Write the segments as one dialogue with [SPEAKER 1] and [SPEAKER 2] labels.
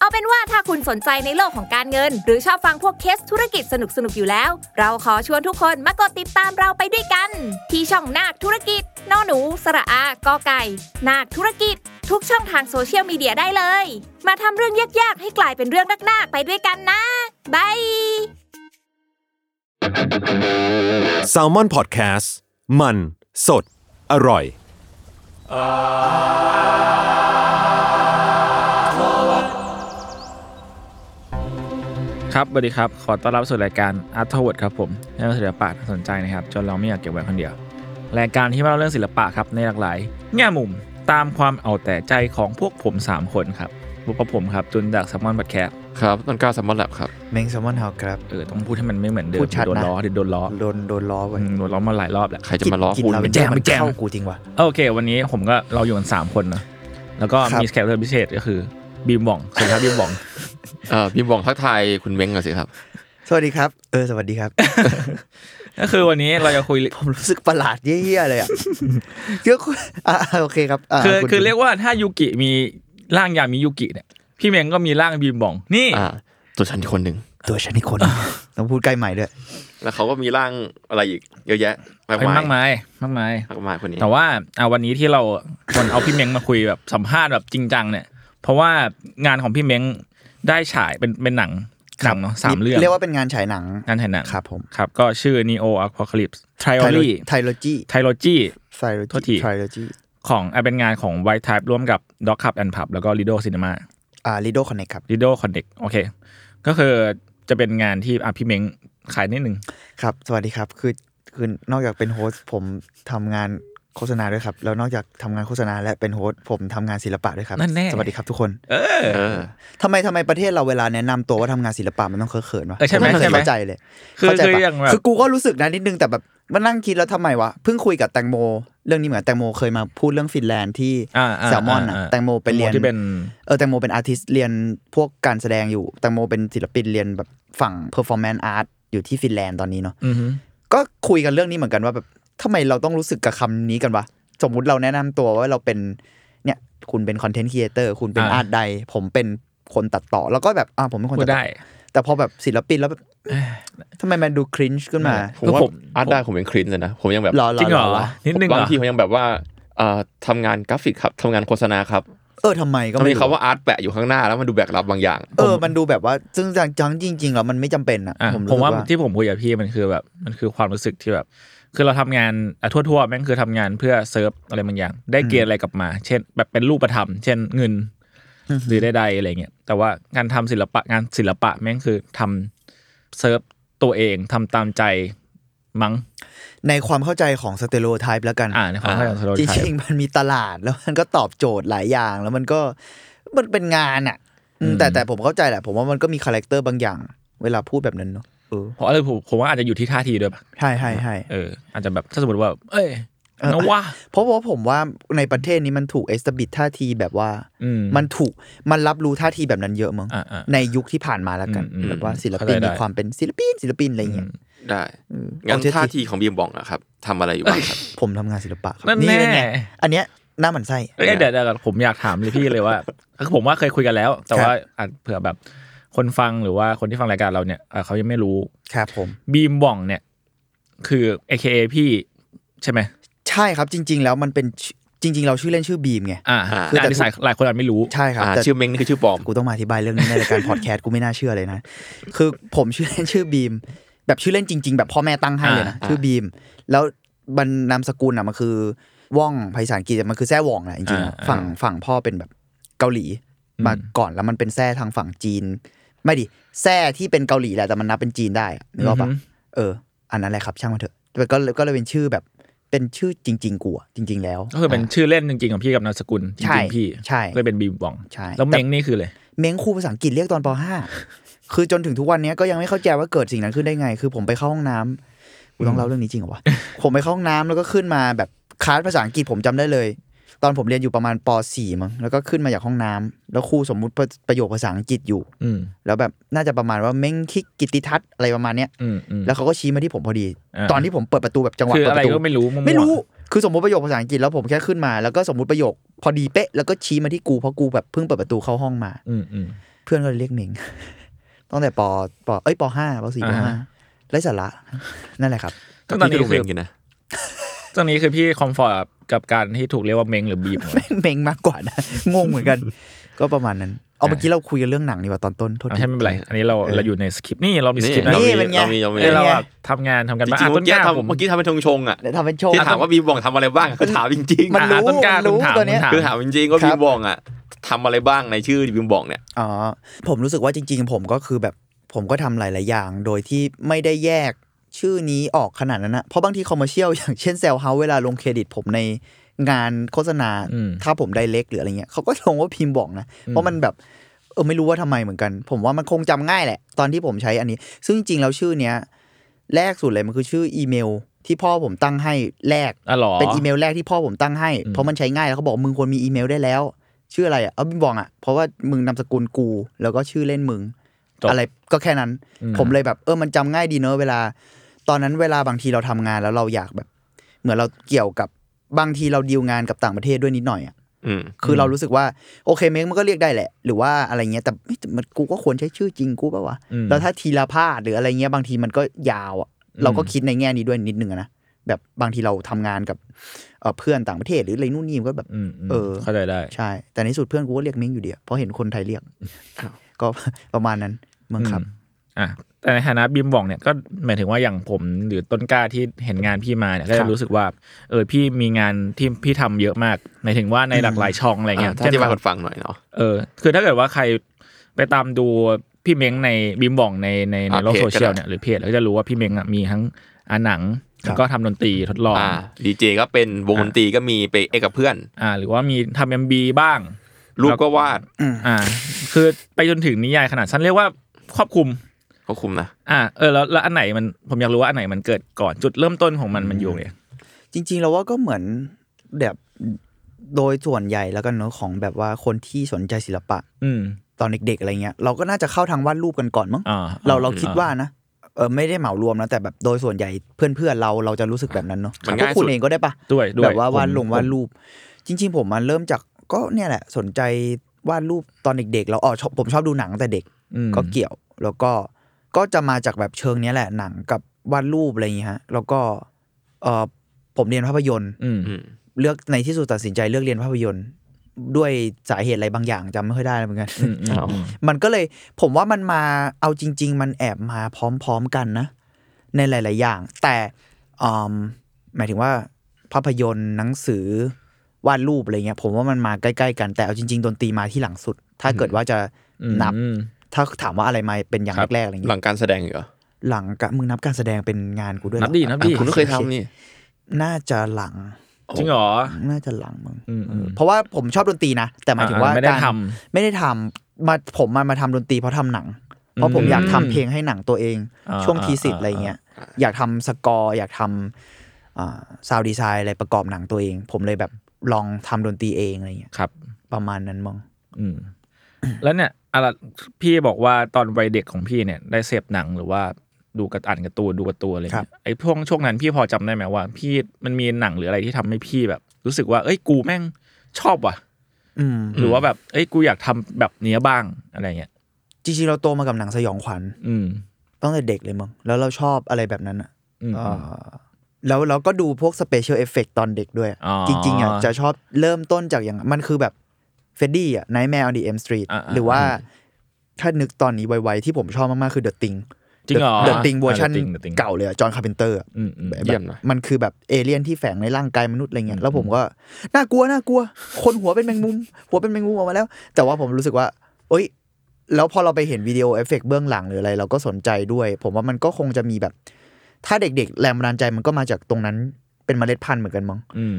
[SPEAKER 1] เอาเป็นว่าถ้าคุณสนใจในโลกของการเงิน หรือชอบฟังพวกเคสธุรกิจสนุกๆอยู่แล้ว เราขอชวนทุกคนมากดติดตามเราไปด้วยกัน ที่ช่องนาคธุรกิจนอหนู สระอากอไก่ นาคธุรกิจ ทุกช่องทางโซเชียลมีเดียได้เลย มาทำเรื่องยากๆ ให้กลายเป็นเรื่องนักๆไปด้วยกันนะบาย
[SPEAKER 2] s a l m o n PODCAST มัน สด อร่อย
[SPEAKER 3] ครับสวัสดีครับ ขอต้อนรับสู่รายการ a r t w o r d ครับผมเรื่องศิลปะน่าสนใจนะครับ จนเราไม่อยากเก็บไว้คนเดียว รายการที่มาเล่าเรื่องศิลปะครับในหลากหลาย แง่มุมตามความเอาแต่ใจของพวกผม 3 คนครับพวกผมครับจุนจากซัมมอนบัตแคท
[SPEAKER 4] ครับต้นกล้าซัมมอนแลบครับ
[SPEAKER 5] แมงแซลมอนเฮาส์ครับ
[SPEAKER 3] เออต้องพูดให้มันไม่เหมือนเดิม
[SPEAKER 5] พูดชัดนะ
[SPEAKER 3] โดนล้อเดี๋ยวโดนล้อ
[SPEAKER 5] โดนโดนล้อ
[SPEAKER 3] อื
[SPEAKER 5] ไว้
[SPEAKER 3] มโดนล้อมาหลายรอบแล้ว
[SPEAKER 4] ใครจะมาล้อ
[SPEAKER 5] กิน
[SPEAKER 4] คุณ
[SPEAKER 5] ลาเวน
[SPEAKER 3] แจ
[SPEAKER 5] เด
[SPEAKER 3] ม
[SPEAKER 5] อร์มัน
[SPEAKER 3] แจม
[SPEAKER 5] เข้ากูจริงวะ
[SPEAKER 3] โอเค วันนี้ผมก็เราอยู่กัน3คนเนอะแล้วก็
[SPEAKER 5] ครับ
[SPEAKER 3] มีแขกรับเชิญพิเศษก็คือบีมบองสวัสดีครับบีม บอง
[SPEAKER 4] เออพี่บองทักทายคุณเม้งก่อนสิครับ
[SPEAKER 5] สวัสดีครับ เออ สวัสดีครับ
[SPEAKER 3] ก็คือวันนี้เราจะคุย
[SPEAKER 5] ผมรู้สึกประหลาดเยี่ยๆเล ยอ่ะเยอะคุณอ่ะโอเคครับะ
[SPEAKER 3] คือ
[SPEAKER 5] ณ
[SPEAKER 3] คือเรียกว่าถ้ายูกิมีร่างยามียูกิเนี่ยพี่เมงก็มีร่างบีมบอง นี่
[SPEAKER 4] อ่า ตัวฉันอีกคนหนึ่ง
[SPEAKER 5] ตัวฉันนี่ คนหนึ่งต้องพูดใกล้ใหม่ด้วย
[SPEAKER 4] แล้วเขาก็มีร่างอะไรอีก เยอะแยะมาก
[SPEAKER 3] เป็น
[SPEAKER 4] มาย
[SPEAKER 3] มากมายมากมาย
[SPEAKER 4] มากมายคนนี้
[SPEAKER 3] แต่ว่าเอาวันนี้ที่เราคนเอาพี่เมงมาคุยแบบสัมภาษณ์แบบจริงจังเนี่ย เพราะว่างานของพี่เมงได้ฉายเป็นเป็นหนังหนังเนาะสามเรื่อง
[SPEAKER 5] เรียกว่าเป็นงานฉายหนัง
[SPEAKER 3] งานถ่ายหนัง
[SPEAKER 5] ครับผม
[SPEAKER 3] ครับ ก็ชื่อ Neo Apocalypse Trilogy
[SPEAKER 5] ไทโลจี
[SPEAKER 3] Trilogy
[SPEAKER 5] ไท
[SPEAKER 3] โท
[SPEAKER 5] โล
[SPEAKER 3] ษที
[SPEAKER 5] จีไทโลจี
[SPEAKER 3] ของอ่ะเป็นงานของ White Type ร่วมกับ Dog Cup and Pub แล้วก็ Lido Cinema
[SPEAKER 5] อ่าลิโดคอนเนคครับ
[SPEAKER 3] Lido Connect โอเค ก็คือจะเป็นงานที่อ่ะพี่เมงขายนิดนึง
[SPEAKER 5] ครับ สวัสดีครับ คือคือนอกจากเป็นโฮสต์ผมทำงานโฆษณาด้วยครับ แล้วนอกจากทำงานโฆษณาและเป็นโฮสต์ผมทำงานศิลปะด้วยครับ
[SPEAKER 3] นั่นแน่
[SPEAKER 5] สวัสดีครับทุกคน
[SPEAKER 3] เออ
[SPEAKER 4] เออ
[SPEAKER 5] ทำไมทำไมประเทศเราเวลาแนะนำตัวว่าทำงานศิลปะมันต้องเคอะเขินวะ
[SPEAKER 3] เออใช่ไหม
[SPEAKER 5] ผเคย
[SPEAKER 3] ใช่ไหม
[SPEAKER 5] เข้าใจเลย
[SPEAKER 3] คือ
[SPEAKER 5] เข้าใจ
[SPEAKER 3] คือ
[SPEAKER 5] ปะ
[SPEAKER 3] อย่างแบบ
[SPEAKER 5] คือกูก็รู้สึกนะนิดนึงแต่แบบมานั่งคิดแล้วทำไมวะเพิ่งคุยกับแตงโม เรื่องนี้เหมือนแตงโมเคยมาพูดเรื่องฟินแลนด์ที่
[SPEAKER 3] อ่าา
[SPEAKER 5] แซลมอนอ่ะ
[SPEAKER 3] า
[SPEAKER 5] แตงโมไปเรียน
[SPEAKER 3] ที่เป็น
[SPEAKER 5] เออแตงโมเป็นอาร์ติสเรียนพวกการแสดงอยู่แตงโมเป็นศิลปินเรียนแบบฝั่งเพอร์ฟอร์แมนซ์อาร์ตอยู่ที่ฟินแลนด์ตอนนี้เนาะ
[SPEAKER 3] อือฮึ
[SPEAKER 5] ก็คุยกันเรื่องนี้เหมือนกันว่าแบบทำไมเราต้องรู้สึกกับคำนี้กันวะสมมุติเราแนะนำตัวว่าเราเป็นเนี่ยคุณเป็นคอนเทนต์ครีเอเตอร์คุณเป็น
[SPEAKER 3] อ่า
[SPEAKER 5] อาร์ตใดผมเป็นคนตัดต่อแล้วก็แบบอ่าผมเป็นคน
[SPEAKER 3] พูด
[SPEAKER 5] ตัดต่อ
[SPEAKER 3] ได้
[SPEAKER 5] แต่พอแบบศิลปินแล้วแบบทำไมมันดูครินช์ขึ้นมา
[SPEAKER 4] ผมว่าอาร์ตได้ผมยังครินเลยนะ ผมยังแบบ
[SPEAKER 5] หรอหร
[SPEAKER 3] จริ
[SPEAKER 5] อง ห
[SPEAKER 3] เห
[SPEAKER 5] ร
[SPEAKER 3] รอ
[SPEAKER 5] อวะ
[SPEAKER 3] นิดนึง
[SPEAKER 4] บา
[SPEAKER 3] เหรง อ
[SPEAKER 4] ทีผมยังแบบว่าเอ่อทำงานกราฟิกครับทำงานโฆษณาครับ
[SPEAKER 5] เออทำไมก็
[SPEAKER 4] ทำไม
[SPEAKER 5] ไม่รู้
[SPEAKER 4] คำว่าอาร์ตแปะอยู่ข้างหน้าแล้วมันดูแบกรับบางอย่าง
[SPEAKER 5] เออมันดูแบบว่า ซึ่งจังจริงๆแล้วมันไม่จำเป็นอ่ะ
[SPEAKER 3] อ่ะ
[SPEAKER 5] ผม
[SPEAKER 3] ผ
[SPEAKER 5] รู้สึ
[SPEAKER 3] ม
[SPEAKER 5] ก
[SPEAKER 3] ว่า
[SPEAKER 5] ว่า
[SPEAKER 3] ที่ผมคุยกับพี่มันคือแบบมันคือความรู้สึกที่แบบ คือเราทำงานอ่ะทั่วๆแม่งคือทำงานเพื่อเซิร์ฟอะไรบางอย่าง ได้เกณฑ์อะไรกลับมา เช่น แบบเป็นรูปธรรม เช่นเงิน หรือใดๆอะไรเงี้ยแต่ว่าการทำศิลปะงานศิลปะแม่งคือทำเซิร์ฟตัวเองทำตามใจมั้ง
[SPEAKER 5] ในความเข้าใจของสเตโลไทป์แล้วกัน
[SPEAKER 3] อ่าในความเข้าใจของสโล
[SPEAKER 5] จ
[SPEAKER 3] ไท
[SPEAKER 5] ริง
[SPEAKER 3] ย
[SPEAKER 5] ๆมันมีตลาด แล้วมันก็ตอบโจทย์หลายอย่าง แล้วมันก็มันเป็นงานอ่ะอืม
[SPEAKER 3] อืม
[SPEAKER 5] แต่แต่ผมเข้าใจแหละ ผมว่ามันก็มีคาแรคเตอร์บางอย่าง เวลาพูดแบบนั้นเนาะเออ
[SPEAKER 3] เพราะอะไรผมผมว่าอาจจะอยู่ที่ท่าทีด้วยปะ
[SPEAKER 5] ใช่ใช่ใช่
[SPEAKER 3] เอออาจจะแบบถ้าสมมติว่า เอ้ย
[SPEAKER 5] เออ
[SPEAKER 3] นะว่า
[SPEAKER 5] เพราะว่าผมว่าในประเทศนี้มันถูกเอสตบิทท่าทีแบบว่า
[SPEAKER 3] อืม
[SPEAKER 5] มันถูกมันรับรู้ท่าทีแบบนั้นเยอะมั้ง
[SPEAKER 3] อ่าๆ
[SPEAKER 5] ในยุคที่ผ่านมาแล้วกัน
[SPEAKER 3] อืมๆ
[SPEAKER 5] แบบว่าศิลปิน
[SPEAKER 3] เข้าใจได้
[SPEAKER 5] มีความเป็นศิลปินศิลปินอะไรอย่างเงี้ย
[SPEAKER 4] ได้
[SPEAKER 5] อืม
[SPEAKER 4] งั้น
[SPEAKER 5] เอเถอะ
[SPEAKER 4] ท่าทีของบีมบองอะครับทำอะไรอยู่บ้างครับ
[SPEAKER 5] ผมทำงานศิลปะครับ
[SPEAKER 3] นั่นแน่
[SPEAKER 5] เป็ไงอันเนี้ยหน้าหมันไส้
[SPEAKER 3] เอ้ย
[SPEAKER 4] เนี่ย
[SPEAKER 3] เดี๋ยวเดี๋ยวก่อนผมอยากถามเลยพี่เลยว่า คือผมว่าเคยคุยกันแล้ว แต่ว่าอาจเผื่อแบบคนฟังหรือว่าคนที่ฟังรายการเราเนี่ยเอ่อเขายังไม่รู้
[SPEAKER 5] ครับผม
[SPEAKER 3] บีมบ่องเนี่ย คือ AKA พี่ใช่ไหม
[SPEAKER 5] ใช่ครับจริง ๆ แล้วมันเป็นชื่อจริง ๆ เราชื่อเล่นชื่อบีมไง
[SPEAKER 3] อ่า
[SPEAKER 4] อ่า
[SPEAKER 3] แต่อันนี้สายหลายคนอาจไม่รู้
[SPEAKER 5] ใช่ครับ
[SPEAKER 4] อ่า
[SPEAKER 5] แต่
[SPEAKER 4] ชื่อเม้งนี่คือชื่อปลอม
[SPEAKER 5] กูต้องมาอธิบายเรื่องนี้ในรายการ พอดแคสต์กูไม่น่าเชื่อเลยนะ คือผมชื่อเล่นชื่อบีม แบบชื่อเล่นจริง ๆ แบบพ่อแม่ตั้งให้เลยนะ
[SPEAKER 4] อ่า
[SPEAKER 5] ชื่อบีม แล้วบรรนามสกุลอ่ะมันคือว่องไพศาลกิจมันคือแซ่หว่องแหละจริงๆอะ
[SPEAKER 3] อ่าๆ
[SPEAKER 5] ฝั่งฝั่งพ่อเป็นแบบเกาหลี มาก่อนแล้วมันเป็นแทร่ทางฝั่งจีน ไม่ดิแทร่ที่เป็นเกาหลีแหละแต่มันนับเป็นจีนได้อะนึกออกปะ
[SPEAKER 3] อือหือ
[SPEAKER 5] เออ อันนั้นแหละครับช่างมันเถอะแต่ก็ก็เลยเป็นชื่อแบบเป็นชื่อจริง ๆกูอะจริง ๆ แล้ว
[SPEAKER 3] ก็คือเป็น
[SPEAKER 5] อ่ะ
[SPEAKER 3] ชื่อเล่นจริงๆของพี่กับนามสกุลจ
[SPEAKER 5] ใช่
[SPEAKER 3] ริงๆพี่
[SPEAKER 5] ใช่
[SPEAKER 3] เลยเป็นบีมบ่อง
[SPEAKER 5] ใช่
[SPEAKER 3] แล้ว
[SPEAKER 5] แต่
[SPEAKER 3] เม้งนี่คือเลย
[SPEAKER 5] เม้งครูภาษาอังกฤษเรียกตอนป .5 คือจนถึงทุกวันเนี้ยก็ยังไม่เข้าใจว่าเกิดสิ่งนั้นขึ้นได้ไง คือผมไปเข้าห้องน้ำ กูต้องเล่าเรื่องนี้จริงเหรอวะ ผมไปเข้าห้องน้ำแล้วก็ขึ้นมาแบบคลาสภาษาอังกฤษผมจำได้เลย ตอนผมเรียนอยู่ประมาณป .4 มั้งแล้วก็ขึ้นมาจากห้องน้ำแล้วครูสมมุติประประโยคภาษาอังกฤษอยู่
[SPEAKER 3] อืม
[SPEAKER 5] แล้วแบบน่าจะประมาณว่าเม้งคิกกิติทัศน์อะไรประมาณเนี้ย
[SPEAKER 3] อืมอืม
[SPEAKER 5] แล้วเขาก็ชี้มาที่ผมพอดี
[SPEAKER 3] อ่า
[SPEAKER 5] ตอนที่ผมเปิดประตูแบบจังหวะ
[SPEAKER 3] คือ
[SPEAKER 5] เปิด
[SPEAKER 3] อะไร
[SPEAKER 5] ประตู
[SPEAKER 3] ก็ไม่รู้มั่วๆ
[SPEAKER 5] ไม่รู้คือสมมติประโยคภาษาอังกฤษแล้วผมแค่ขึ้นมาแล้วก็สมมติประโยคพอดีเป๊ะแล้วก็ชี้มาที่กูเพราะกูแบบเพิ่งเปิดประตูเข้าห้องมา
[SPEAKER 3] อืมอืม
[SPEAKER 5] เพื่อนก็เลยเรียกเมง ตั้งแต่ปปเอ้ยปห้าปสี่ป
[SPEAKER 3] อ่า
[SPEAKER 5] ห้า
[SPEAKER 3] ฮะ
[SPEAKER 5] ไร้สาระนั่นแหละครับ
[SPEAKER 3] ซึ่งตอนนี้
[SPEAKER 4] พี่ก็ดู
[SPEAKER 3] คื
[SPEAKER 4] เว
[SPEAKER 3] อง
[SPEAKER 4] อยู่นะ
[SPEAKER 3] ตอนนี้คือพี่คอมฟอร์ตกับการที่ถูกเรียกว่าเม้งหรือบีบ
[SPEAKER 5] เมงมากกว่านะ งงเหมือนกัน ก็ประมาณนั้น เอา
[SPEAKER 3] อ่า
[SPEAKER 5] เมื่อกี้เราคุยกันเรื่องหนังนี่ว่าตอนต้นโทษ
[SPEAKER 3] เอา
[SPEAKER 5] ที
[SPEAKER 3] ใช่ไม่เป็นไร อันนี้เรา
[SPEAKER 5] เออ
[SPEAKER 3] เราอยู่ในสคริปต์นี่เรามีสคริปต์นะ
[SPEAKER 5] นี่
[SPEAKER 4] นี่
[SPEAKER 5] เป็นไง
[SPEAKER 4] เรามีเรามี
[SPEAKER 3] เออเรา
[SPEAKER 5] ป็นไง
[SPEAKER 3] แบบทำงานทำกัน
[SPEAKER 4] จ
[SPEAKER 3] บ้า
[SPEAKER 4] ริง
[SPEAKER 3] น
[SPEAKER 4] ๆ
[SPEAKER 3] ต้ก
[SPEAKER 4] เมื่อนกี้
[SPEAKER 3] ล้าผม
[SPEAKER 4] ทำเมื่อกี้ทำเป็นชงชงๆอ่ะ
[SPEAKER 5] เดี๋ยวทำเป็นโชว์
[SPEAKER 4] ที่ถามว่าบีมบองทำอะไรบ้างก็ถามจริง
[SPEAKER 5] มัน
[SPEAKER 4] ๆ
[SPEAKER 5] รู้
[SPEAKER 3] อ่ะต้นกล้า
[SPEAKER 5] มันรู้
[SPEAKER 3] คุณถาม
[SPEAKER 5] ตัวเนี้ย
[SPEAKER 3] ณถาม
[SPEAKER 4] คือถามจริงๆว่า
[SPEAKER 5] ครับ
[SPEAKER 4] บีมบองอ่ะทำอะไรบ้างในชื่อบีมบองเนี่ย
[SPEAKER 5] อ๋อผมรู้สึกว่าจริง ๆ ผมก็คือแบบผมก็ทำหลาย ๆ อย่าง โดยที่ไม่ได้แยกชื่อนี้ออกขนาดนั้นนะเพราะบางทีคอมเมอร์เชียล อย่างเช่นเซลเฮาเวลาลงเครดิตผมในงานโฆษณา
[SPEAKER 3] อืม
[SPEAKER 5] ถ้าผมไดเล็กหรืออะไรเงี้ยเขาก็ลงว่าพิมพ์บอกนะ เพราะมันแบบ เออไม่รู้ว่าทำไมเหมือนกัน ผมว่ามันคงจำง่ายแหละ ตอนที่ผมใช้อันนี้ ซึ่งจริง ๆ แล้วชื่อเนี้ยแรกสุดเลยมันคือชื่ออีเมล ที่พ่อผมตั้งให้แรก
[SPEAKER 3] อ๋อเหรอ
[SPEAKER 5] เป็นอีเมลแรกที่พ่อผมตั้งให้
[SPEAKER 3] อืม
[SPEAKER 5] เพราะมันใช้ง่ายแล้วเขาบอกมึงควรมีอีเมลได้แล้ว ชื่ออะไรอ่ะเอาบิมบองอ่ะ เพราะว่ามึงนามสกุลกู แล้วก็ชื่อเล่นมึง
[SPEAKER 3] จบ
[SPEAKER 5] อะไรก็แค่นั้น
[SPEAKER 3] อืม
[SPEAKER 5] ผมเลยแบบเออมันจำง่ายดีเนอะเวลา ตอนนั้นเวลาบางทีเราทำงานแล้วเราอยากแบบ เหมือนเราเกี่ยวกับบางทีเราดีลงานกับต่างประเทศด้วยนิดหน่อยอ่ะ
[SPEAKER 4] อืม
[SPEAKER 5] คือเรารู้สึกว่าโอเคเมกมันก็เรียกได้แหละ หรือว่าอะไรเงี้ยแต่เฮ้ยแต่มันกูก็ควรใช้ชื่อจริงกูป่าวะ
[SPEAKER 3] อืม
[SPEAKER 5] แล้วถ้าทีละพาดหรืออะไรเงี้ยบางทีมันก็ยาวอ่ะ
[SPEAKER 3] อืม
[SPEAKER 5] เราก็คิดในแง่นี้ด้วยนิดนึงอะนะแบบบางทีเราทำงานกับเอ่อเพื่อนต่างประเทศหรืออะไรนู่นนี่มันก็แบบ
[SPEAKER 3] อืมอืม
[SPEAKER 5] เออ
[SPEAKER 3] เข้าใจได้
[SPEAKER 5] ใช่ แต่ในสุดเพื่อนกูก็เรียกเม้งอยู่เดียวเพราะเห็นคนไทยเรียก ก็ ประมาณนั้นมึงครับ
[SPEAKER 3] อืมอ่ะแต่ในฐานะบิมบองเนี่ยก็หมายถึงว่าอย่างผมหรือต้นกล้าที่เห็นงานพี่มาเนี่ยก็
[SPEAKER 5] ครั
[SPEAKER 3] จะ
[SPEAKER 5] บ
[SPEAKER 3] รู้สึกว่าเออพี่มีงานที่พี่ทำเยอะมากหมายถึงว่าในหลากหลายช่องอะไร
[SPEAKER 4] อ่ะ
[SPEAKER 3] เงี้ย
[SPEAKER 4] ถ้าที่มายให้
[SPEAKER 3] เช่น
[SPEAKER 4] คนฟังหน่อยเนาะ
[SPEAKER 3] เออคือถ้าเกิดว่าใครไปตามดูพี่เม้งในบิมบองในในใน
[SPEAKER 4] อ่ะ
[SPEAKER 3] โลก
[SPEAKER 4] เพจ
[SPEAKER 3] โซเชียล
[SPEAKER 4] ก็ได้
[SPEAKER 3] เนี่ยหรือเพจก็จะรู้ว่าพี่เม้งอ่ะมีทั้งอาหนังแล้วก็ทำดนตรีทดลอง
[SPEAKER 4] อ่าดีเจก็เป็นวงดนตรีก็มีไปเอกกับเพื่อน
[SPEAKER 3] อ่าหรือว่ามีทำเอ็มบีบ้าง
[SPEAKER 4] รูปก็วาด
[SPEAKER 3] อ่า คือไปจนถึงนิยายขนาดสั้นเรียกว่าครอบคลุม
[SPEAKER 4] ก็คุมนะ
[SPEAKER 3] อ่าเออแล้วแล้วอันไหนมันผมอยากรู้ว่าอันไหนมันเกิดก่อนจุดเริ่มต้นของมันมันอยู่เนี่ย
[SPEAKER 5] จริง ๆ เราว่าก็เหมือนแบบโดยส่วนใหญ่แล้วกันเนอะของแบบว่าคนที่สนใจศิลปะ
[SPEAKER 3] อืม
[SPEAKER 5] ตอนเด็ก ๆ อะไรเงี้ยเราก็น่าจะเข้าทางวาดรูปกันก่อนมั้ง
[SPEAKER 3] อ่า
[SPEAKER 5] เราเราคิด
[SPEAKER 3] อ่า
[SPEAKER 5] ว่านะเออไม่ได้เหมารวมนะแต่แบบโดยส่วนใหญ่เพื่อนๆเราเราจะรู้สึกแบบนั้นเนอะ
[SPEAKER 4] มัน
[SPEAKER 5] พวก
[SPEAKER 4] ง่ายสุด
[SPEAKER 5] คุณเองก็ได้ปะ
[SPEAKER 3] ด้วยด้วย
[SPEAKER 5] แบบว่าวาดลง
[SPEAKER 3] ผม
[SPEAKER 5] วาดรูป จริง ๆ ผมมันเริ่มจากก็เนี่ยแหละ สนใจวาดรูปตอนเด็กๆเราอ๋อชอบผมชอบดูหนังแต่เด็ก
[SPEAKER 3] อืม
[SPEAKER 5] ก็เกี่ยว แล้วก็ก็จะมาจากแบบเชิงเนี้ยแหละหนังกับวาดรูปอะไรอย่างเงี้ยฮะแล้วก็เออผมเรียนภาพยนตร์
[SPEAKER 3] อืม
[SPEAKER 4] อืม
[SPEAKER 5] เลือกในที่สุดตัดสินใจเลือกเรียนภาพยนตร์ ด้วยสาเหตุอะไรบางอย่างจำไม่ค่อยได้เหมือนกัน
[SPEAKER 3] อืมอืม
[SPEAKER 4] เอา
[SPEAKER 3] อืม
[SPEAKER 5] มันก็เลยผมว่ามันมาเอาจริง ๆ มันแอบมาพร้อมๆกันนะ ในหลาย ๆ อย่าง แต่อืมหมายถึงว่าภาพยนตร์หนังสือวาดรูปอะไรเงี้ยผมว่ามันมาใกล้ ๆ กันแต่เอาจริง ๆ ดนตรีมาที่หลังสุด ถ้าเกิดว่าจะนับ
[SPEAKER 3] อืม
[SPEAKER 5] ถ้าถามว่าอะไรมาเป็นอย่าง
[SPEAKER 4] ครับ
[SPEAKER 5] แรกๆอะไร
[SPEAKER 4] หลั
[SPEAKER 5] เงี้ย
[SPEAKER 4] งการแสดงอีกเหรอ
[SPEAKER 5] หลังกะมึงนับการแสดงเป็นงานกูด้วยเหรอ
[SPEAKER 3] นับดินับดิ
[SPEAKER 4] คุณก็เคยทำนี่
[SPEAKER 5] น่าจะหลัง
[SPEAKER 3] จริงเหรอ
[SPEAKER 5] น่าจะหลังมึง
[SPEAKER 3] อืมอืม
[SPEAKER 5] เพราะว่าผมชอบดนตรีนะ แต่หมายถึงว่า
[SPEAKER 3] อ่ไม่ได้
[SPEAKER 5] การ
[SPEAKER 3] ท
[SPEAKER 5] ไม่ได้ทำมาผมมามาทำดนตรีเพราะทำหนัง เพราะผมอยากทำเพลงให้หนังตัวเอง
[SPEAKER 3] อ่า
[SPEAKER 5] ช่วง
[SPEAKER 3] อ่า
[SPEAKER 5] ทีสิทธ์
[SPEAKER 3] อ่า
[SPEAKER 5] อะไรเงี้ย อยากทำสกอร์ อยากทำซาวดีไซน์อะไรประกอบหนังตัวเอง ผมเลยแบบลองทำดนตรีเองอะไรเงี้ย
[SPEAKER 3] ำครับ
[SPEAKER 5] ประมาณนั้นมั้ง
[SPEAKER 3] อืม แล้วเนี่ยอะไรพี่บอกว่าตอนวัยเด็กของพี่เนี่ย ได้เสพหนังหรือว่าดูการ์ตูนการ์ตูนดูการ์ตูนอะไรเงี้ยไอ้พวกช่วงนั้นพี่พอจำได้ไหมว่า พี่มันมีหนังหรืออะไรที่ทำให้พี่แบบ รู้สึกว่า เอ้ยกูแม่งชอบว่ะ
[SPEAKER 5] อืม
[SPEAKER 3] หรือว่าแบบ เอ้ยกูอยากทำแบบเนี้ยบ้างอะไรเงี้ย
[SPEAKER 5] จริงๆเราโตมากับหนังสยองขวัญ
[SPEAKER 3] อืม
[SPEAKER 5] ตั้งแต่เด็กเลยมั้งแล้วเราชอบอะไรแบบนั้นอะ
[SPEAKER 3] อืม
[SPEAKER 5] เอ่อแล้วเราก็ดูพวกสเปเชียลเอฟเฟกตอนเด็กด้วย
[SPEAKER 3] อ๋อ
[SPEAKER 5] จริงๆอ่ะจะชอบเริ่มต้นจากอย่างมันคือแบบเฟดดี้อ่ะไนแมร์ออนดีเอ็มสตรีท
[SPEAKER 3] อ่าๆ
[SPEAKER 5] หรือว่าถ้านึกตอนนี้ไวๆที่ผมชอบมากๆ คือเดอะติง
[SPEAKER 3] จริงเหรอ
[SPEAKER 5] เดอะติงเวอร์ชัน
[SPEAKER 3] The Thing The Thing
[SPEAKER 5] เก่าเลยจอห์นคาร์เพนเตอร์
[SPEAKER 3] อืมอืม
[SPEAKER 4] เยี่ยมนะ
[SPEAKER 5] มันคือแบบเอเลี่ยนที่แฝงในร่างกายมนุษย์อะไรเงี้
[SPEAKER 3] อืม
[SPEAKER 5] ยแล้วผมก็ น่ากลัวน่ากลัว คนหัวเป็นแมงมุม หัวเป็นแมงมุมออกมาแล้ว แต่ว่าผมรู้สึกว่า เอ้ย แล้วพอเราไปเห็นวิดีโอเอฟเฟกต์เบื้องหลังหรืออะไร เราก็สนใจด้วย ผมว่ามันก็คงจะมีแบบ ถ้าเด็กๆ แรงบันดาลใจมันก็มาจากตรงนั้นเป็นเมล็ดพันธุ์เหมือนกันมั้ง
[SPEAKER 3] อืม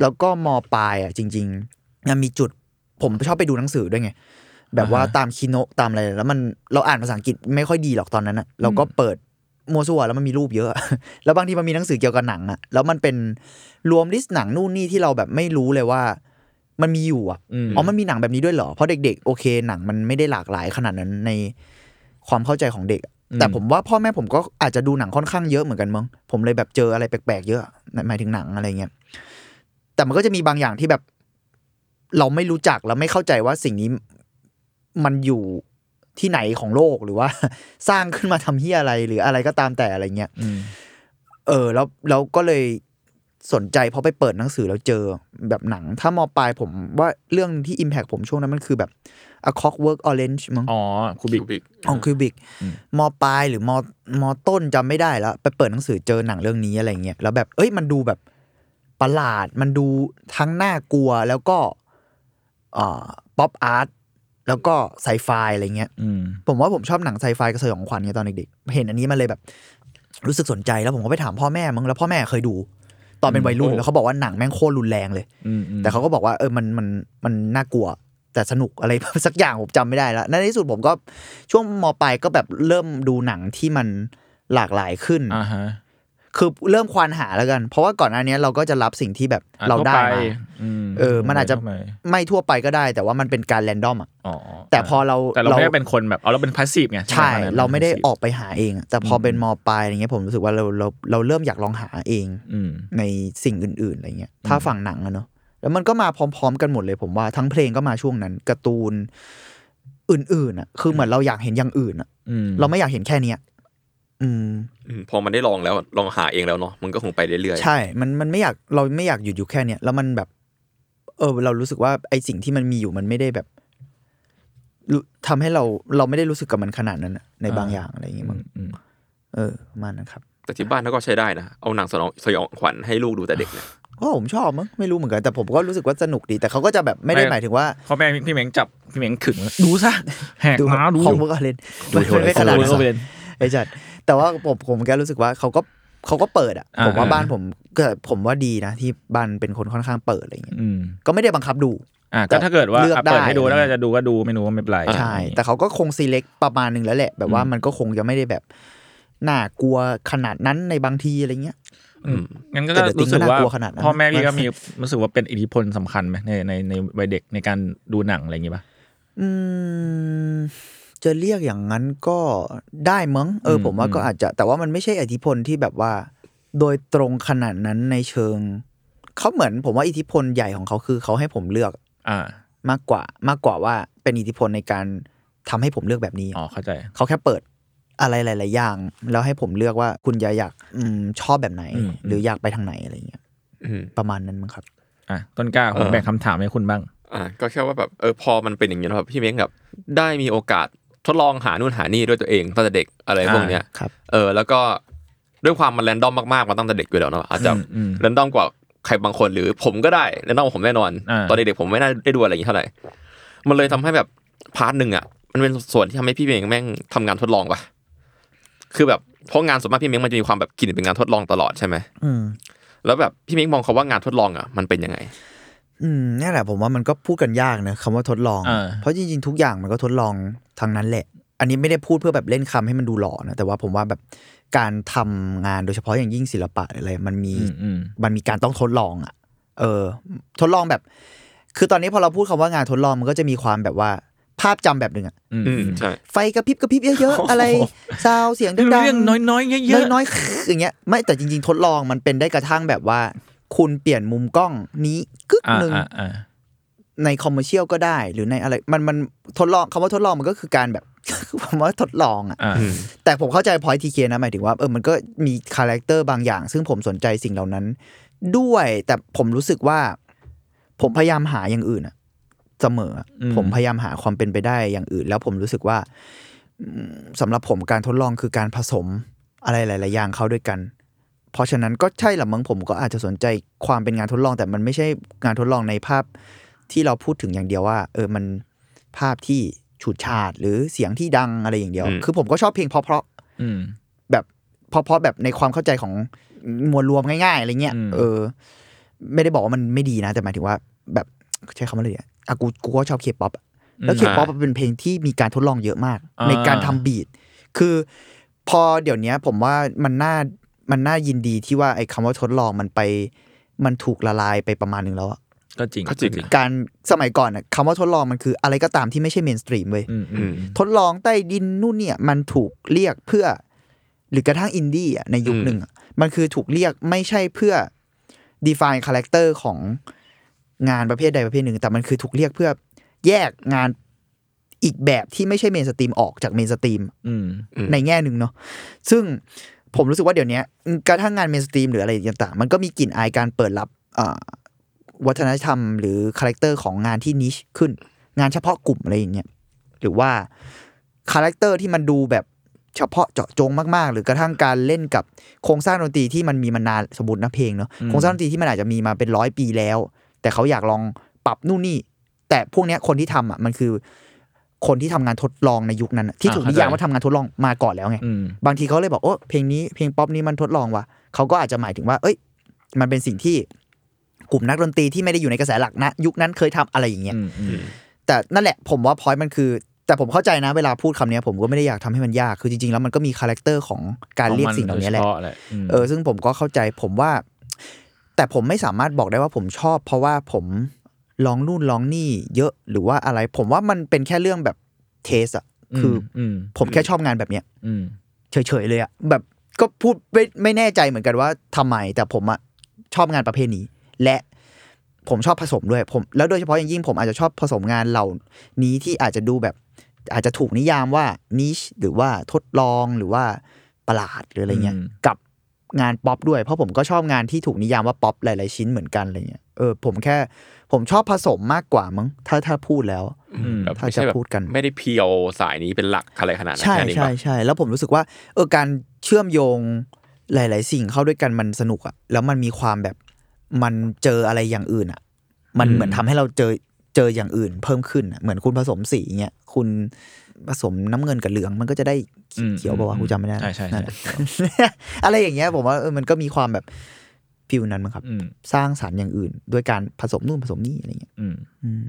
[SPEAKER 5] แล้วก็มปลายอ่ะจริงๆมันมีจุดผมชอบไปดูหนังสือด้วยไง แบบว่า
[SPEAKER 3] อ่าฮะ
[SPEAKER 5] ตามคีโนะตามอะไร แล้วมันเราอ่านภาษาอังกฤษไม่ค่อยดีหรอกตอนนั้นอะเราก็เปิด มัวซัวแล้วมันมีรูปเยอะ แล้วบางทีมันมีหนังสือเกี่ยวกับหนังอะแล้วมันเป็นรวมลิสต์หนังนู่นนี่ที่เราแบบไม่รู้เลยว่า มันมีอยู่อะ
[SPEAKER 3] อืม
[SPEAKER 5] อ๋อมันมีหนังแบบนี้ด้วยเหรอเพราะเด็กๆ โอเคหนังมันไม่ได้หลากหลายขนาดนั้นในความเข้าใจของเด็ก
[SPEAKER 3] อืม
[SPEAKER 5] แต่ผมว่าพ่อแม่ผมก็อาจจะดูหนังค่อนข้างเยอะเหมือนกันมั้งผมเลยแบบเจออะไรแปลกๆเยอะหมายถึงหนังอะไรเงี้ยแต่มันก็จะมีบางอย่างที่แบบ เราไม่รู้จักเราไม่เข้าใจว่าสิ่งนี้มันอยู่ที่ไหนของโลกหรือว่า สร้างขึ้นมาทำเฮียอะไรหรืออะไรก็ตามแต่อะไรเงี้ย
[SPEAKER 3] อืม
[SPEAKER 5] เออแล้วเราก็เลยสนใจพอไปเปิดหนังสือแล้วเจอแบบหนัง ถ้ามอปลายผมว่าเรื่องที่ Impact ผมช่วงนั้นมันคือแบบ A Clockwork Orange มั้ง
[SPEAKER 3] อ๋อคูบิก
[SPEAKER 4] บิก
[SPEAKER 5] ของคิวบิก
[SPEAKER 3] อืม
[SPEAKER 5] มอปลายหรือมอมอต้นจำไม่ได้แล้ว ไปเปิดหนังสือเจอหนังเรื่องนี้อะไรเงี้ยแล้วแบบเอ้ยมันดูแบบประหลาด มันดูทั้งน่ากลัวแล้วก็ป๊อปอาร์ตแล้วก็ไซไฟอะไรเงี้ย
[SPEAKER 3] อืม
[SPEAKER 5] ผมว่าผมชอบหนังไซไฟกับสยองขวัญไงตอนเด็กๆ เห็นอันนี้มันเลยแบบ รู้สึกสนใจแล้วผมก็ไปถามพ่อแม่มึงแล้วพ่อแม่เคยดู ตอนเป็นวัยรุ่น
[SPEAKER 3] โอ้
[SPEAKER 5] แล้วเขาบอกว่าหนังแม่งโคตรรุนแรงเลย
[SPEAKER 3] อืมอืม
[SPEAKER 5] แต่เขาก็บอกว่าเออมันมันมันน่ากลัว แต่สนุกอะไร สักอย่างผมจำไม่ได้แล้วในที่สุดผมก็ช่วงมปลายก็แบบเริ่มดูหนังที่มันหลากหลายขึ้น
[SPEAKER 3] อ่าฮะ
[SPEAKER 5] คือเริ่มควานหาแล้วกัน เพราะว่าก่อนหน้านี้เราก็จะรับสิ่งที่แบบ
[SPEAKER 3] อ่ะ
[SPEAKER 5] เราได้
[SPEAKER 3] ทั่วป
[SPEAKER 5] มา
[SPEAKER 3] อืม
[SPEAKER 5] เออมันอาจจะ
[SPEAKER 3] ทั่วไป
[SPEAKER 5] ไม่ทั่วไปก็ได้ แต่ว่ามันเป็นการแรนดอมอะ
[SPEAKER 3] อ๋อ
[SPEAKER 5] แต่พอเรา
[SPEAKER 3] แต่เราไม่ได้เป็นคนแบบเอาเราเป็นพาสซีฟไง
[SPEAKER 5] ใช่
[SPEAKER 3] ห
[SPEAKER 5] เราไม่ได้
[SPEAKER 3] ป็น
[SPEAKER 5] อ
[SPEAKER 3] passive
[SPEAKER 5] อกไปหาเองอะแต่พออ
[SPEAKER 3] ม
[SPEAKER 5] เป็นมปลายอะไรเงี้ยผมรู้สึกว่าเราเราเราเริ่มอยากลองหาเอง
[SPEAKER 3] อืม
[SPEAKER 5] ในสิ่งอื่นๆอะไรเงี้ยถ้าฝั่งหนังอะเนาะแล้วมันก็มาพร้อม ๆ กันหมดเลย ผมว่าทั้งเพลงก็มาช่วงนั้นการ์ตูนอื่นๆอะคือเหมือนเราอยากเห็นอย่างอื่นอะ
[SPEAKER 3] อืม
[SPEAKER 5] เราไม่อยากเห็นแค่เนี้ยอืม
[SPEAKER 4] อืมพอมันได้ลองแล้วลองหาเองแล้วเนาะมันก็คงไปเรื่อยๆ
[SPEAKER 5] ใช่ มันมันไม่อยากเราไม่อยากหยุดอยู่แค่เนี้ยแล้วมันแบบ เออ เรารู้สึกว่าไอสิ่งที่มันมีอยู่มันไม่ได้แบบรู้ทำให้เราเราไม่ได้รู้สึกกับมันขนาดนั้นอะในบางอย่างอะไรอย่างเงี้ยมั้ง
[SPEAKER 3] อืม
[SPEAKER 5] เออประมาณนะครับ
[SPEAKER 4] แต่ที่บ้านเขาก็ใช้ได้นะ เอาหนังสนองสยองขวัญให้ลูกดูแต่เด็กเนี่ย
[SPEAKER 5] ก็ผมชอบมั้งไม่รู้เหมือนกันแต่ผมก็รู้สึกว่าสนุกดีแต่เขาก็จะแบบไม่ได้หมายถึงว่า
[SPEAKER 3] พ่อแม่พี่เหมงจับพี่เหมงขึงดูซะแหกม้าดู
[SPEAKER 5] คอมเวอร์เรนมันไม่ได้ขนาดนั้น
[SPEAKER 3] เลย
[SPEAKER 5] ไอ้จัดแต่ว่าผมผมแค่รู้สึกว่าเขาก็เขาก็เปิดอ่ะ
[SPEAKER 3] อ่า
[SPEAKER 5] ผมว่าบ้านผมก็ผมว่าดีนะที่บ้านเป็นคนค่อนข้างเปิดอะไรอย่างเงี้ย
[SPEAKER 3] อืม
[SPEAKER 5] ก็ไม่ได้บังคับดู
[SPEAKER 3] อ่ะก็ถ้าเกิดว่า
[SPEAKER 5] เลือก
[SPEAKER 3] อ่ะเปิด
[SPEAKER 5] ได้
[SPEAKER 3] ให้ดูแล้วก็จะดูก็ดูไม่ดูก็ไม่เป็นไร
[SPEAKER 5] ใช่ แต่เขาก็คงซีเล็กประมาณหนึงแล้วแหละ แบบว่ามันก็คงจะไม่ได้แบบน่ากลัวขนาดนั้นในบางทีอะไรเงี้ย
[SPEAKER 3] อืมงั้นก็
[SPEAKER 5] แต่เดี๋ยว
[SPEAKER 3] รู้สึก
[SPEAKER 5] ติ๊ง
[SPEAKER 3] ว่า
[SPEAKER 5] ก็น่ากลัวขนาดนั้น
[SPEAKER 3] พ่อแม่พี่ก็
[SPEAKER 5] นะ
[SPEAKER 3] มี รู้สึกว่าเป็นอิทธิพลสำคัญไหมในในในวัยเด็กในการดูหนังอะไรอย่างงี้ป่ะ
[SPEAKER 5] อืมจะเรียกอย่างนั้นก็ได้มั้งเอออ
[SPEAKER 3] ม
[SPEAKER 5] ผมว่าก็
[SPEAKER 3] อืม
[SPEAKER 5] อาจจะ แต่ว่ามันไม่ใช่อิทธิพลที่แบบว่า โดยตรงขนาดนั้นในเชิงเขาเหมือน ผมว่าอิทธิพลใหญ่ของเขาคือเขาให้ผมเลือก
[SPEAKER 3] อ่าม
[SPEAKER 5] ากกว่ามากกว่าว่าเป็นอิทธิพลในการทำให้ผมเลือกแบบนี้
[SPEAKER 3] อ๋อเข้าใจ
[SPEAKER 5] เขาแค่เปิดอะไรหลาย ๆ อย่าง แล้วให้ผมเลือกว่าคุณจะอยากอืมชอบแบบไหน
[SPEAKER 3] อืม
[SPEAKER 5] หรืออยากไปทางไหนอะไรเงี้ย
[SPEAKER 4] อืม
[SPEAKER 5] ประมาณนั้นมั้งครับ
[SPEAKER 3] อ่ะต้นกล้าผม
[SPEAKER 4] เออ
[SPEAKER 3] แบ่งคำถามให้คุณบ้าง
[SPEAKER 4] อ่าก็แค่ว่าแบบเออพอมันเป็นอย่างนี้ยนะครับพี่เม้งแบบได้มีโอกาสทดลองหานู่นหานี่ด้วยตัวเองตั้งแต่เด็กอะไรพวกเนี้ย
[SPEAKER 5] อ่าครับ
[SPEAKER 4] เออแล้วก็ด้วยความมันแรนดอมมากๆมาตั้งแต่เด็กอยู่แล้วเนาะอาจจะ
[SPEAKER 3] อืมอืม
[SPEAKER 4] แรนดอมกว่าใครบางคนหรือผมก็ได้แรนดอมกว่าผมแน่นอน
[SPEAKER 3] อ่า
[SPEAKER 4] ตอนเด็กๆผมไม่น่าได้ดูอะไรอย่างนี้เท่าไหร่ มันเลยทำให้แบบพาร์ทหนึ่งอ่ะมันเป็นส่วนที่ทำให้พี่เม้งแม่งทำงานทดลองปะคือแบบเพราะงานส่วนมากพี่เม้งมันจะมีความแบบกลิ่นเป็นงานทดลองตลอดใช่ไหม
[SPEAKER 5] อืม
[SPEAKER 4] แล้วแบบพี่เม้งมองเขาว่างานทดลองอ่ะมันเป็นยังไง
[SPEAKER 5] อืมนี่นแหละผมว่ามันก็พูดกันยากนะคำว่าทดลอง
[SPEAKER 3] อ่า
[SPEAKER 5] เพราะจริงๆ ทุกอย่างมันก็ทดลองทางนั้นแหละ อันนี้ไม่ได้พูดเพื่อแบบเล่นคำให้มันดูหล่อนะแต่ว่าผมว่าแบบการทำงานโดยเฉพาะอย่างยิ่งศิลปะหรืออะไรมันมี
[SPEAKER 3] อืมอืม
[SPEAKER 5] มันมีการต้องทดลองอ่ะ เออ ทดลองแบบ คือตอนนี้พอเราพูดคำว่างานทดลองมันก็จะมีความแบบว่าภาพจำแบบหนึ่งอะ
[SPEAKER 3] อืม
[SPEAKER 4] อืมใช่
[SPEAKER 5] ไฟกระพริบกระพริบเยอะๆอะไรซาวเสียงดั
[SPEAKER 3] คือ
[SPEAKER 5] งๆ
[SPEAKER 3] เรื่องน้อยๆเยอะๆ
[SPEAKER 5] น้อยๆ อย่างเงี้ยไม่แต่จริง ๆ ทดลองมันเป็นได้กระทั่งแบบว่า คุณเปลี่ยนมุมกล้องนี้กึก
[SPEAKER 3] อ่า
[SPEAKER 5] หนึ่ง
[SPEAKER 3] อ่าอ่า
[SPEAKER 5] ในคอมเมอร์เชียลก็ได้ หรือในอะไรมันมันทดลองคำว่าทดลองมันก็คือการแบบ ผมว่าทดลองอ่ะ
[SPEAKER 3] อ่า
[SPEAKER 4] อืม
[SPEAKER 5] แต่ผมเข้าใจพอยทีเคนะหมายถึงว่าเออมันก็มีคาแรคเตอร์บางอย่าง ซึ่งผมสนใจสิ่งเหล่านั้น ด้วยแต่ผมรู้สึกว่า ผมพยายามหาอย่างอื่นอะเสมออะผมพยายามหาความเป็นไปได้อย่างอื่น แล้วผมรู้สึกว่าอืมสำหรับผมการทดลองคือการผสมอะไรหลาย ๆ อย่างเข้าด้วยกัน เพราะฉะนั้นก็ใช่ละมั้งผมก็อาจจะสนใจความเป็นงานทดลอง แต่มันไม่ใช่งานทดลองในภาพที่เราพูดถึงอย่างเดียวว่า เออมันภาพที่ฉูดฉาดหรือเสียงที่ดังอะไรอย่างเดียว
[SPEAKER 4] อืม
[SPEAKER 5] คือผมก็ชอบเพลงเพราะๆ
[SPEAKER 3] อืม
[SPEAKER 5] แบบเพราะเพราะแบบในความเข้าใจของมวลรวมง่ายๆอะไรเงี้ย
[SPEAKER 3] อืม
[SPEAKER 5] เออ ไม่ได้บอกว่ามันไม่ดีนะ แต่หมายถึงว่าแบบใช้คำว่าอะไรอ่ะอ่ะกูกูก็ชอบเคป๊อปแล้วเคป๊อปเป็นเพลงที่มีการทดลองเยอะมาก ในการทำบีทคือ พอเดี๋ยวเนี้ยผมว่ามันน่ามันน่ายินดีที่ว่าไอ้คำว่าทดลองมันไป มันถูกละลายไปประมาณหนึ่งแล้วอะ
[SPEAKER 3] ก็จริง
[SPEAKER 4] ก็จริง
[SPEAKER 5] การสมัยก่อนอะคำว่าทดลองมันคืออะไรก็ตามที่ไม่ใช่เมนสตรีมเว้ย
[SPEAKER 3] อืมอืม
[SPEAKER 5] ทดลองใต้ดินนู่นเนี่ยมันถูกเรียกเพื่อ หรือกระทั่งอินดี้อะในยุคหนึ่งอะมันคือถูกเรียกไม่ใช่เพื่อ define character ของงานประเภทใดประเภทหนึ่ง แต่มันคือถูกเรียกเพื่อแยกงานอีกแบบที่ไม่ใช่เมนสตรีมออกจากเมนสตรีม
[SPEAKER 3] อืม
[SPEAKER 4] อืม
[SPEAKER 5] ในแง่หนึ่งเนาะซึ่งผมรู้สึกว่าเดี๋ยวเนี้ยกระทั่งงานเมนสตรีมหรืออะไรต่างๆ มันก็มีกลิ่นอายการเปิดรับอ่าวัฒนธรรมหรือคาแรคเตอร์ของงานที่นิชขึ้น งานเฉพาะกลุ่มอะไรอย่างเงี้ยหรือว่าคาแรคเตอร์ที่มันดูแบบเฉพาะเจาะจงมากๆ หรือกระทั่งการเล่นกับโครงสร้างดนตรีที่มันมีมานานสมมตินะเพลงเนาะ
[SPEAKER 3] อืม
[SPEAKER 5] โครงสร้างดนตรีที่มันอาจจะมีมาเป็นร้อยปีแล้ว แต่เขาอยากลองปรับนู่นนี่ แต่พวกเนี้ยคนที่ทำอ่ะมันคือ คนที่ทำงานทดลองในยุคนั้นอะที่
[SPEAKER 3] อ่า
[SPEAKER 5] ถูกนิยาม
[SPEAKER 3] เข้าใจ
[SPEAKER 5] ว่าทำงานทดลองมาก่อนแล้วไง
[SPEAKER 3] อืม
[SPEAKER 5] บางทีเขาเลยบอกโอ้เพลงนี้เพลงป๊อปนี้มันทดลองว่ะเขาก็อาจจะหมายถึงว่า เอ้ย มันเป็นสิ่งที่กลุ่มนักดนตรีที่ไม่ได้อยู่ในกระแสหลักนะ ยุคนั้นเคยทำอะไรอย่างเงี้ย
[SPEAKER 3] อืมอืม
[SPEAKER 5] แต่นั่นแหละผมว่าพอยต์มันคือ แต่ผมเข้าใจนะเวลาพูดคำเนี้ยผมก็ไม่ได้อยากทำให้มันยากคือจริงๆ แล้วมันก็มีคาแรคเตอร์ของการเรียกสิ่งเหล่านี้แหละ
[SPEAKER 3] ขอมัโดยเฉพาแหละม
[SPEAKER 5] เออซึ่งผมก็เข้าใจผมว่า แต่ผมไม่สามารถบอกได้ว่าผมชอบ เพราะว่าผมลองนู่นลองนี่เยอะหรือว่าอะไร ผมว่ามันเป็นแค่เรื่องแบบเทสอะคืออ
[SPEAKER 3] ม
[SPEAKER 5] ผมแค่ชอบงานแบบเนี้ย
[SPEAKER 3] อืม
[SPEAKER 5] เฉยๆเลยอะแบบก็พูดไม่ไม่แน่ใจเหมือนกันว่าทำไม แต่ผมอะชอบงานประเภทนี้ และผมชอบผสมด้วยผมแล้วโดยเฉพาะอย่างยิ่งผมอาจจะชอบผสมงานเหล่านี้ที่อาจจะดูแบบ อาจจะถูกนิยามว่านิชหรือว่าทดลองหรือว่าประหลาดหรืออะไรเงี้ย
[SPEAKER 3] อืม
[SPEAKER 5] กับงานป๊อปด้วย เพราะผมก็ชอบงานที่ถูกนิยามว่าป๊อปหลาย ๆ ชิ้นเหมือนกันอะไรเงี้ยเออผมแค่ผมชอบผสมมากกว่ามั้งถ้าถ้าพูดแล้ว
[SPEAKER 3] อืม
[SPEAKER 4] แบบ
[SPEAKER 5] ถ้า
[SPEAKER 4] ไม่ใช่แบบ
[SPEAKER 5] จะพูดกัน
[SPEAKER 4] ไม่ได้เพียวสายนี้เป็นหลักอะไรขนาดนั้น
[SPEAKER 5] ใช่
[SPEAKER 4] แค่นี้
[SPEAKER 5] ใช่
[SPEAKER 4] ปะ
[SPEAKER 5] ใช่แล้วผมรู้สึกว่าเออการเชื่อมโยงหลาย ๆ สิ่งเข้าด้วยกันมันสนุกอะแล้วมันมีความแบบมันเจออะไรอย่างอื่นอะมัน
[SPEAKER 3] อืม
[SPEAKER 5] เหมือนทำให้เราเจอเจออย่างอื่น เพิ่มขึ้นอะเหมือนคุณผสมสีเงี้ยคุณผสมน้ำเงินกับเหลืองมันก็จะได้
[SPEAKER 3] อืม
[SPEAKER 5] เขียวป่าวะกูจำไม่ได้
[SPEAKER 3] ใช่ใช่ใช่
[SPEAKER 5] นั่นแหละ อะไร อย่างเงี้ยผมว่าเออมันก็มีความแบบฟิลนั้นมั้งครับ
[SPEAKER 3] อืม
[SPEAKER 5] สร้างสารรค์อย่างอื่น ด้วยการผสมนู่นผสมนี่อะไรเงี้ย
[SPEAKER 3] อืม
[SPEAKER 5] อืม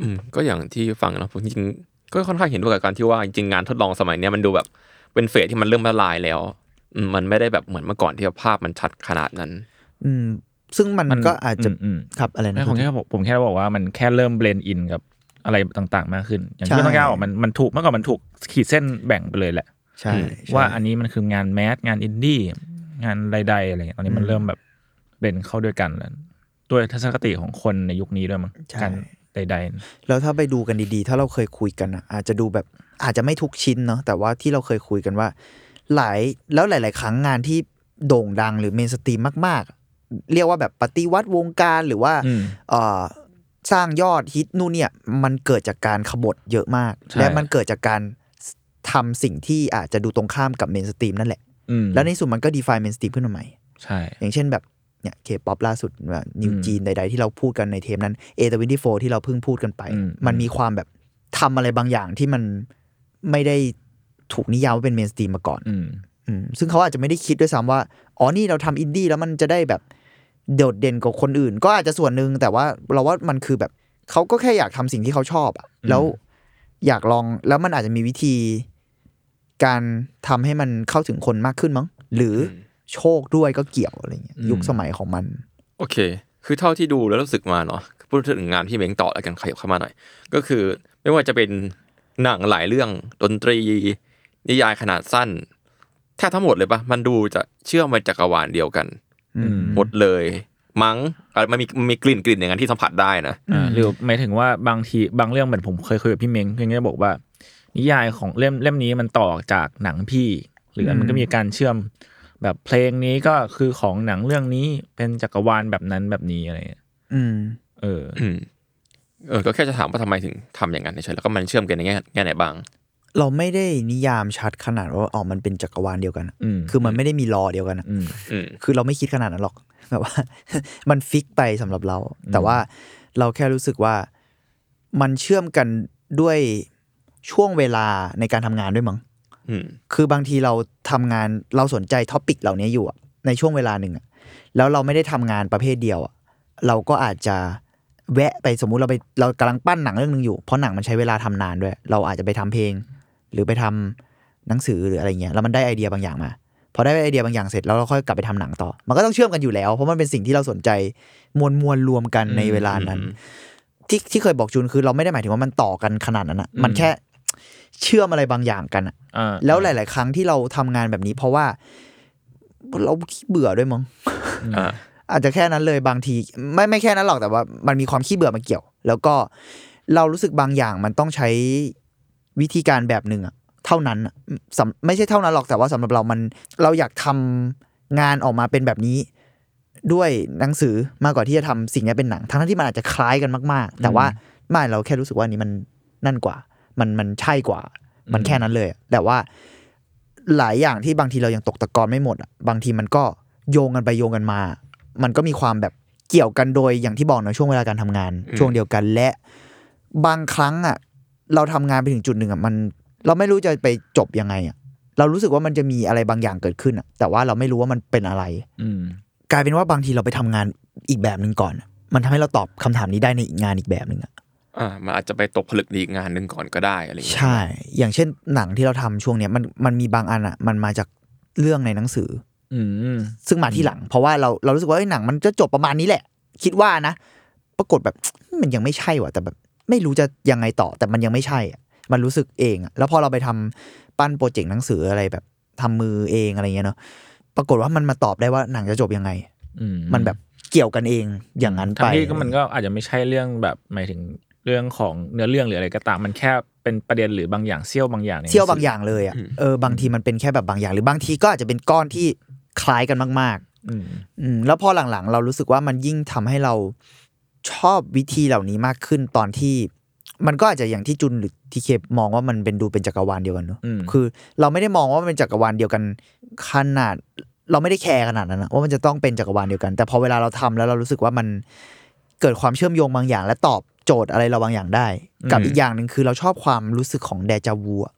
[SPEAKER 4] อืมก็อย่างที่ฟังนะผมจริงๆก็ค่อนข้างเห็นด้วยกับการที่ว่าจริงๆงานทดลองสมัยเนี้ยมันดูแบบเป็นเฟสที่มันเริ่มละลายแล้วอืมมันไม่ได้แบบเหมือนเมื่อก่อนที่ภาพมันชัดขนาดนั้น
[SPEAKER 5] อืม ซึ่งมัน
[SPEAKER 3] มัน
[SPEAKER 5] ก็อาจจะ
[SPEAKER 3] อืมอืม
[SPEAKER 5] ครับอะไรนะ
[SPEAKER 3] ไม่ผมแค่บอกผมแค่บอกว่ามันแค่เริ่มเบลนอินกับอะไรต่างๆ มากขึ้น อย่างที่
[SPEAKER 5] ใช่
[SPEAKER 3] พี่ต้องก้าวบอกมันมันถูกเมื่อก่อนมันถูกขีดเส้นแบ่งไปเลยแหละ
[SPEAKER 5] ใช่ใช่
[SPEAKER 3] ว่าอันนี้มันคืองานแมสงานอินดี้งานใดๆอะไรเงี้ยตอนนี้มันเริ่มแบบเบลนเข้าด้วยกันแล้วด้วยทัศนคติของคนในยุคนี้ด้วยมั้ง
[SPEAKER 5] ใช่
[SPEAKER 3] การใด
[SPEAKER 5] แล้วถ้าไปดูกันดีๆ ถ้าเราเคยคุยกันอะอาจจะดูแบบอาจจะไม่ทุกชิ้นเนาะแต่ว่าที่เราเคยคุยกันว่า หลายแล้วหลาย ๆ ครั้งงานที่โด่งดังหรือเมนสตรีมมากๆ เรียกว่าแบบปฏิวัติวงการหรือว่า
[SPEAKER 3] อืม
[SPEAKER 5] เอ่อสร้างยอดฮิตนู่นเนี่ยมันเกิดจากการขบฏเยอะมาก
[SPEAKER 3] ใช่
[SPEAKER 5] และมันเกิดจากการทำสิ่งที่อาจจะดูตรงข้ามกับเมนสตรีมนั่นแหละ
[SPEAKER 3] ๆ อืม
[SPEAKER 5] แล้วในสุดมันก็ดีฟายเมนสตรีมขึ้นมาใหม่
[SPEAKER 3] ใช่
[SPEAKER 5] อย่างเช่นแบบเนี่ยเคป๊อปล่าสุดแบบนิว
[SPEAKER 3] อืม
[SPEAKER 5] จีนใด ๆ ที่เราพูดกันในเทปนั้น A24 ที่เราเพิ่งพูดกันไป
[SPEAKER 3] อืม
[SPEAKER 5] มันมีความแบบทำอะไรบางอย่างที่มันไม่ได้ถูกนิยามว่าเป็นเมนสตรีมมาก่อน
[SPEAKER 3] อืม
[SPEAKER 5] อืมซึ่งเขาอาจจะไม่ได้คิดด้วยซ้ำว่า อ๋อนี่เราทำอินดี้แล้วมันจะได้แบบโดดเด่นกว่าคนอื่น ก็อาจจะส่วนหนึ่งแต่ว่าเราว่ามันคือแบบเขาก็แค่อยากทำสิ่งที่เขาชอบอะ
[SPEAKER 3] อืม
[SPEAKER 5] แล้วอยากลองแล้วมันอาจจะมีวิธีการทำให้มันเข้าถึงคนมากขึ้นมั้งหรืออ โชคด้วยก็เกี่ยวอะไรเงี้ย
[SPEAKER 3] อืม
[SPEAKER 5] ยุคสมัยของมัน
[SPEAKER 4] โอเค คือเท่าที่ดูแล้วรู้สึกมาเนาะ พูดถึงงานพี่เม้งต่อแล้วกันขยับเข้ามาหน่อย ก็คือไม่ว่าจะเป็นหนังหลายเรื่องดนตรี นิยายขนาดสั้น แทบทั้งหมดเลยปะมันดูจะเชื่อมไปจักรวาลเดียวกัน
[SPEAKER 3] อืม
[SPEAKER 4] หมดเลย มั้งอะไรมันมีมันมีกลิ่นกลิ่นอย่างนั้นที่สัมผัสได้นะ
[SPEAKER 3] อ่าหรือหมายถึงว่าบางทีบางเรื่องเหมือนผมเคยคุยกับพี่เม้งเพื่อนก็บอกว่า นิยายของเล่มเล่มนี้มันต่อจากหนังพี่ หรืออ
[SPEAKER 5] ม
[SPEAKER 3] มันก็มีการเชื่อมแบบเพลงนี้ก็คือของหนังเรื่องนี้เป็นจักรวาลแบบนั้นแบบนี้อะไรเงี้ย
[SPEAKER 5] อืม
[SPEAKER 3] เออ
[SPEAKER 4] อืมเออ ก็แค่จะถามว่าทำไมถึงทำอย่างนั้นเฉยๆแล้วก็มันเชื่อมกันในแง่แง่ไหนบ้าง
[SPEAKER 5] เราไม่ได้นิยามชัดขนาดว่าออกมันเป็นจักรวาลเดียวกันอะ
[SPEAKER 3] อืม
[SPEAKER 5] คือมันไม่ได้มีรอเดียวกันอะ
[SPEAKER 3] อืม
[SPEAKER 4] อืม
[SPEAKER 5] คือเราไม่คิดขนาดนั้นหรอก แบบว่า มันฟิกไปสำหรับเรา แต่ว่าเราแค่รู้สึกว่ามันเชื่อมกันด้วยช่วงเวลาในการทำงานด้วยมั้ง
[SPEAKER 4] อืม
[SPEAKER 5] คือบางทีเราทำงานเราสนใจท็อปิกเหล่านี้อยู่อะในช่วงเวลาหนึ่งอะแล้วเราไม่ได้ทำงานประเภทเดียวอะเราก็อาจจะแวะไปสมมุติเราไปเรากำลังปั้นหนังเรื่องหนึ่งอยู่เพราะหนังมันใช้เวลาทำนานด้วย เราอาจจะไปทำเพลง หรือไปทำ หนังสือหรืออะไรเงี้ยแล้วมันได้ไอเดียบางอย่างมา พอได้ไอเดียบางอย่างเสร็จแล้วเราค่อยกลับไปทำหนังต่อ มันก็ต้องเชื่อมกันอยู่แล้ว เพราะมันเป็นสิ่งที่เราสนใจมวลมวลรวมกันในเวลานั้น
[SPEAKER 4] อืม
[SPEAKER 5] ที่ที่เคยบอกจูนคือเราไม่ได้หมายถึงว่ามันต่อกันขนาดนั้นอะมันแค่เชื่อมอะไรบางอย่างกันอะ
[SPEAKER 3] อ่า
[SPEAKER 5] แล้วหลาย ๆ ครั้งที่เราทำงานแบบนี้ เพราะว่าเราขี้เบื่อด้วยมั้ง
[SPEAKER 4] อ่า
[SPEAKER 5] อาจจะแค่นั้นเลยบางที ไม่ไม่แค่นั้นหรอกแต่ว่ามันมีความขี้เบื่อมาเกี่ยว แล้วก็เรารู้สึกบางอย่างมันต้องใช้วิธีการแบบหนึ่งอะเท่านั้นอะสำไม่ใช่เท่านั้นหรอกแต่ว่าสำหรับเรามันเราอยากทำงานออกมาเป็นแบบนี้ ด้วยหนังสือมากกว่าที่จะทำสิ่งนี้เป็นหนัง ทั้งๆที่มันอาจจะคล้ายกันมาก ๆ แต่ว่าไม่เราแค่รู้สึกว่าอันนี้มันนั่นกว่า มันมันใช่กว่า มันแค่นั้นเลยอะแต่ว่าหลายอย่างที่บางทีเรายังตกตะกอนไม่หมดอะบางทีมันก็โยงกันไปโยงกันมา มันก็มีความแบบเกี่ยวกันโดยอย่างที่บอกเนอะช่วงเวลาการทำงาน
[SPEAKER 4] อืม
[SPEAKER 5] ช่วงเดียวกันและบางครั้งอ่ะ เราทำงานไปถึงจุดหนึ่งอ่ะมัน เราไม่รู้จะไปจบยังไงอ่ะ เรารู้สึกว่ามันจะมีอะไรบางอย่างเกิดขึ้นอ่ะ แต่ว่าเราไม่รู้ว่ามันเป็นอะไร
[SPEAKER 3] อืม
[SPEAKER 5] กลายเป็นว่าบางทีเราไปทำงานอีกแบบหนึ่งก่อน มันทำให้เราตอบคำถามนี้ได้ในอีกงานอีกแบบหนึ่งอ่ะ
[SPEAKER 4] อ่ามันอาจจะไปตกผลึกในอีกงานหนึ่งก่อนก็ได้อะไรอย่างเงี้ย
[SPEAKER 5] ใช่ อย่างเช่นหนังที่เราทำช่วงเนี้ยมันมันมีบางอันอ่ะ มันมาจากเรื่องในหนังสือ
[SPEAKER 3] อืม
[SPEAKER 5] ซึ่งมาที่หลัง เพราะว่าเราเรารู้สึกว่าเอ้ยหนังมันจะจบประมาณนี้แหละ คิดว่านะ ปรากฏแบบ มันยังไม่ใช่ว่ะแต่แบบ ไม่รู้จะยังไงต่อแต่มันยังไม่ใช่อะมันรู้สึกเองอะแล้วพอเราไปทำปั้นโปรเจกต์หนังสืออะไรแบบทำมือเองอะไรเงี้ยเนาะปรากฏว่ามันมาตอบได้ว่าหนังจะจบยังไง
[SPEAKER 3] อืม
[SPEAKER 5] มันแบบเกี่ยวกันเองอย่างนั้นไป
[SPEAKER 3] ทั้งที่ก็มันก็อาจจะไม่ใช่เรื่องแบบหมายถึงเรื่องของเนื้อเรื่องหรืออะไรก็ตามมันแค่เป็นประเด็นหรือบางอย่างเสี้ยวบางอย่างใน
[SPEAKER 5] เที่ยวบา
[SPEAKER 3] หนั
[SPEAKER 5] ง
[SPEAKER 3] สื
[SPEAKER 5] อย่างเลยอะเออบางทีมันเป็นแค่แบบบางอย่าง หรือบางทีก็อาจจะเป็นก้อนที่คล้ายกันมาก ๆ
[SPEAKER 3] อืม
[SPEAKER 5] อืมแล้วพอหลังๆ เรารู้สึกว่ามันยิ่งทำให้เราชอบวิธีเหล่านี้มากขึ้นตอนที่ มันก็อาจจะอย่างที่จุนหรือทีเคมองว่ามันเป็นดูเป็นจักรวาลเดียวกันเนอะ
[SPEAKER 3] อืม
[SPEAKER 5] คือ เราไม่ได้มองว่ามันเป็นจักรวาลเดียวกันขนาด เราไม่ได้แคร์ขนาดนั้นนะว่ามันจะต้องเป็นจักรวาลเดียวกัน แต่พอเวลาเราทำแล้วเรารู้สึกว่ามันเกิดความเชื่อมโยงบางอย่าง และตอบโจทย์อะไรเราบางอย่างได้ กับอีกอย่างหนึ่งคือเราชอบความรู้สึกของเดจาวูอะ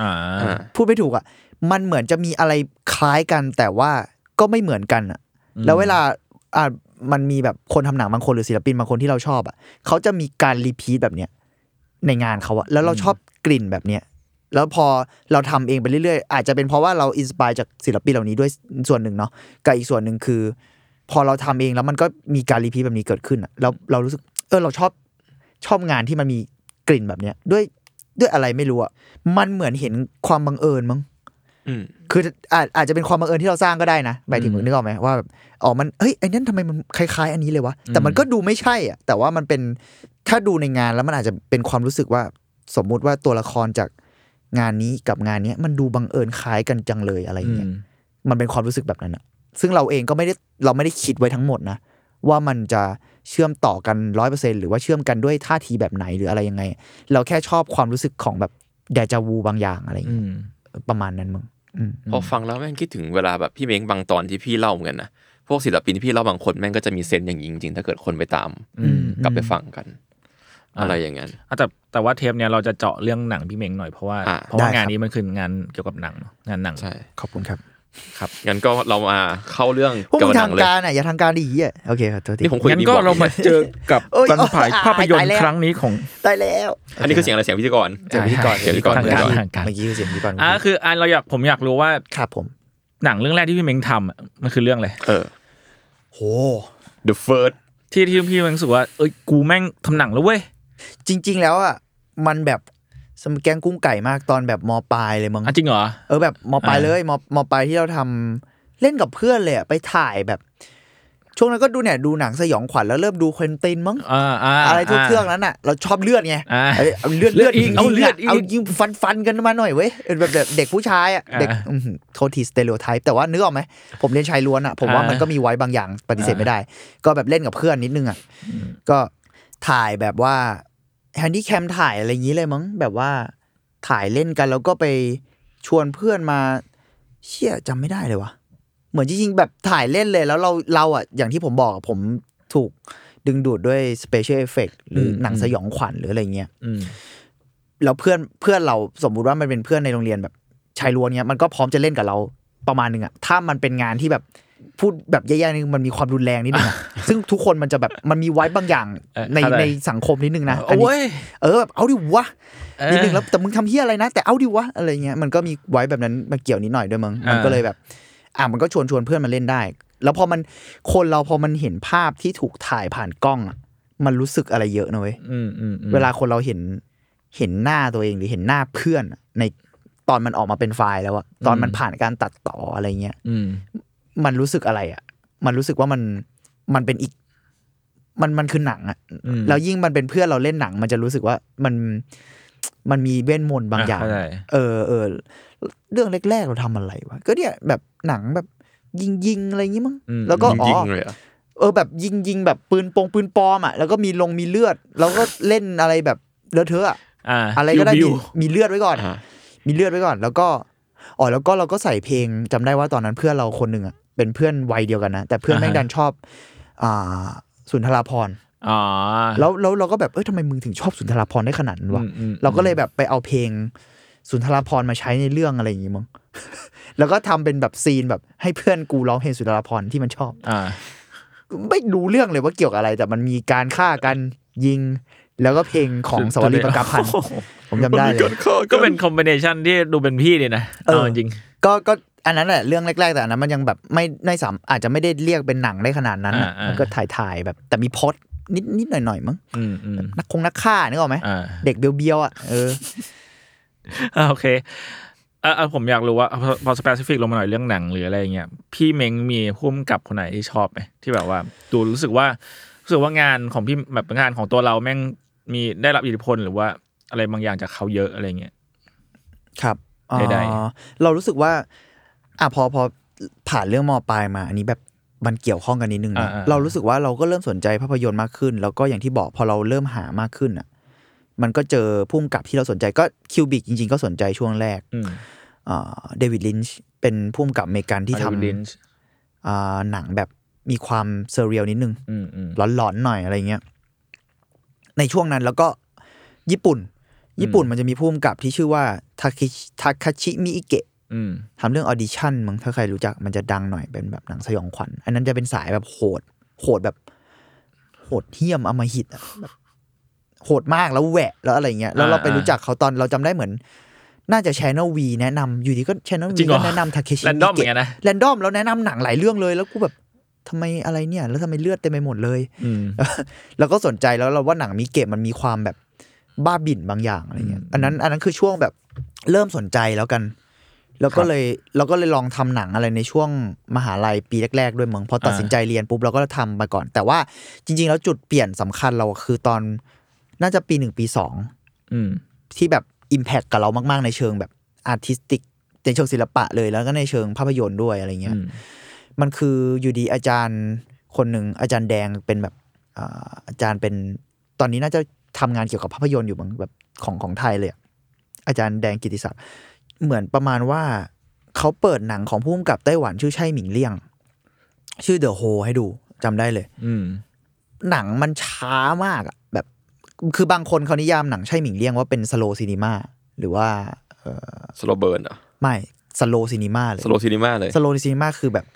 [SPEAKER 3] อ่า
[SPEAKER 4] อ่า
[SPEAKER 5] พูดไม่ถูกอ่ะ มันเหมือนจะมีอะไรคล้ายกันแต่ว่าก็ไม่เหมือนกันอ่ะ แล้วเวลาอ่ะมันมีแบบคนทำหนังบางคนหรือศิลปินบางคนที่เราชอบอ่ะ เขาจะมีการรีพีทแบบเนี้ยในงานเขาอะแล้วเราชอบกลิ่นแบบเนี้ย แล้วพอเราทำเองไปเรื่อยๆ อาจจะเป็นเพราะว่าเราอินสปายจากศิลปินเหล่านี้ด้วยส่วนหนึ่งเนาะ กับอีกส่วนหนึ่งคือ พอเราทำเองแล้วมันก็มีการรีพีทแบบนี้เกิดขึ้นอะแล้วเรารู้สึก เออเราชอบชอบงานที่มันมีกลิ่นแบบเนี้ยด้วยด้วยอะไรไม่รู้อะมันเหมือนเห็นความบังเอิญมั้ง
[SPEAKER 4] อืม
[SPEAKER 5] คืออาจอาจจะเป็นความบังเอิญที่เราสร้างก็ได้นะหมายถึง
[SPEAKER 3] อืม
[SPEAKER 5] นึกออกไหมว่าแบบอ๋อมันเอ้ยไอ้นั่นทำไมมันคล้ายๆ อันนี้เลยวะแต่มันก็ดูไม่ใช่อ่ะแต่ว่ามันเป็นถ้าดูในงานแล้วมันอาจจะเป็นความรู้สึกว่าสมมุติว่าตัวละครจากงานนี้กับงานเนี้ยมันดูบังเอิญคล้ายกันจังเลยอะไรอย่างเงี้ย
[SPEAKER 3] อืม
[SPEAKER 5] มันเป็นความรู้สึกแบบนั้นอ่ะ ซึ่งเราเองก็ไม่ได้เราไม่ได้คิดไว้ทั้งหมดนะว่ามันจะเชื่อมต่อกันร้อยเปอร์เซ็นหรือว่าเชื่อมกันด้วยท่าทีแบบไหนหรืออะไรยังไง เราแค่ชอบความรู้สึกของแบบเดจาวูบางอย่างอะไรอย่าง
[SPEAKER 3] อื
[SPEAKER 5] เงี้ย
[SPEAKER 3] ม
[SPEAKER 5] ประมาณนั้นมึงอืม
[SPEAKER 4] พอฟังแล้วแม่งคิดถึงเวลาแบบพี่เม้งบางตอนที่พี่เล่าเหมือนกันนะพวกศิลปินที่พี่เล่าบางคนแม่งก็จะมีเซนส์อย่างนี้จริงๆถ้าเกิดคนไปตาม
[SPEAKER 5] อืม
[SPEAKER 4] กลับไปฟังกัน
[SPEAKER 3] อ่า
[SPEAKER 4] อะไรอย่างนั้น
[SPEAKER 3] อ่ะแต่แต่ว่าเทปเนี้ยเราจะเจาะเรื่องหนังพี่เม้งหน่อยเพราะว่า
[SPEAKER 4] อ่ะ
[SPEAKER 3] เพราะว่า
[SPEAKER 5] ได้ครับ
[SPEAKER 3] งานนี้มันคืองานเกี่ยวกับหนังเนอะงานหนัง
[SPEAKER 4] ใช่
[SPEAKER 5] ขอบคุณครับ
[SPEAKER 4] ครับงั้นก็เรามาเข้าเรื่อง
[SPEAKER 5] พวก
[SPEAKER 4] เกี่ยว
[SPEAKER 5] มึ
[SPEAKER 4] กับ
[SPEAKER 5] ง
[SPEAKER 4] หนั
[SPEAKER 5] ทาง
[SPEAKER 4] งเลย
[SPEAKER 5] การอ่ะอย่าทางการดิเหี้ยโอเคครับตัวที
[SPEAKER 4] นี่ผมคุยกับ
[SPEAKER 3] งั้น
[SPEAKER 4] พี่
[SPEAKER 3] ก็
[SPEAKER 4] บอก
[SPEAKER 3] เรามาเจอกับ
[SPEAKER 5] เอ้ย
[SPEAKER 3] การถ่าย
[SPEAKER 5] โอ้ย
[SPEAKER 3] ภาพยนต
[SPEAKER 5] ตาย
[SPEAKER 3] ร์
[SPEAKER 5] แล้ว
[SPEAKER 3] ครั้งนี้ของ
[SPEAKER 5] ตายแล้ว
[SPEAKER 4] อันนี้คือเสียงอะไรเสียงพิธีกร
[SPEAKER 5] เสียงพิธีกร
[SPEAKER 4] เสียงพิธีกร
[SPEAKER 3] ทาง
[SPEAKER 4] เสียงพิ
[SPEAKER 3] กา
[SPEAKER 4] ธีกร
[SPEAKER 5] ทางการเมื่อกี้คือเสียงพิธีกร
[SPEAKER 3] อ่ะคืออ่ะเราอยากผมอยากรู้ว่า
[SPEAKER 5] ครับผม
[SPEAKER 3] หนังเรื่องแรกที่พี่เม้งทำอ่ะมันคือเรื่องอะไร
[SPEAKER 4] เออ
[SPEAKER 5] โห
[SPEAKER 4] The First
[SPEAKER 3] ที่ที่พี่เม้งรู้สึกว่าเอ้ยกูแม่งทำหนังแล้วเว้ย
[SPEAKER 5] จริง ๆ แล้วอ่ะมันแบบสมแกงกุ้งไก่มากตอนแบบมปลายเลยมึง
[SPEAKER 3] อ่ะจริงเหรอ
[SPEAKER 5] เออแบบมปลาย
[SPEAKER 3] อ่า
[SPEAKER 5] เลยมมปลายที่เราทำเล่นกับเพื่อนเลยอ่ะไปถ่ายแบบ ช่วงนั้นก็ดูเนี่ยดูหนังสยองขวัญแล้วเริ่มดูเควินตินมั้ง
[SPEAKER 3] อ่าอ่า
[SPEAKER 5] อะไรทุก
[SPEAKER 3] า
[SPEAKER 5] เครื่องนั้นอ่ะ เราชอบเลือดไง
[SPEAKER 3] อ่า
[SPEAKER 5] เอ้ยเอาเลือด
[SPEAKER 3] เลื
[SPEAKER 5] เลื
[SPEAKER 3] อ
[SPEAKER 5] อ
[SPEAKER 3] ด
[SPEAKER 5] ด
[SPEAKER 3] อีก
[SPEAKER 5] เอา
[SPEAKER 3] เอาเลื
[SPEAKER 5] เลื
[SPEAKER 3] อ
[SPEAKER 5] อ
[SPEAKER 3] ด
[SPEAKER 5] ด
[SPEAKER 3] อีก
[SPEAKER 5] เอายิงฟันฟันกันมาหน่อยเว้ยเออแบบเด็กผู้ชายอ่ะเด็ก
[SPEAKER 3] อ่า
[SPEAKER 5] อื้อหือโทษทีสเตโลไทป์แต่ว่านึกออกไหมผมเรียนชายล้วนอ่ะผมว่ามันก็มีไว้บางอย่างปฏิเสธไม่ได้ ก็แบบเล่นกับเพื่อนนิดนึงอ่ะ ก็ถ่ายแบบว่าแฮนดี้แคมถ่ายอะไรอย่างนี้เลยมั้งแบบว่าถ่ายเล่นกันแล้วก็ไปชวนเพื่อนมาเชี่ยจำไม่ได้เลยวะเหมือนจริงๆแบบถ่ายเล่นเลยแล้วเราเราอ่ะอย่างที่ผมบอกอะผมถูกดึงดูดด้วยสเปเชียลเอฟเฟกหรืออ
[SPEAKER 3] ม
[SPEAKER 5] หนังสยองขวัญหรืออะไรเงี้ย
[SPEAKER 3] อืม
[SPEAKER 5] แล้วเพื่อนเพื่อนเราสมมุติว่ามันเป็นเพื่อนในโรงเรียนแบบชายล้วนเนี้ยมันก็พร้อมจะเล่นกับเราประมาณหนึ่งอะถ้ามันเป็นงานที่แบบ พูดแบบแย่ๆนึงมันมีความรุนแรงนิดนึงอะซึ่งทุกคนมันจะแบบมันมีไว้บางอย่าง
[SPEAKER 3] เออ
[SPEAKER 5] ใน
[SPEAKER 3] เข้าใจ
[SPEAKER 5] ในสังคมนิดนึงนะ
[SPEAKER 3] โอ้ย
[SPEAKER 5] เออแบบเอาดิวะ
[SPEAKER 3] เออ
[SPEAKER 5] นิดนึงแล้วแต่มึงทำเฮี้ยอะไรนะ แต่เอาดิวะอะไรเงี้ยมันก็มีไว้แบบนั้นมาเกี่ยวนิดหน่อยด้วยมึงมัน
[SPEAKER 3] อ่า
[SPEAKER 5] ก็เลยแบบ อ่ะมันก็ชวนชวนเพื่อนมาเล่นได้ แล้วพอมันคนเราพอมันเห็นภาพที่ถูกถ่ายผ่านกล้องอะมันรู้สึกอะไรเยอะนะเว้ย
[SPEAKER 3] อืมอืมอืม
[SPEAKER 5] เวลาคนเราเห็นเห็นหน้าตัวเองหรือเห็นหน้าเพื่อนอะในตอนมันออกมาเป็นไฟล์แล้วอะตอนมันผ่านการตัดต่ออะไรเงี้ย
[SPEAKER 3] อืม
[SPEAKER 5] มันรู้สึกอะไรอะมันรู้สึกว่ามันมันเป็นอีก มันมันคือหนังอะ
[SPEAKER 3] อืม
[SPEAKER 5] แล้วยิ่งมันเป็นเพื่อนเราเล่นหนัง มันจะรู้สึกว่ามันมันมีเว้นมนต์บางอย่า
[SPEAKER 3] ะ
[SPEAKER 5] ง
[SPEAKER 3] เข้ใจ
[SPEAKER 5] เออเออเรื่องแรกๆเราทำอะไรวะก็เนี่ยแบบหนังแบบยิงยิงๆอะไรอย่างงี้มั้ง
[SPEAKER 3] อืม
[SPEAKER 5] แล้วก็
[SPEAKER 4] ยิง
[SPEAKER 5] อ๋
[SPEAKER 4] ยิง
[SPEAKER 5] อ
[SPEAKER 4] เลยเหรอ
[SPEAKER 5] เออแบบยิงยิงแบบปืนปงปืนปลอมอ่ะแล้วก็มีลงมีเลือด แล้วก็เล่นอะไรแบบเลอะเทอะอะ
[SPEAKER 3] อ่า
[SPEAKER 5] อะไรก็ได้
[SPEAKER 3] บิ
[SPEAKER 5] มี
[SPEAKER 3] ว
[SPEAKER 5] มีเลือดไว้ก่อน
[SPEAKER 4] อ่า
[SPEAKER 5] มีเลือดไว้ก่อน แล้วก็อ๋อแล้วก็เราก็ใส่เพลงจำได้ว่าตอนนั้นเพื่อนเราคนหนึ่งอ่ะเป็นเพื่อนวัยเดียวกันนะ แต่เพื่อนแม่งดันชอบอ่าสุนทราพรณ์
[SPEAKER 3] อ๋อ
[SPEAKER 5] แล้วแล้วเราก็แบบเอ้ยทำไมมึงถึงชอบสุนทราพรณ์ได้ขนาดนั้นวะ
[SPEAKER 3] อืมอืม
[SPEAKER 5] เราก็เลยแบบไปเอาเพลงสุนทรภพรณ์มาใช้ในเรื่องอะไรอย่างงี้ มั้ง แล้วก็ทำเป็นแบบซีนแบบให้เพื่อนกูร้องเพลงสุนทรภพรณ์ที่มันชอบ
[SPEAKER 3] อ่า
[SPEAKER 5] ไม่รู้เรื่องเลยว่าเกี่ยวกับอะไร แต่มันมีการฆ่ากันยิง แล้วก็เพลงของสวรีประกาพันธ์
[SPEAKER 3] โอ้โห
[SPEAKER 5] ผมจำได้เลย
[SPEAKER 3] ก็เป็นคอมบิเนชันที่ดูเป็นพี่เลยนะ
[SPEAKER 5] เออ
[SPEAKER 3] าจริง
[SPEAKER 5] ก็ก็อันนั้นแหละเรื่องแรก ๆ แต่อันนั้นมันยังแบบไม่ไม่สามอาจจะไม่ได้เรียกเป็นหนังได้ขนาดนั้นน่ะ
[SPEAKER 3] อ่าๆ
[SPEAKER 5] มันก็ถ่ายถ่ายๆแบบ แต่มีพล็อดนิดนิดหน่อยหน่อยๆมั้ง
[SPEAKER 3] อืมอืม
[SPEAKER 5] นักคงนักฆ่านึกออกไหม
[SPEAKER 3] อ่า
[SPEAKER 5] เด็กเบียวๆอ่ะเออ
[SPEAKER 3] อ่าโอเคเอ่อเอ่อผมอยากรู้ว่าพอพอสเปซิฟิกลงมาหน่อยเรื่องหนังหรืออะไรอย่างเงี้ยพี่เม้งมีพุ่มกับคนไหนที่ชอบไหมที่แบบว่าดูรู้สึกว่ารู้สึกว่างานของพี่แบบงานของตัวเราแม่งมีได้รับอิทธิพลหรือว่าอะไรบางอย่างจากเขาเยอะอะไรเงี้ย
[SPEAKER 5] ครับอ๋อ
[SPEAKER 3] ใด
[SPEAKER 5] เรารู้สึกว่า อ่ะพอพอผ่านเรื่องมปลายมา อันนี้แบบมันเกี่ยวข้องกันนิดนึงนะ
[SPEAKER 3] อ่าๆ
[SPEAKER 5] เรารู้สึกว่าเราก็เริ่มสนใจภาพยนตร์มากขึ้น แล้วก็อย่างที่บอกพอเราเริ่มหามากขึ้นอ่ะ มันก็เจอพุ่มกับที่เราสนใจก็คิวบิกจริงๆ ก็สนใจช่วงแรก
[SPEAKER 3] อืม
[SPEAKER 5] เดวิดลินช์เป็นพุ่มกับอเมริกันที่ท
[SPEAKER 3] อลิวลินช์
[SPEAKER 5] ำอ่าหนังแบบมีความเซเรียลนิดนึง
[SPEAKER 3] อืมอืม
[SPEAKER 5] หลอนๆหน่อยอะไรเงี้ย ในช่วงนั้นแล้วก็ญี่ปุ่น ญี่ปุ่นมันจะมีพุ่มกับที่ชื่อว่าทาคิทาคาชิมิอิเกะ
[SPEAKER 3] อืม
[SPEAKER 5] ทำเรื่องออดิชั่นมั้งถ้าใครรู้จักมันจะดังหน่อยเป็นแบบหนังสยองขวัญ อันนั้นจะเป็นสายแบบโหด โหดแบบ โหดเหี้ยมอำมหิตอะแบบโหดมากแล้วแหวะแล้วอะไรเงี้ยแล้วเราไปรู้จักเขาตอนเราจำได้เหมือน น่าจะช n e l V แนะนำอยู่ดีก็ช n e l V
[SPEAKER 3] จริงเหร
[SPEAKER 5] ก็
[SPEAKER 3] อ
[SPEAKER 5] แนะนำทาเคชิ
[SPEAKER 3] แรนดอมเหมือนกันนะ
[SPEAKER 5] แรนดอมแล้วแนะนำหนังหลายเรื่องเลย แล้วกูแบบทำไมอะไรเนี่ย แล้วทำไมเลือดเต็มไปหมดเลย
[SPEAKER 3] อืม
[SPEAKER 5] แล้วก็สนใจแล้วเราว่าหนังมิเกะมันมีความแบบบ้าบิ่นบางอย่างอะไรเงี้ย อันนั้นอันนั้นคือช่วงแบบเริ่มสนใจแล้วกัน แล้วก็เลยเราก็เลยลองทำหนังอะไรในช่วงมหาลัยปีแรก ๆ ด้วยมั้งพอตัดสินใจเรียนปุ๊บเราก็ทำมาก่อน แต่ว่าจริง ๆ แล้วจุดเปลี่ยนสำคัญเราคือตอนน่าจะปีหนึ่งปีสอง
[SPEAKER 3] อืม
[SPEAKER 5] ที่แบบอิมแพคกับเรามากๆในเชิงแบบอาร์ติสติกในเชิงศิลปะเลยแล้วก็ในเชิงภาพยนตร์ด้วยอะไรเงี้ย
[SPEAKER 3] อืม
[SPEAKER 5] มันคืออยู่ดีอาจารย์คนหนึ่งอาจารย์แดงเป็นแบบอ่าอาจารย์เป็นตอนนี้น่าจะทำงานเกี่ยวกับภาพยนตร์อยู่บางแบบของของไทยเลยอะอาจารย์แดงกิติศักดิ์เหมือนประมาณว่าเขาเปิดหนังของผู้กำกับไต้หวันชื่อไช่หมิงเลี่ยง ชื่อเดอะโฮให้ดูจำได้เลย
[SPEAKER 3] อืม
[SPEAKER 5] หนังมันช้ามากอะแบบ คือบางคนเขานิยามหนังไช่หมิงเลี่ยงว่าเป็นสโลซีนีมาหรือว่าเอ่อ
[SPEAKER 4] สโลเบิร์นอ่ะ
[SPEAKER 5] ไม่สโลซีนีมาเลย
[SPEAKER 4] สโลซีนีมาเลย
[SPEAKER 5] สโลว์ซีนีมาคือแบบ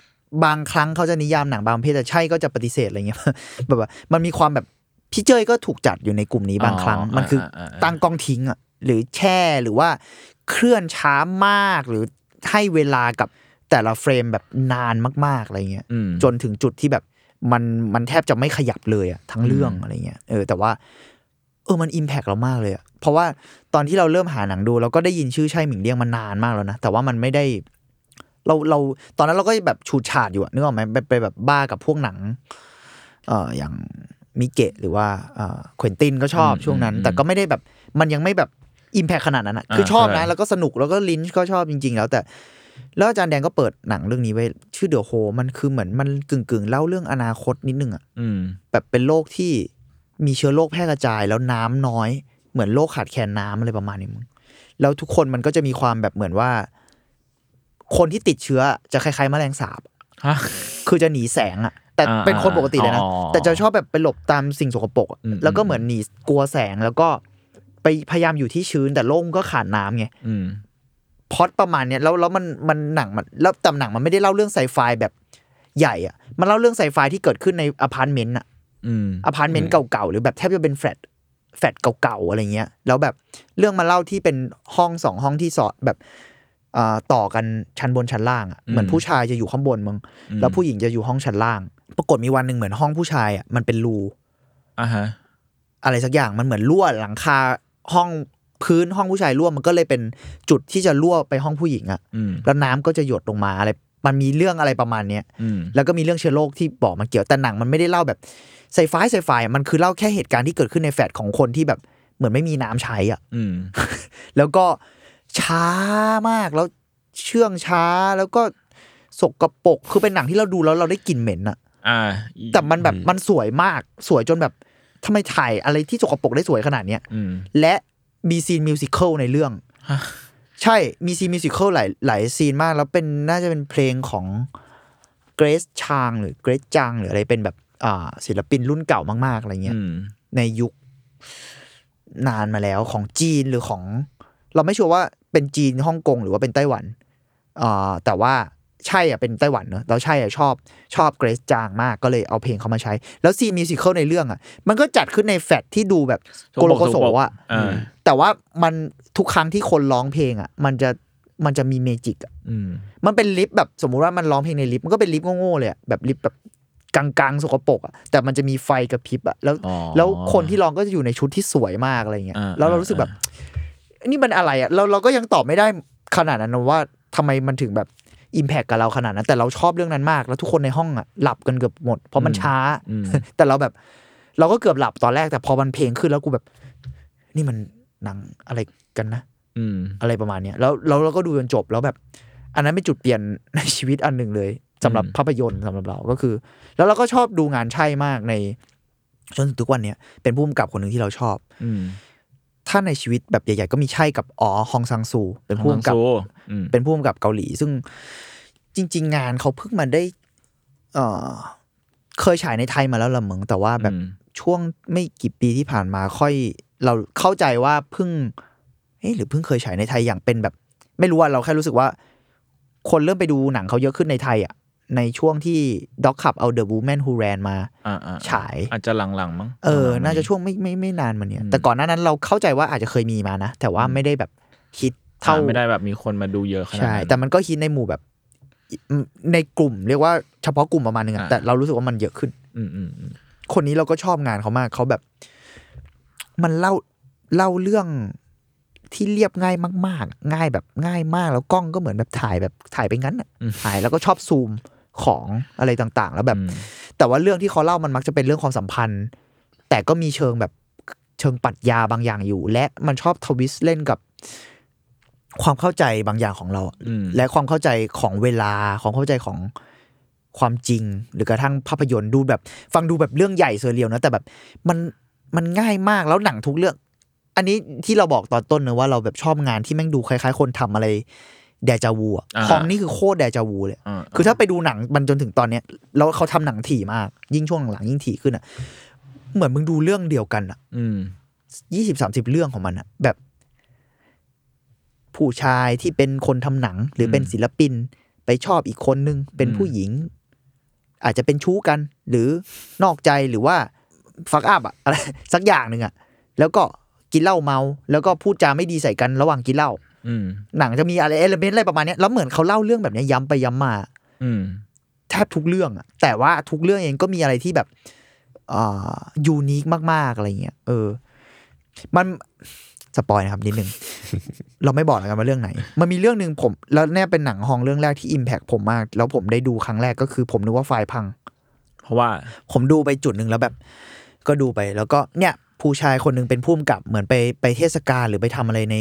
[SPEAKER 5] บางครั้งเขาจะนิยามหนังบางประเภทแต่ใช่ก็จะปฏิเสธอะไรเงี้ย แบบว่ามันมีความแบบพี่เจยก็ถูกจัดอยู่ในกลุ่มนี้บางครั้ง มันคืออา
[SPEAKER 3] อ่า
[SPEAKER 5] ตั้งกล้องทิ้งอ่ะหรือแช่หรือว่าเคลื่อนช้ามากหรือให้เวลากับแต่ละเฟรมแบบนานมากๆอะไรเงี้ย
[SPEAKER 3] อืม
[SPEAKER 5] จนถึงจุดที่แบบมันมันแทบจะไม่ขยับเลยอะทั้งเรื่อง
[SPEAKER 3] อืม
[SPEAKER 5] อะไรเงี้ยเออแต่ว่า เออมันอิมแพกเรามากเลยอะเพราะว่าตอนที่เราเริ่มหาหนังดู เราก็ได้ยินชื่อใช่หมิงเลี่ยงมานานมากแล้วนะ แต่ว่ามันไม่ได้ เราเราตอนนั้นเราก็แบบฉูดฉาดอยู่อะนึกออกไหมไปไปแบบบ้ากับพวกหนัง เอ่ออย่างมิเกะหรือว่าเอ่อควินตินก็ชอบ
[SPEAKER 3] อืม
[SPEAKER 5] ช่วงนั้น
[SPEAKER 3] อืม
[SPEAKER 5] แต่ก็ไม่ได้แบบมันยังไม่แบบอิมแพคขนาดนั้นอะคืออา ชอบ
[SPEAKER 3] เข้าใจ
[SPEAKER 5] นะแล้วก็สนุกแล้วก็ลินช์ก็ชอบจริง ๆ แล้วแต่ แล้วอาจารย์แดงก็เปิดหนังเรื่องนี้ไว้ชื่อเดอะโฮมันคือเหมือนมันกึ่งกึ่งๆเล่าเรื่องอนาคตนิดนึงอะ
[SPEAKER 3] อืม
[SPEAKER 5] แบบเป็นโรคที่มีเชื้อโรคแพร่กระจายแล้วน้ำน้อย เหมือนโรคขาดแคลนน้ำอะไรประมาณนี้มึงแล้วทุกคนมันก็จะมีความแบบเหมือนว่า คนที่ติดเชื้อจะคล้ายๆแมลงสาบ
[SPEAKER 3] ฮะ
[SPEAKER 5] คือจะหนีแสงอะแต่
[SPEAKER 3] อ่า
[SPEAKER 5] เป็นคนปกติเลยนะ
[SPEAKER 3] อ๋อ
[SPEAKER 5] แต่จะชอบแบบไปหลบตามสิ่งสกปรกอะ
[SPEAKER 3] อืม
[SPEAKER 5] แล้วก็เหมือนหนีกลัวแสงแล้วก็ไปพยายามอยู่ที่ชื้น แต่โลกมันก็ขาดน้ำไง
[SPEAKER 3] อืม
[SPEAKER 5] พล็อดประมาณเนี้ยแล้วแล้วมันมันหนังมันแล้วแต่หนังมันไม่ได้เล่าเรื่องไซไฟแบบ ใหญ่อะมันเล่าเรื่องไซไฟที่เกิดขึ้นในอพาร์ตเมนต์อะ
[SPEAKER 3] อืม
[SPEAKER 5] อพาร์ตเมนต์เก่าๆ หรือแบบแทบจะเป็นแฟลตแฟลตเก่าๆ อะไรเงี้ย แล้วแบบเรื่องมาเล่าที่เป็นห้องสองห้องที่สอดแบบอ่าต่อกันชั้นบนชั้นล่างอะ
[SPEAKER 3] อืม
[SPEAKER 5] เหมือนผู้ชายจะอยู่ข้างบนมึงแล้วผู้หญิงจะอยู่ห้องชั้นล่าง ปรากฏมีวันหนึ่งเหมือนห้องผู้ชายอะมันเป็นรู
[SPEAKER 3] อ่าฮะ
[SPEAKER 5] อะไรสักอย่างมันเหมือนรั่วหลังคาห้องพื้นห้องผู้ชายรั่วมันก็เลยเป็นจุดที่จะรั่วไปห้องผู้หญิงอะ
[SPEAKER 3] อืม
[SPEAKER 5] แล้วน้ำก็จะหยดลงมาอะไรมันมีเรื่องอะไรประมาณเนี้ย
[SPEAKER 3] อืม
[SPEAKER 5] แล้วก็มีเรื่องเชื้อโรคที่บอกมาเกี่ยวแต่หนังมันไม่ได้เล่าแบบไซไฟไซไฟมันคือเล่าแค่เหตุการณ์ที่เกิดขึ้นในแฟลตของคนที่แบบเหมือนไม่มีน้ำใช้อ่ะ
[SPEAKER 3] อืม
[SPEAKER 5] แล้วก็ช้ามากแล้วเชื่องช้าแล้วก็สกปรกคือเป็นหนังที่เราดูแล้วเราได้กลิ่นเหม็นอ่ะ
[SPEAKER 3] อ่า
[SPEAKER 5] แต่มันแบบ
[SPEAKER 4] อืม
[SPEAKER 5] มันสวยมากสวยจนแบบทำไมถ่ายอะไรที่สกปรกได้สวยขนาดเนี้ย
[SPEAKER 3] อืม
[SPEAKER 5] และมีซีนมิวสิควลในเรื่อง
[SPEAKER 3] ฮะ
[SPEAKER 5] ใช่มีซีนมิวสิควลหลายหลายซีนมาก แล้วเป็นน่าจะเป็นเพลงของเกรซชางหรือเกรซจังหรืออะไรเป็นแบบอ่าศิลปินรุ่นเก่ามาก ๆ อะไรเงี้ย
[SPEAKER 3] อืม
[SPEAKER 5] ในยุคนานมาแล้วของจีนหรือของ เราไม่ชัวร์ว่าเป็นจีนฮ่องกงหรือว่าเป็นไต้หวันอ่าแต่ว่าใช่อ่ะเป็นไต้หวันเนอะแล้วใช่อ่ะชอบชอบเกรซจางมากก็เลยเอาเพลงเขามาใช้ แล้วซีนมิวสิควลในเรื่องอ่ะมันก็จัดขึ้นในแฟลตที่ดูแบบโกโลโกโซอ่ะ
[SPEAKER 3] อ่า
[SPEAKER 5] แต่ว่ามันทุกครั้งที่คนร้องเพลงอ่ะ มันจะมันจะมีเมจิกอะ
[SPEAKER 3] อืม
[SPEAKER 5] มันเป็นลิฟต์แบบสมมุติว่ามันร้องเพลงในลิฟต์มันก็เป็นลิฟต์โง่ๆเลยอะแบบลิฟต์แบบกลางๆสกปรกอ่ะแต่มันจะมีไฟกระพริบอ่ะแล้ว
[SPEAKER 3] อ๋อ
[SPEAKER 5] แล้วคนที่ร้องก็จะอยู่ในชุดที่สวยมากอะไรเงี้ย
[SPEAKER 3] อ่า
[SPEAKER 5] แล้วเรารู้สึกแบบ นี่มันอะไรอ่ะเราเราก็ยังตอบไม่ได้ขนาดนั้นนะว่าทำไมมันถึงแบบอิมแพคกับเราขนาดนั้นแต่เราชอบเรื่องนั้นมาก แล้วทุกคนในห้องอ่ะหลับกันเกือบหมด เพราะมัน
[SPEAKER 3] อืม
[SPEAKER 5] ช้า
[SPEAKER 3] อืม
[SPEAKER 5] แต่เราแบบเราก็เกือบหลับตอนแรกแต่พอมันเพลงขึ้นแล้วกูแบบ นี่มันหนังอะไรกันนะ
[SPEAKER 3] อืม
[SPEAKER 5] อะไรประมาณเนี้ยแล้วแล้วเราก็ดูจนจบแล้วแบบ อันนั้นเป็นจุดเปลี่ยน ในชีวิตอันหนึ่งเลยสำหรับ
[SPEAKER 3] อืม
[SPEAKER 5] ภาพยนตร์สำหรับเราก็คือ แล้วเราก็ชอบดูงานใช่มากในจนถึงทุกวันเนี้ยเป็นผู้กำกับคนหนึ่งที่เราชอบ
[SPEAKER 3] อืม
[SPEAKER 5] ถ้าในชีวิตแบบใหญ่ๆก็มีใช่กับอ๋อฮองซังซู เป็นผู้กำกับ
[SPEAKER 3] อืม
[SPEAKER 5] เป็นผู้กำกับเกาหลี ซึ่งจริง ๆ งานเขาเพิ่งมาได้ เออเคยฉายในไทยมาแล้วละมึงแต่ว่าแบบ
[SPEAKER 3] อืม
[SPEAKER 5] ช่วงไม่กี่ปีที่ผ่านมาค่อยเราเข้าใจว่าเพิ่งเอ๊ะหรือเพิ่งเคยฉายในไทยอย่างเป็นแบบ ไม่รู้ว่าเราแค่รู้สึกว่า คนเริ่มไปดูหนังเขาเยอะขึ้นในไทยอ่ะในช่วงที่ด็อกขับเอาเดอะบูแมนฮูแรนมา
[SPEAKER 3] อ่าอ่า
[SPEAKER 5] ฉาย
[SPEAKER 3] อาจจะหลังๆมั้ง
[SPEAKER 5] เออ
[SPEAKER 3] หลังๆ
[SPEAKER 5] น่าจะช่วงไม่ไม่ไม่นานมาเนี้ย
[SPEAKER 3] อืม
[SPEAKER 5] แต่ก่อนหน้านั้นเราเข้าใจว่าอาจจะเคยมีมานะ แต่ว่าไม่ได้แบบคิดเท่า
[SPEAKER 3] อ่ไม่ได้แบบมีคนมาดูเยอะขนาด
[SPEAKER 5] ใช่
[SPEAKER 3] นั้น
[SPEAKER 5] แต่มันก็ฮิตในหมู่แบบอืมในกลุ่ม เรียกว่าเฉพาะกลุ่มประมาณนึงอะ
[SPEAKER 3] อ่า
[SPEAKER 5] แต่เรารู้สึกว่ามันเยอะขึ้น
[SPEAKER 3] อืมอืมอืม
[SPEAKER 5] คนนี้เราก็ชอบงานเขามากเขาแบบ มันเล่าเล่าเรื่องที่เรียบง่ายมาก ๆ ง่ายแบบง่ายมาก แล้วกล้องก็เหมือนแบบถ่ายแบบถ่ายไปงั้นอะถ่ายแล้วก็ชอบซูมของอะไรต่างๆ แล้วแบบ แต่ว่าเรื่องที่เขาเล่ามันมักจะเป็นเรื่องความสัมพันธ์ แต่ก็มีเชิงแบบเชิงปรัชญาบางอย่างอยู่ และมันชอบทวิสต์เล่นกับความเข้าใจบางอย่างของเราอะ
[SPEAKER 3] อืม
[SPEAKER 5] และความเข้าใจของเวลาความเข้าใจของความจริง หรือกระทั่งภาพยนตร์ดูแบบ ฟังดูแบบเรื่องใหญ่เซอร์เรียลนะแต่แบบมันมันง่ายมากแล้วหนังทุกเรื่อง อันนี้ที่เราบอกตอนต้นเนอะว่าเราแบบชอบงานที่แม่งดูคล้ายๆ คนทำอะไรเดจาวูอะ
[SPEAKER 3] า
[SPEAKER 5] คอมนี่คือโคตรเดจาวูเลย
[SPEAKER 3] อ่า
[SPEAKER 5] คือถ้าไปดูหนังมันจนถึงตอนเนี้ยแล้วเขาทำหนังถี่มาก ยิ่งช่วงหลังๆยิ่งถี่ขึ้นอะเหมือนมึงดูเรื่องเดียวกันอะ
[SPEAKER 3] อืม
[SPEAKER 5] ยี่สิบสามสิบเรื่องของมันอะแบบ ผู้ชายที่เป็นคนทำหนัง หรือ
[SPEAKER 3] ม
[SPEAKER 5] อเป็นศิลปิน ไปชอบอีกคนนึง เป็น
[SPEAKER 3] อืม
[SPEAKER 5] ผู้หญิง อาจจะเป็นชู้กัน หรือนอกใจหรือว่าฟักอัพอะ อะไร สักอย่างหนึ่งอะแล้วก็กินเหล้าเมา แล้วก็พูดจาไม่ดีใส่กันระหว่างกินเหล้า
[SPEAKER 3] อืม
[SPEAKER 5] หนังจะมีอะไรเอลเมนต์อะไรประมาณเนี้ยแล้วเหมือนเขาเล่าเรื่องแบบเนี้ยย้ำไปย้ำมา
[SPEAKER 3] อืม
[SPEAKER 5] แทบทุกเรื่องอะแต่ว่าทุกเรื่องเองก็มีอะไรที่แบบอ่ายูนิคมาก ๆ อะไรเงี้ยเออ มันสปอยนะครับนิดนึง เราไม่บอกแล้วกันว่าเรื่องไหน มันมีเรื่องหนึ่งผม แล้วเนี่ยเป็นหนังฮองเรื่องแรกที่อิมแพคผมมาก แล้วผมได้ดูครั้งแรกก็คือ ผมนึกว่าไฟล์พัง
[SPEAKER 3] เพราะว่า
[SPEAKER 5] ผมดูไปจุดหนึ่งแล้วแบบ ก็ดูไปแล้วก็เนี่ย ผู้ชายคนหนึ่งเป็นผู้กำกับเหมือนไปไปเทศกาลหรือไปทำอะไรใน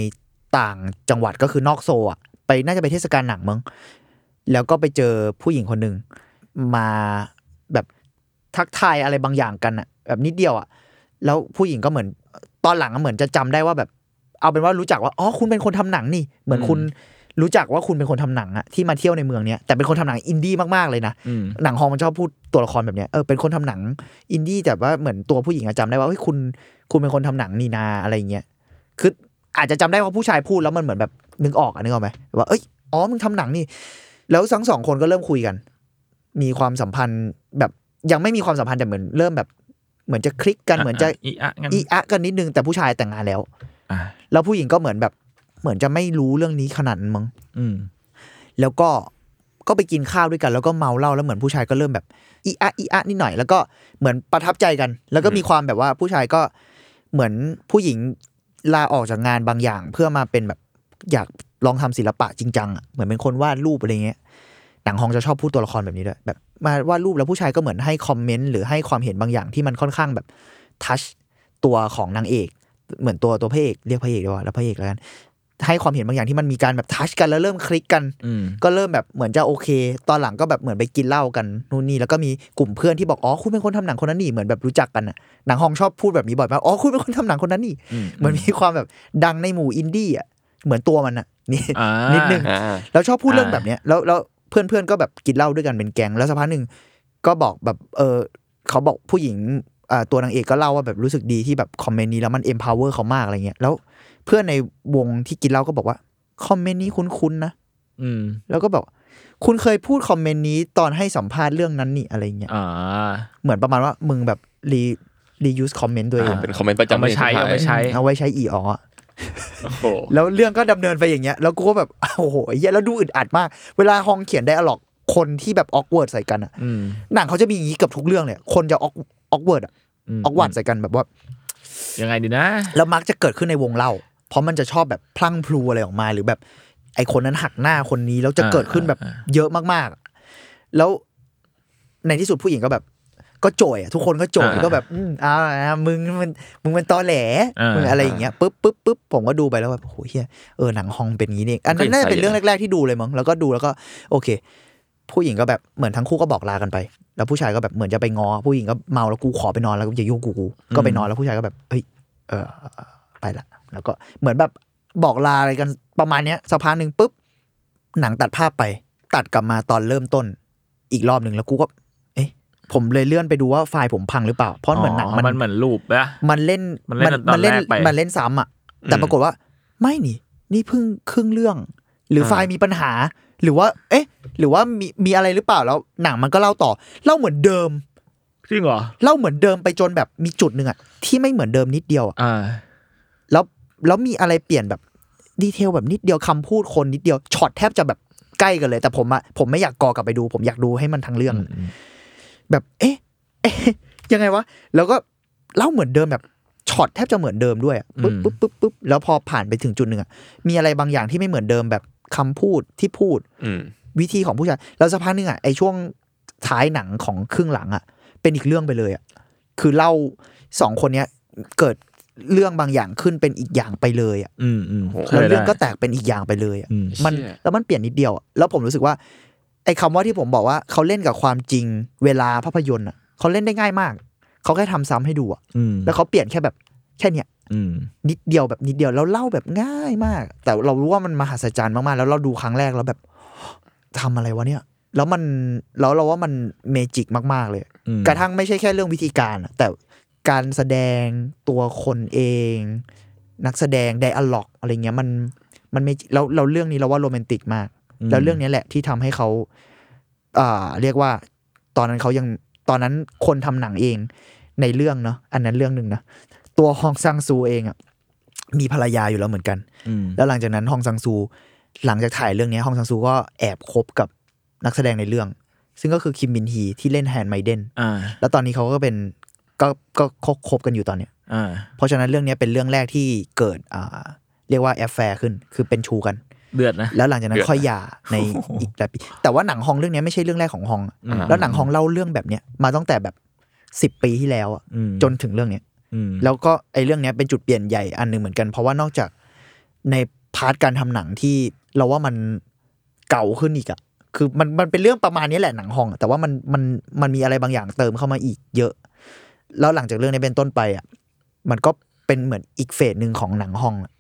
[SPEAKER 5] ต่างจังหวัดก็คือนอกโซอ่ะ ไปน่าจะไปเทศกาลหนังมั้งแล้วก็ไปเจอผู้หญิงคนหนึ่งมาแบบทักทายอะไรบางอย่างกันอ่ะ แบบนิดเดียวอ่ะ แล้วผู้หญิงก็เหมือนตอนหลังอะเหมือนจะจำได้ว่าแบบ เอาเป็นว่ารู้จักว่าอ๋อคุณเป็นคนทำหนังนี่ เหมือนคุณรู้จักว่าคุณเป็นคนทำหนังอะที่มาเที่ยวในเมืองเนี้ยแต่เป็นคนทำหนังอินดี้มากๆเลยนะ
[SPEAKER 3] อืม
[SPEAKER 5] หนังฮองมันชอบพูดตัวละครแบบเนี้ยเออเป็นคนทำหนังอินดี้แต่ว่าเหมือนตัวผู้หญิงอะจำได้ว่าเฮ้ยคุณคุณเป็นคนทำหนังนี่นาอะไรอย่างเงี้ยคืออาจจะจำได้ว่าผู้ชายพูดแล้วมันเหมือนแบบนึกออกอะนึกออกไหมว่าเอ้ยอ๋อมึงทำหนังนี่ แล้วทั้งสองคนก็เริ่มคุยกัน มีความสัมพันธ์แบบยังไม่มีความสัมพันธ์แต่เหมือนเริ่มแบบ เหมือนจะคลิกกันเหมือนจะ
[SPEAKER 3] อีอะงั้น
[SPEAKER 5] อีอะกันนิดนึงแต่ผู้ชายแต่งงานแล้ว
[SPEAKER 3] อ่ะ
[SPEAKER 5] แล้วผู้หญิงก็เหมือนแบบเหมือนจะไม่รู้เรื่องนี้ขนาดนั้นมั้ง
[SPEAKER 3] อืม
[SPEAKER 5] แล้วก็ก็ไปกินข้าวด้วยกัน แล้วก็เมาเหล้าแล้วเหมือนผู้ชายก็เริ่มแบบอีอะอีอะนิดหน่อย แล้วก็เหมือนประทับใจกัน แล้วก็มีความแบบว่าผู้ชายก็เหมือนผู้หญิงลาออกจากงานบางอย่าง เพื่อมาเป็นแบบอยากลองทำศิลปะจริงจังอะเหมือนเป็นคนวาดรูปอะไรเงี้ยหนังฮองจะชอบพูดตัวละครแบบนี้ด้วยแบบมาวาดรูปแล้วผู้ชายก็เหมือนให้คอมเมนต์หรือให้ความเห็นบางอย่างที่มันค่อนข้างแบบทัชตัวของนางเอก เหมือนตัวตัวพระเอกเรียกพระเอกดีกว่าแล้วพระเอกแล้วกันให้ความเห็นบางอย่างที่มันมีการแบบทัชกันแล้วเริ่มคลิกกัน
[SPEAKER 3] อืม
[SPEAKER 5] ก็เริ่มแบบเหมือนจะโอเค ตอนหลังก็แบบเหมือนไปกินเหล้ากันนู่นนี่แล้วก็มีกลุ่มเพื่อนที่บอกอ๋อคุณเป็นคนทำหนังคนนั้นนี่เหมือนแบบรู้จักกันอะหนังฮองชอบพูดแบบนี้บ่อยมากอ๋อคุณเป็นคนทำหนังคนนั้นนี่
[SPEAKER 3] อืม
[SPEAKER 5] เหมือนมีความแบบดังในหมู่อินดี้อะเหมือนตัวมันอะนี่
[SPEAKER 3] อ่า
[SPEAKER 5] นิดนึง
[SPEAKER 4] อ่า
[SPEAKER 5] แล้วชอบพูดเรื่อง
[SPEAKER 3] อ่า
[SPEAKER 5] แบบเนี้ยแล้วแล้วเพื่อนเพื่อนๆก็แบบกินเหล้าด้วยกันเป็นแก๊งแล้วสักพักหนึ่งก็บอกแบบเออเขาบอกผู้หญิงอ่าตัวนางเอกก็เล่าว่าแบบรู้สึกดีที่แบบคอมเมนต์นี้แล้วมัน empower เขามากอะไรเงี้ยแล้วเพื่อนในวงที่กินเหล้าก็บอกว่าคอมเมนต์นี้คุ้นๆนะ
[SPEAKER 3] อืม
[SPEAKER 5] แล้วก็บอกคุณเคยพูดคอมเมนต์นี้ตอนให้สัมภาษณ์เรื่องนั้นนี่อะไรเงี้ย
[SPEAKER 3] อ่า
[SPEAKER 5] เหมือนประมาณว่ามึงแบบรีรียูสคอมเมนต์ตัวเอง
[SPEAKER 4] เป็นคอมเมนต์ประ
[SPEAKER 3] เอา
[SPEAKER 4] จำ
[SPEAKER 3] มาใช้
[SPEAKER 4] ดืน
[SPEAKER 3] เอามาใช้
[SPEAKER 5] เอาไว้ใช้อีอ๋ออะ
[SPEAKER 4] โอ้โห
[SPEAKER 5] แล้วเรื่องก็ดำเนินไปอย่างเงี้ยแล้วกูก็แบบ โอ้โหไอ้เหี้ยแล้วดูอึดอัดมาก เวลาฮองเขียนไดอะล็อกคนที่แบบออกเวิร์ดใส่กันอะ
[SPEAKER 3] อืม
[SPEAKER 5] หนังเขาจะมีอย่างงี้เกับทุกเรื่องเลยคนจะออกออกเวิร์ดอะออกหวานใส่กันแบบว่า
[SPEAKER 3] ยังไงดีนะ
[SPEAKER 5] แล้วมักจะเกิดขึ้นในวงเล่า เพราะมันจะชอบแบบพลั้งพลูอะไรออกมา หรือแบบ ไอคนนั้นหักหน้าคนนี้แล้วจะเกิดขึ้นแบบ
[SPEAKER 3] อ่า
[SPEAKER 5] เยอะมากๆ แล้วในที่สุดผู้หญิงก็แบบ ก็โจยอะทุกคนก็โจย
[SPEAKER 4] อ่า
[SPEAKER 5] ก็แบบอืมเอ้าวมึงมันมึงมันตอแหล
[SPEAKER 3] อ่ามึ
[SPEAKER 5] มึงอะไรอย่างเงี้ยปุ๊บปุ๊บปุ๊บผมก็ดูไปแล้วแบบโอ้โหเฮียเออหนังฮองเป็นงี้นี่เองอันนั้นน่าจะเป็นเรื่องแรกๆที่ดูเลยมั้งแล้วก็ดูแล้วก็ โอเค ผู้หญิงก็แบบเหมือนทั้งคู่ก็บอกลากันไป แล้วผู้ชายก็แบบเหมือนจะไปงอ ผู้หญิงก็เมาแล้วกูขอไปนอนแล้วกูอย่ายุ่งกูกูก็ไปนอนแล้วผู้ชายก็แบบเฮ้ยเออไปละแล้วก็เหมือนแบบบอกลาอะไรกันประมาณเนี้ยสักพักหนึ่งปุ๊บหนังตัดภาพไป ตัดกลับมาตอนเริ่มต้นอีกรอบหนึ่งแล้วกูก็ เอ๊ะผมเลยเลื่อนไปดูว่าไฟล์ผมพังหรือเปล่าเพราะเหมือนหนังมัน
[SPEAKER 3] มันเหมือนรูปนะ
[SPEAKER 5] มันเล่น
[SPEAKER 3] มันเล่นตอน
[SPEAKER 5] มัเล่น
[SPEAKER 3] แรกไป
[SPEAKER 5] มันเล่นซ้ำอ่ะ แต่
[SPEAKER 4] อืม
[SPEAKER 5] ปรากฏว่า ไม่นี่ นี่เพิ่งครึ่งเรื่อง หรือไฟล์มีปัญหา หรือว่า เอ๊ะ หรือว่ามีมีอะไรหรือเปล่าแล้ว หนังมันก็เล่าต่อ เล่าเหมือนเดิม
[SPEAKER 3] จริงเหรอ
[SPEAKER 5] เล่าเหมือนเดิมไปจนแบบมีจุดหนึ่งอ่ะที่ไม่เหมือนเดิมนิดเดียวอ่ะ
[SPEAKER 3] อ่า
[SPEAKER 5] แล้วแล้วมีอะไรเปลี่ยนแบบดีเทลแบบนิดเดียวคำพูดคนนิดเดียวช็อตแทบจะแบบใกล้กันเลย แต่ผมอ่ะผมไม่อยากกอกลับไปดู ผมอยากดูให้มันทั้งเรื่อง แบบเอ๊ะ เอ๊ะ ยังไงวะ แล้วก็เล่าเหมือนเดิมแบบช็อตแทบจะเหมือนเดิมด้วยอะปึ๊บ
[SPEAKER 3] อืม
[SPEAKER 5] ปึ๊บปึ๊บปึ๊บแล้วพอผ่านไปถึงจุดหนึ่งอะมีอะไรบางอย่างที่ไม่เหมือนเดิมแบบคำพูดที่พูด
[SPEAKER 4] อืม
[SPEAKER 5] วิธีของผู้ชายแล้วสักพักหนึงอะไอช่วงท้ายหนังของครึ่งหลังอะเป็นอีกเรื่องไปเลยอะคือเล่าสองคนเนี้ยเกิดเรื่องบางอย่างขึ้นเป็นอีกอย่างไปเลยอะ
[SPEAKER 3] อืมอืม
[SPEAKER 4] โอ้โห
[SPEAKER 5] แล้วเรื่อง
[SPEAKER 3] คยได้
[SPEAKER 5] ก็แตกเป็นอีกอย่างไปเลยอะ
[SPEAKER 3] อืม
[SPEAKER 5] มัน
[SPEAKER 4] เชี่ย
[SPEAKER 5] แล้วมันเปลี่ยนนิดเดียวอะแล้วผมรู้สึกว่า ไอ้คำว่าที่ผมบอกว่าเขาเล่นกับความจริงเวลาภาพยนตร์อะเขาเล่นได้ง่ายมาก เขาแค่ทำซ้ำให้ดูอะ
[SPEAKER 3] อืม
[SPEAKER 5] แล้วเขาเปลี่ยนแค่แบบแค่เนี้ย
[SPEAKER 3] อืม
[SPEAKER 5] นิดเดียวแบบนิดเดียวแล้วเล่าแบบง่ายมาก แต่เรารู้ว่ามันมหัศจรรย์มากๆ แล้วเราดูครั้งแรกแล้วแบบ ทำอะไรวะเนี่ย แล้วมันแล้วเราว่ามันเมจิกมากๆเลย
[SPEAKER 3] อืม
[SPEAKER 5] กระทั่งไม่ใช่แค่เรื่องวิธีการอะแต่การแสดงตัวคนเอง นักแสดงไดอะล็อกอะไรเงี้ยมันมันไม่เราเราเรื่องนี้เราว่าโรแมนติกมาก แล้วเรื่องนี้แหละที่ทำให้เขาอ่าเรียกว่า ตอนนั้นเขายังตอนนั้นคนทำหนังเองในเรื่องเนาะอันนั้นเรื่องหนึ่งนะตัวฮองซังซูเองอะมีภรรยาอยู่แล้วเหมือนกัน
[SPEAKER 3] อืม
[SPEAKER 5] แล้วหลังจากนั้นฮองซังซู หลังจากถ่ายเรื่องนี้ฮองซังซูก็แอบคบกับนักแสดงในเรื่อง ซึ่งก็คือคิมบินฮีที่เล่นแฮนด์ไมเดน
[SPEAKER 3] อ่า
[SPEAKER 5] แล้วตอนนี้เขาก็เป็นก็ก็คบคบกันอยู่ตอนเนี้ย
[SPEAKER 3] อ่า
[SPEAKER 5] เพราะฉะนั้นเรื่องเนี้ยเป็นเรื่องแรกที่เกิดอ่าเรียกว่าแอฟแฟร์ขึ้น คือเป็นชูกัน
[SPEAKER 3] เดือดนะ
[SPEAKER 5] แล้วหลังจากนั้
[SPEAKER 4] เดื
[SPEAKER 5] น
[SPEAKER 4] อด
[SPEAKER 5] ค่อยหย่าใน
[SPEAKER 3] โอ้โห
[SPEAKER 5] อีกหลายปี แต่ว่าหนังฮองเรื่องเนี้ยไม่ใช่เรื่องแรกของฮอง
[SPEAKER 3] อืม
[SPEAKER 5] แล้วหนังฮองเล่าเรื่องแบบเนี้ยมาตั้งแต่แบบสิบ10 ปีที่แล้วอะ
[SPEAKER 3] อืม
[SPEAKER 5] จนถึงเรื่องเนี้ย
[SPEAKER 3] อืม
[SPEAKER 5] แล้วก็ไอ้เรื่องเนี้ยเป็นจุดเปลี่ยนใหญ่อันหนึ่งเหมือนกัน เพราะว่านอกจากในพาร์ทการทำหนังที่เราว่ามันเก่าขึ้นอีกอะคือมันมันเป็นเรื่องประมาณนี้แหละหนังฮองอะแต่ว่ามันมันมันมีอะไรบางอย่างเติมเข้ามาอีกเยอะ แล้วหลังจากเรื่องนี้เป็นต้นไปอะมันก็เป็นเหมือนอีกเฟสหนึ่งของหนังฮองอะ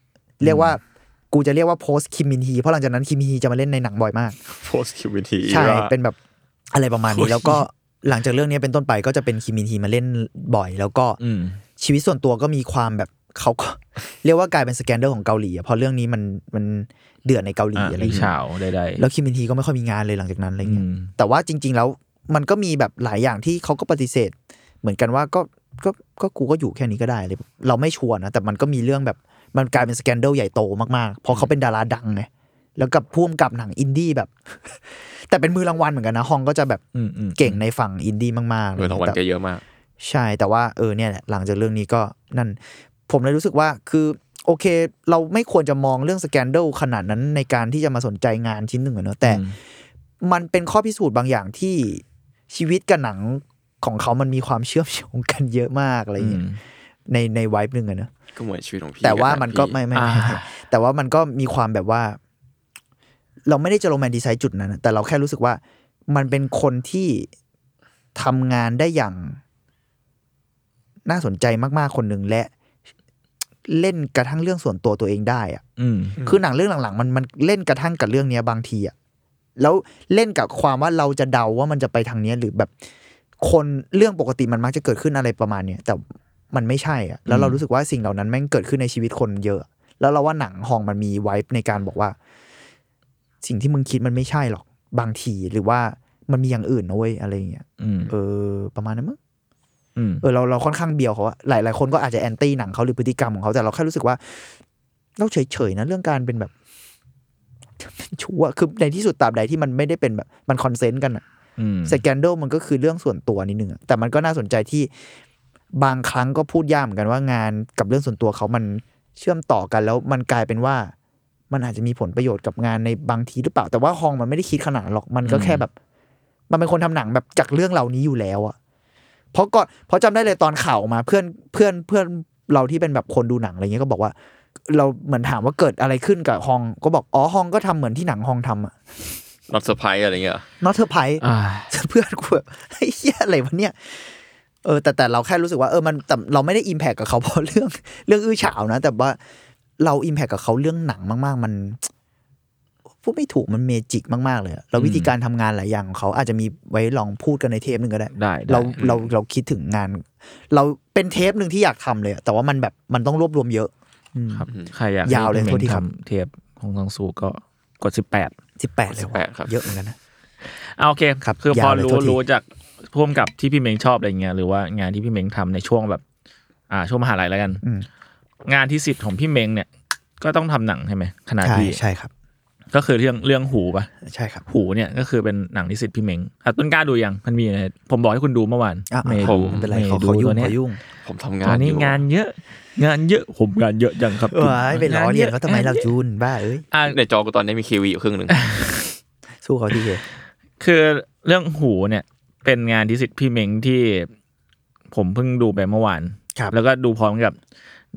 [SPEAKER 5] เรียกว่ากูจะเรียกว่าโพสคิมมินฮีเพราะหลังจากนั้นคิมมินฮีจะมาเล่นในหนังบ่อยมาก
[SPEAKER 4] โพสคิววิที
[SPEAKER 5] ใช่ เป็นแบบอะไรประมาณ
[SPEAKER 4] โอ้ย
[SPEAKER 5] นี้แล้วก็หลังจากเรื่องนี้เป็นต้นไปก็จะเป็นคิมมินฮีมาเล่นบ่อย แล้วก็
[SPEAKER 3] อืม
[SPEAKER 5] ชีวิตส่วนตัวก็มีความแบบเขาก็ เรียกว่ากลายเป็นสแกนเดลของเกาหลีอะเพราะเรื่องนี้มันมันเดือดในเกาหลี
[SPEAKER 3] อ่า
[SPEAKER 5] อะไร
[SPEAKER 3] มี
[SPEAKER 5] เงี้ย
[SPEAKER 3] ฉาวใด
[SPEAKER 5] แล้วคิมมินฮีก็ไม่ค่อยมีงานเลยหลังจากนั้นอะไร
[SPEAKER 3] ๆอื
[SPEAKER 5] เงี้ย
[SPEAKER 3] ม
[SPEAKER 5] แต่ว่าจริง ๆ แล้ว มันก็มีแบบหลายอย่างที่เขาก็ปฏิเสธ เหมือนกันว่าก็ก็ก็กูก็อยู่แค่นี้ก็ได้เลยเราไม่ชัวร์นะแต่มันก็มีเรื่องแบบมันกลายเป็นสแกนเดลใหญ่โตมากๆเพราะเขาเป็นดาราดังไงแล้วกับพ่วงกับหนังอินดี้แบบ แต่เป็นมือรางวัลเหมือนกันนะฮองก็จะแบบ
[SPEAKER 3] อืมอืม
[SPEAKER 5] เก่งในฝั่งอินดี้มากๆ
[SPEAKER 4] เงินรางวัลแกเยอะมาก
[SPEAKER 5] ใช่แต่ว่าเออเนี่ยแหละหลังจากเรื่องนี้ก็นั่น ผมเลยรู้สึกว่าคือโอเค เราไม่ควรจะมองเรื่องสแกนเดลขนาดนั้นในการที่จะมาสนใจงานชิ้นหนึ่งอะเนอะแต่
[SPEAKER 3] อืม
[SPEAKER 5] มันเป็นข้อพิสูจน์บางอย่างที่ชีวิตกับหนังของเขามันมีความเชื่อมโยงกันเยอะมากอะไรอย่างเงี้ยในในไวบ์หนึ่งอะเนอะ
[SPEAKER 4] ก็เหมือนชีวิตของพี่
[SPEAKER 5] แต่ว่ามันก็
[SPEAKER 4] บหงพี่
[SPEAKER 5] ไม่ไม่ไม่
[SPEAKER 3] อ่า
[SPEAKER 5] แต่ว่ามันก็มีความแบบว่า เราไม่ได้จะโรแมนติไซด์จุดนั้นนะแต่เราแค่รู้สึกว่า มันเป็นคนที่ทำงานได้อย่าง น่าสนใจมากๆคนหนึ่งและ เล่นกระทั่งเรื่องส่วนตัวตัวเองได้อะ
[SPEAKER 3] อืม
[SPEAKER 5] คือหนังเรื่องหลังๆ มันมันเล่นกระทั่งกับเรื่องเนี้ยบางทีอะแล้วเล่นกับความว่าเราจะเดาว่ามันจะไปทางเนี้ยหรือแบบ คนเรื่องปกติมันมักจะเกิดขึ้นอะไรประมาณเนี้ยแต่มันไม่ใช่อะแล้วเรารู้สึกว่าสิ่งเหล่านั้นแม่งเกิดขึ้นในชีวิตคนเยอะ แล้วเราว่าหนังฮองมันมีไวฟ์ในการบอกว่า สิ่งที่มึงคิดมันไม่ใช่หรอกบางทีหรือว่ามันมีอย่างอื่นนะเว้ยอะไรอย่างเงี้ย
[SPEAKER 3] อืม
[SPEAKER 5] เออ ประมาณนั้นมั้ง
[SPEAKER 3] อืม
[SPEAKER 5] เออเราเราค่อนข้างเบียวเขาอะหลายหลายคนก็อาจจะแอนตี้หนังเขาหรือพฤติกรรมของเขาแต่เราแค่รู้สึกว่า เราเฉยเฉยๆนะเรื่องการเป็นแบบ ชั่วคือในที่สุดตราบใดที่มันไม่ได้เป็นแบบมันคอนเซนต์กันอะ
[SPEAKER 3] อืม
[SPEAKER 5] สแกนเดลมันก็คือเรื่องส่วนตัวนิดนึงอะแต่มันก็น่าสนใจที่บางครั้งก็พูดยากเหมือนกันว่างานกับเรื่องส่วนตัวเขามันเชื่อมต่อกันแล้วมันกลายเป็นว่า มันอาจจะมีผลประโยชน์กับงานในบางทีหรือเปล่า แต่ว่าฮองมันไม่ได้คิดขนาดนั้นหรอกมันก็แค่แบบ มันเป็นคนทำหนังแบบจากเรื่องเหล่านี้อยู่แล้วอะเพราะก่อนเพราะจำได้เลยตอนข่าวออกมาเพื่อนเพื่อนเพื่อนเราที่เป็นแบบคนดูหนังอะไรเงี้ยก็บอกว่า เราเหมือนถามว่าเกิดอะไรขึ้นกับฮอง ก็บอกอ๋อฮองก็ทำเหมือนที่หนังฮองทำอะ
[SPEAKER 4] นอตเซอร์ไพรส์อะไรเงี้ย
[SPEAKER 5] นอเธอไพ
[SPEAKER 3] อ่า
[SPEAKER 5] เพื่อนกูแบบเฮยเหียอะไรวะเนี่ย เออ แต่แต่เราแค่รู้สึกว่าเออมันแต่เราไม่ได้อิมแพคกับเขาเพราะเรื่อง เรื่องอื้อฉาวนะ แต่ว่าเราอิมแพคกับเขาเรื่องหนังมาก ๆ มันพูดไม่ถูกมันเมจิกมาก ๆ เลยอะแล้ววิธีการทำงานหลายอย่างของเขาอาจจะมีไว้ลองพูดกันในเทปหนึ่งก็ได้
[SPEAKER 3] ได้ได้
[SPEAKER 5] เราเราเราคิดถึงงาน เราเป็นเทปหนึ่งที่อยากทำเลยอะแต่ว่ามันแบบมันต้องรวบรวมเยอะ
[SPEAKER 3] ครับใครอยาก
[SPEAKER 5] ยาวเลย
[SPEAKER 3] ให้
[SPEAKER 5] โทษทีครับ
[SPEAKER 3] เทปของทางซูก็กดสิบแปด
[SPEAKER 5] สิบแปดเลย
[SPEAKER 4] แป
[SPEAKER 5] ว่ะ
[SPEAKER 4] ดครับ
[SPEAKER 5] เยอะเหมือนกันนะ
[SPEAKER 3] เอาโอเค
[SPEAKER 5] ครับ
[SPEAKER 3] คือพอย
[SPEAKER 5] าวเลย
[SPEAKER 3] รู้
[SPEAKER 5] โทษที
[SPEAKER 3] รู้จากพ่วมกับที่พี่เม้งชอบอะไรเงี้ยหรือว่างานที่พี่เม้งทำในช่วงแบบ อ่า ช่วงมหาลัยแล้วกัน
[SPEAKER 5] อืม
[SPEAKER 3] งานที่สิบของพี่เม้งเนี่ย ก็ต้องทำหนังใช่ไหมขนาด
[SPEAKER 5] ใช่
[SPEAKER 3] พี่
[SPEAKER 5] ใช่ครับ
[SPEAKER 3] ก็คือเรื่องเรื่องหูปะ
[SPEAKER 5] ใช่ครับ
[SPEAKER 3] หูเนี่ยก็คือเป็นหนังที่สิทธิ์พี่เม้งอ่ะต้นกล้าดูยังมันมีในผมบอกให้คุณดูเมื่อวาน
[SPEAKER 5] อ่ะ
[SPEAKER 3] เมย์
[SPEAKER 4] ผ
[SPEAKER 3] ดู
[SPEAKER 5] ไม่เป็นไร
[SPEAKER 3] มย์
[SPEAKER 5] เขา
[SPEAKER 3] ดู
[SPEAKER 5] เขายุ่
[SPEAKER 3] ตัว
[SPEAKER 5] ง
[SPEAKER 3] เนี้ย
[SPEAKER 5] เขายุ่ง
[SPEAKER 4] ผมทำงา
[SPEAKER 3] ตอน น
[SPEAKER 4] อ
[SPEAKER 3] นี้
[SPEAKER 4] ยู่
[SPEAKER 3] งานเยอะ งานเยอะผมงานเยอะจังครับ
[SPEAKER 5] เออไปล้อเลียนเขาทำไมเราจูนบ้าเอ้ย
[SPEAKER 3] อ่ะ
[SPEAKER 4] ในจอกูตอนนี้มีคิวีอยู่ครึ่งหนึ่ง
[SPEAKER 5] สู้เขาทีเดียว
[SPEAKER 3] คือเรื่องหูเนี่ยเป็นงานที่สิทธิ์พี่เม้งที่ผมเพิ่งดูไปเมื่อวาน
[SPEAKER 5] ครับ
[SPEAKER 3] แล้วก็ดูพร้อมกับ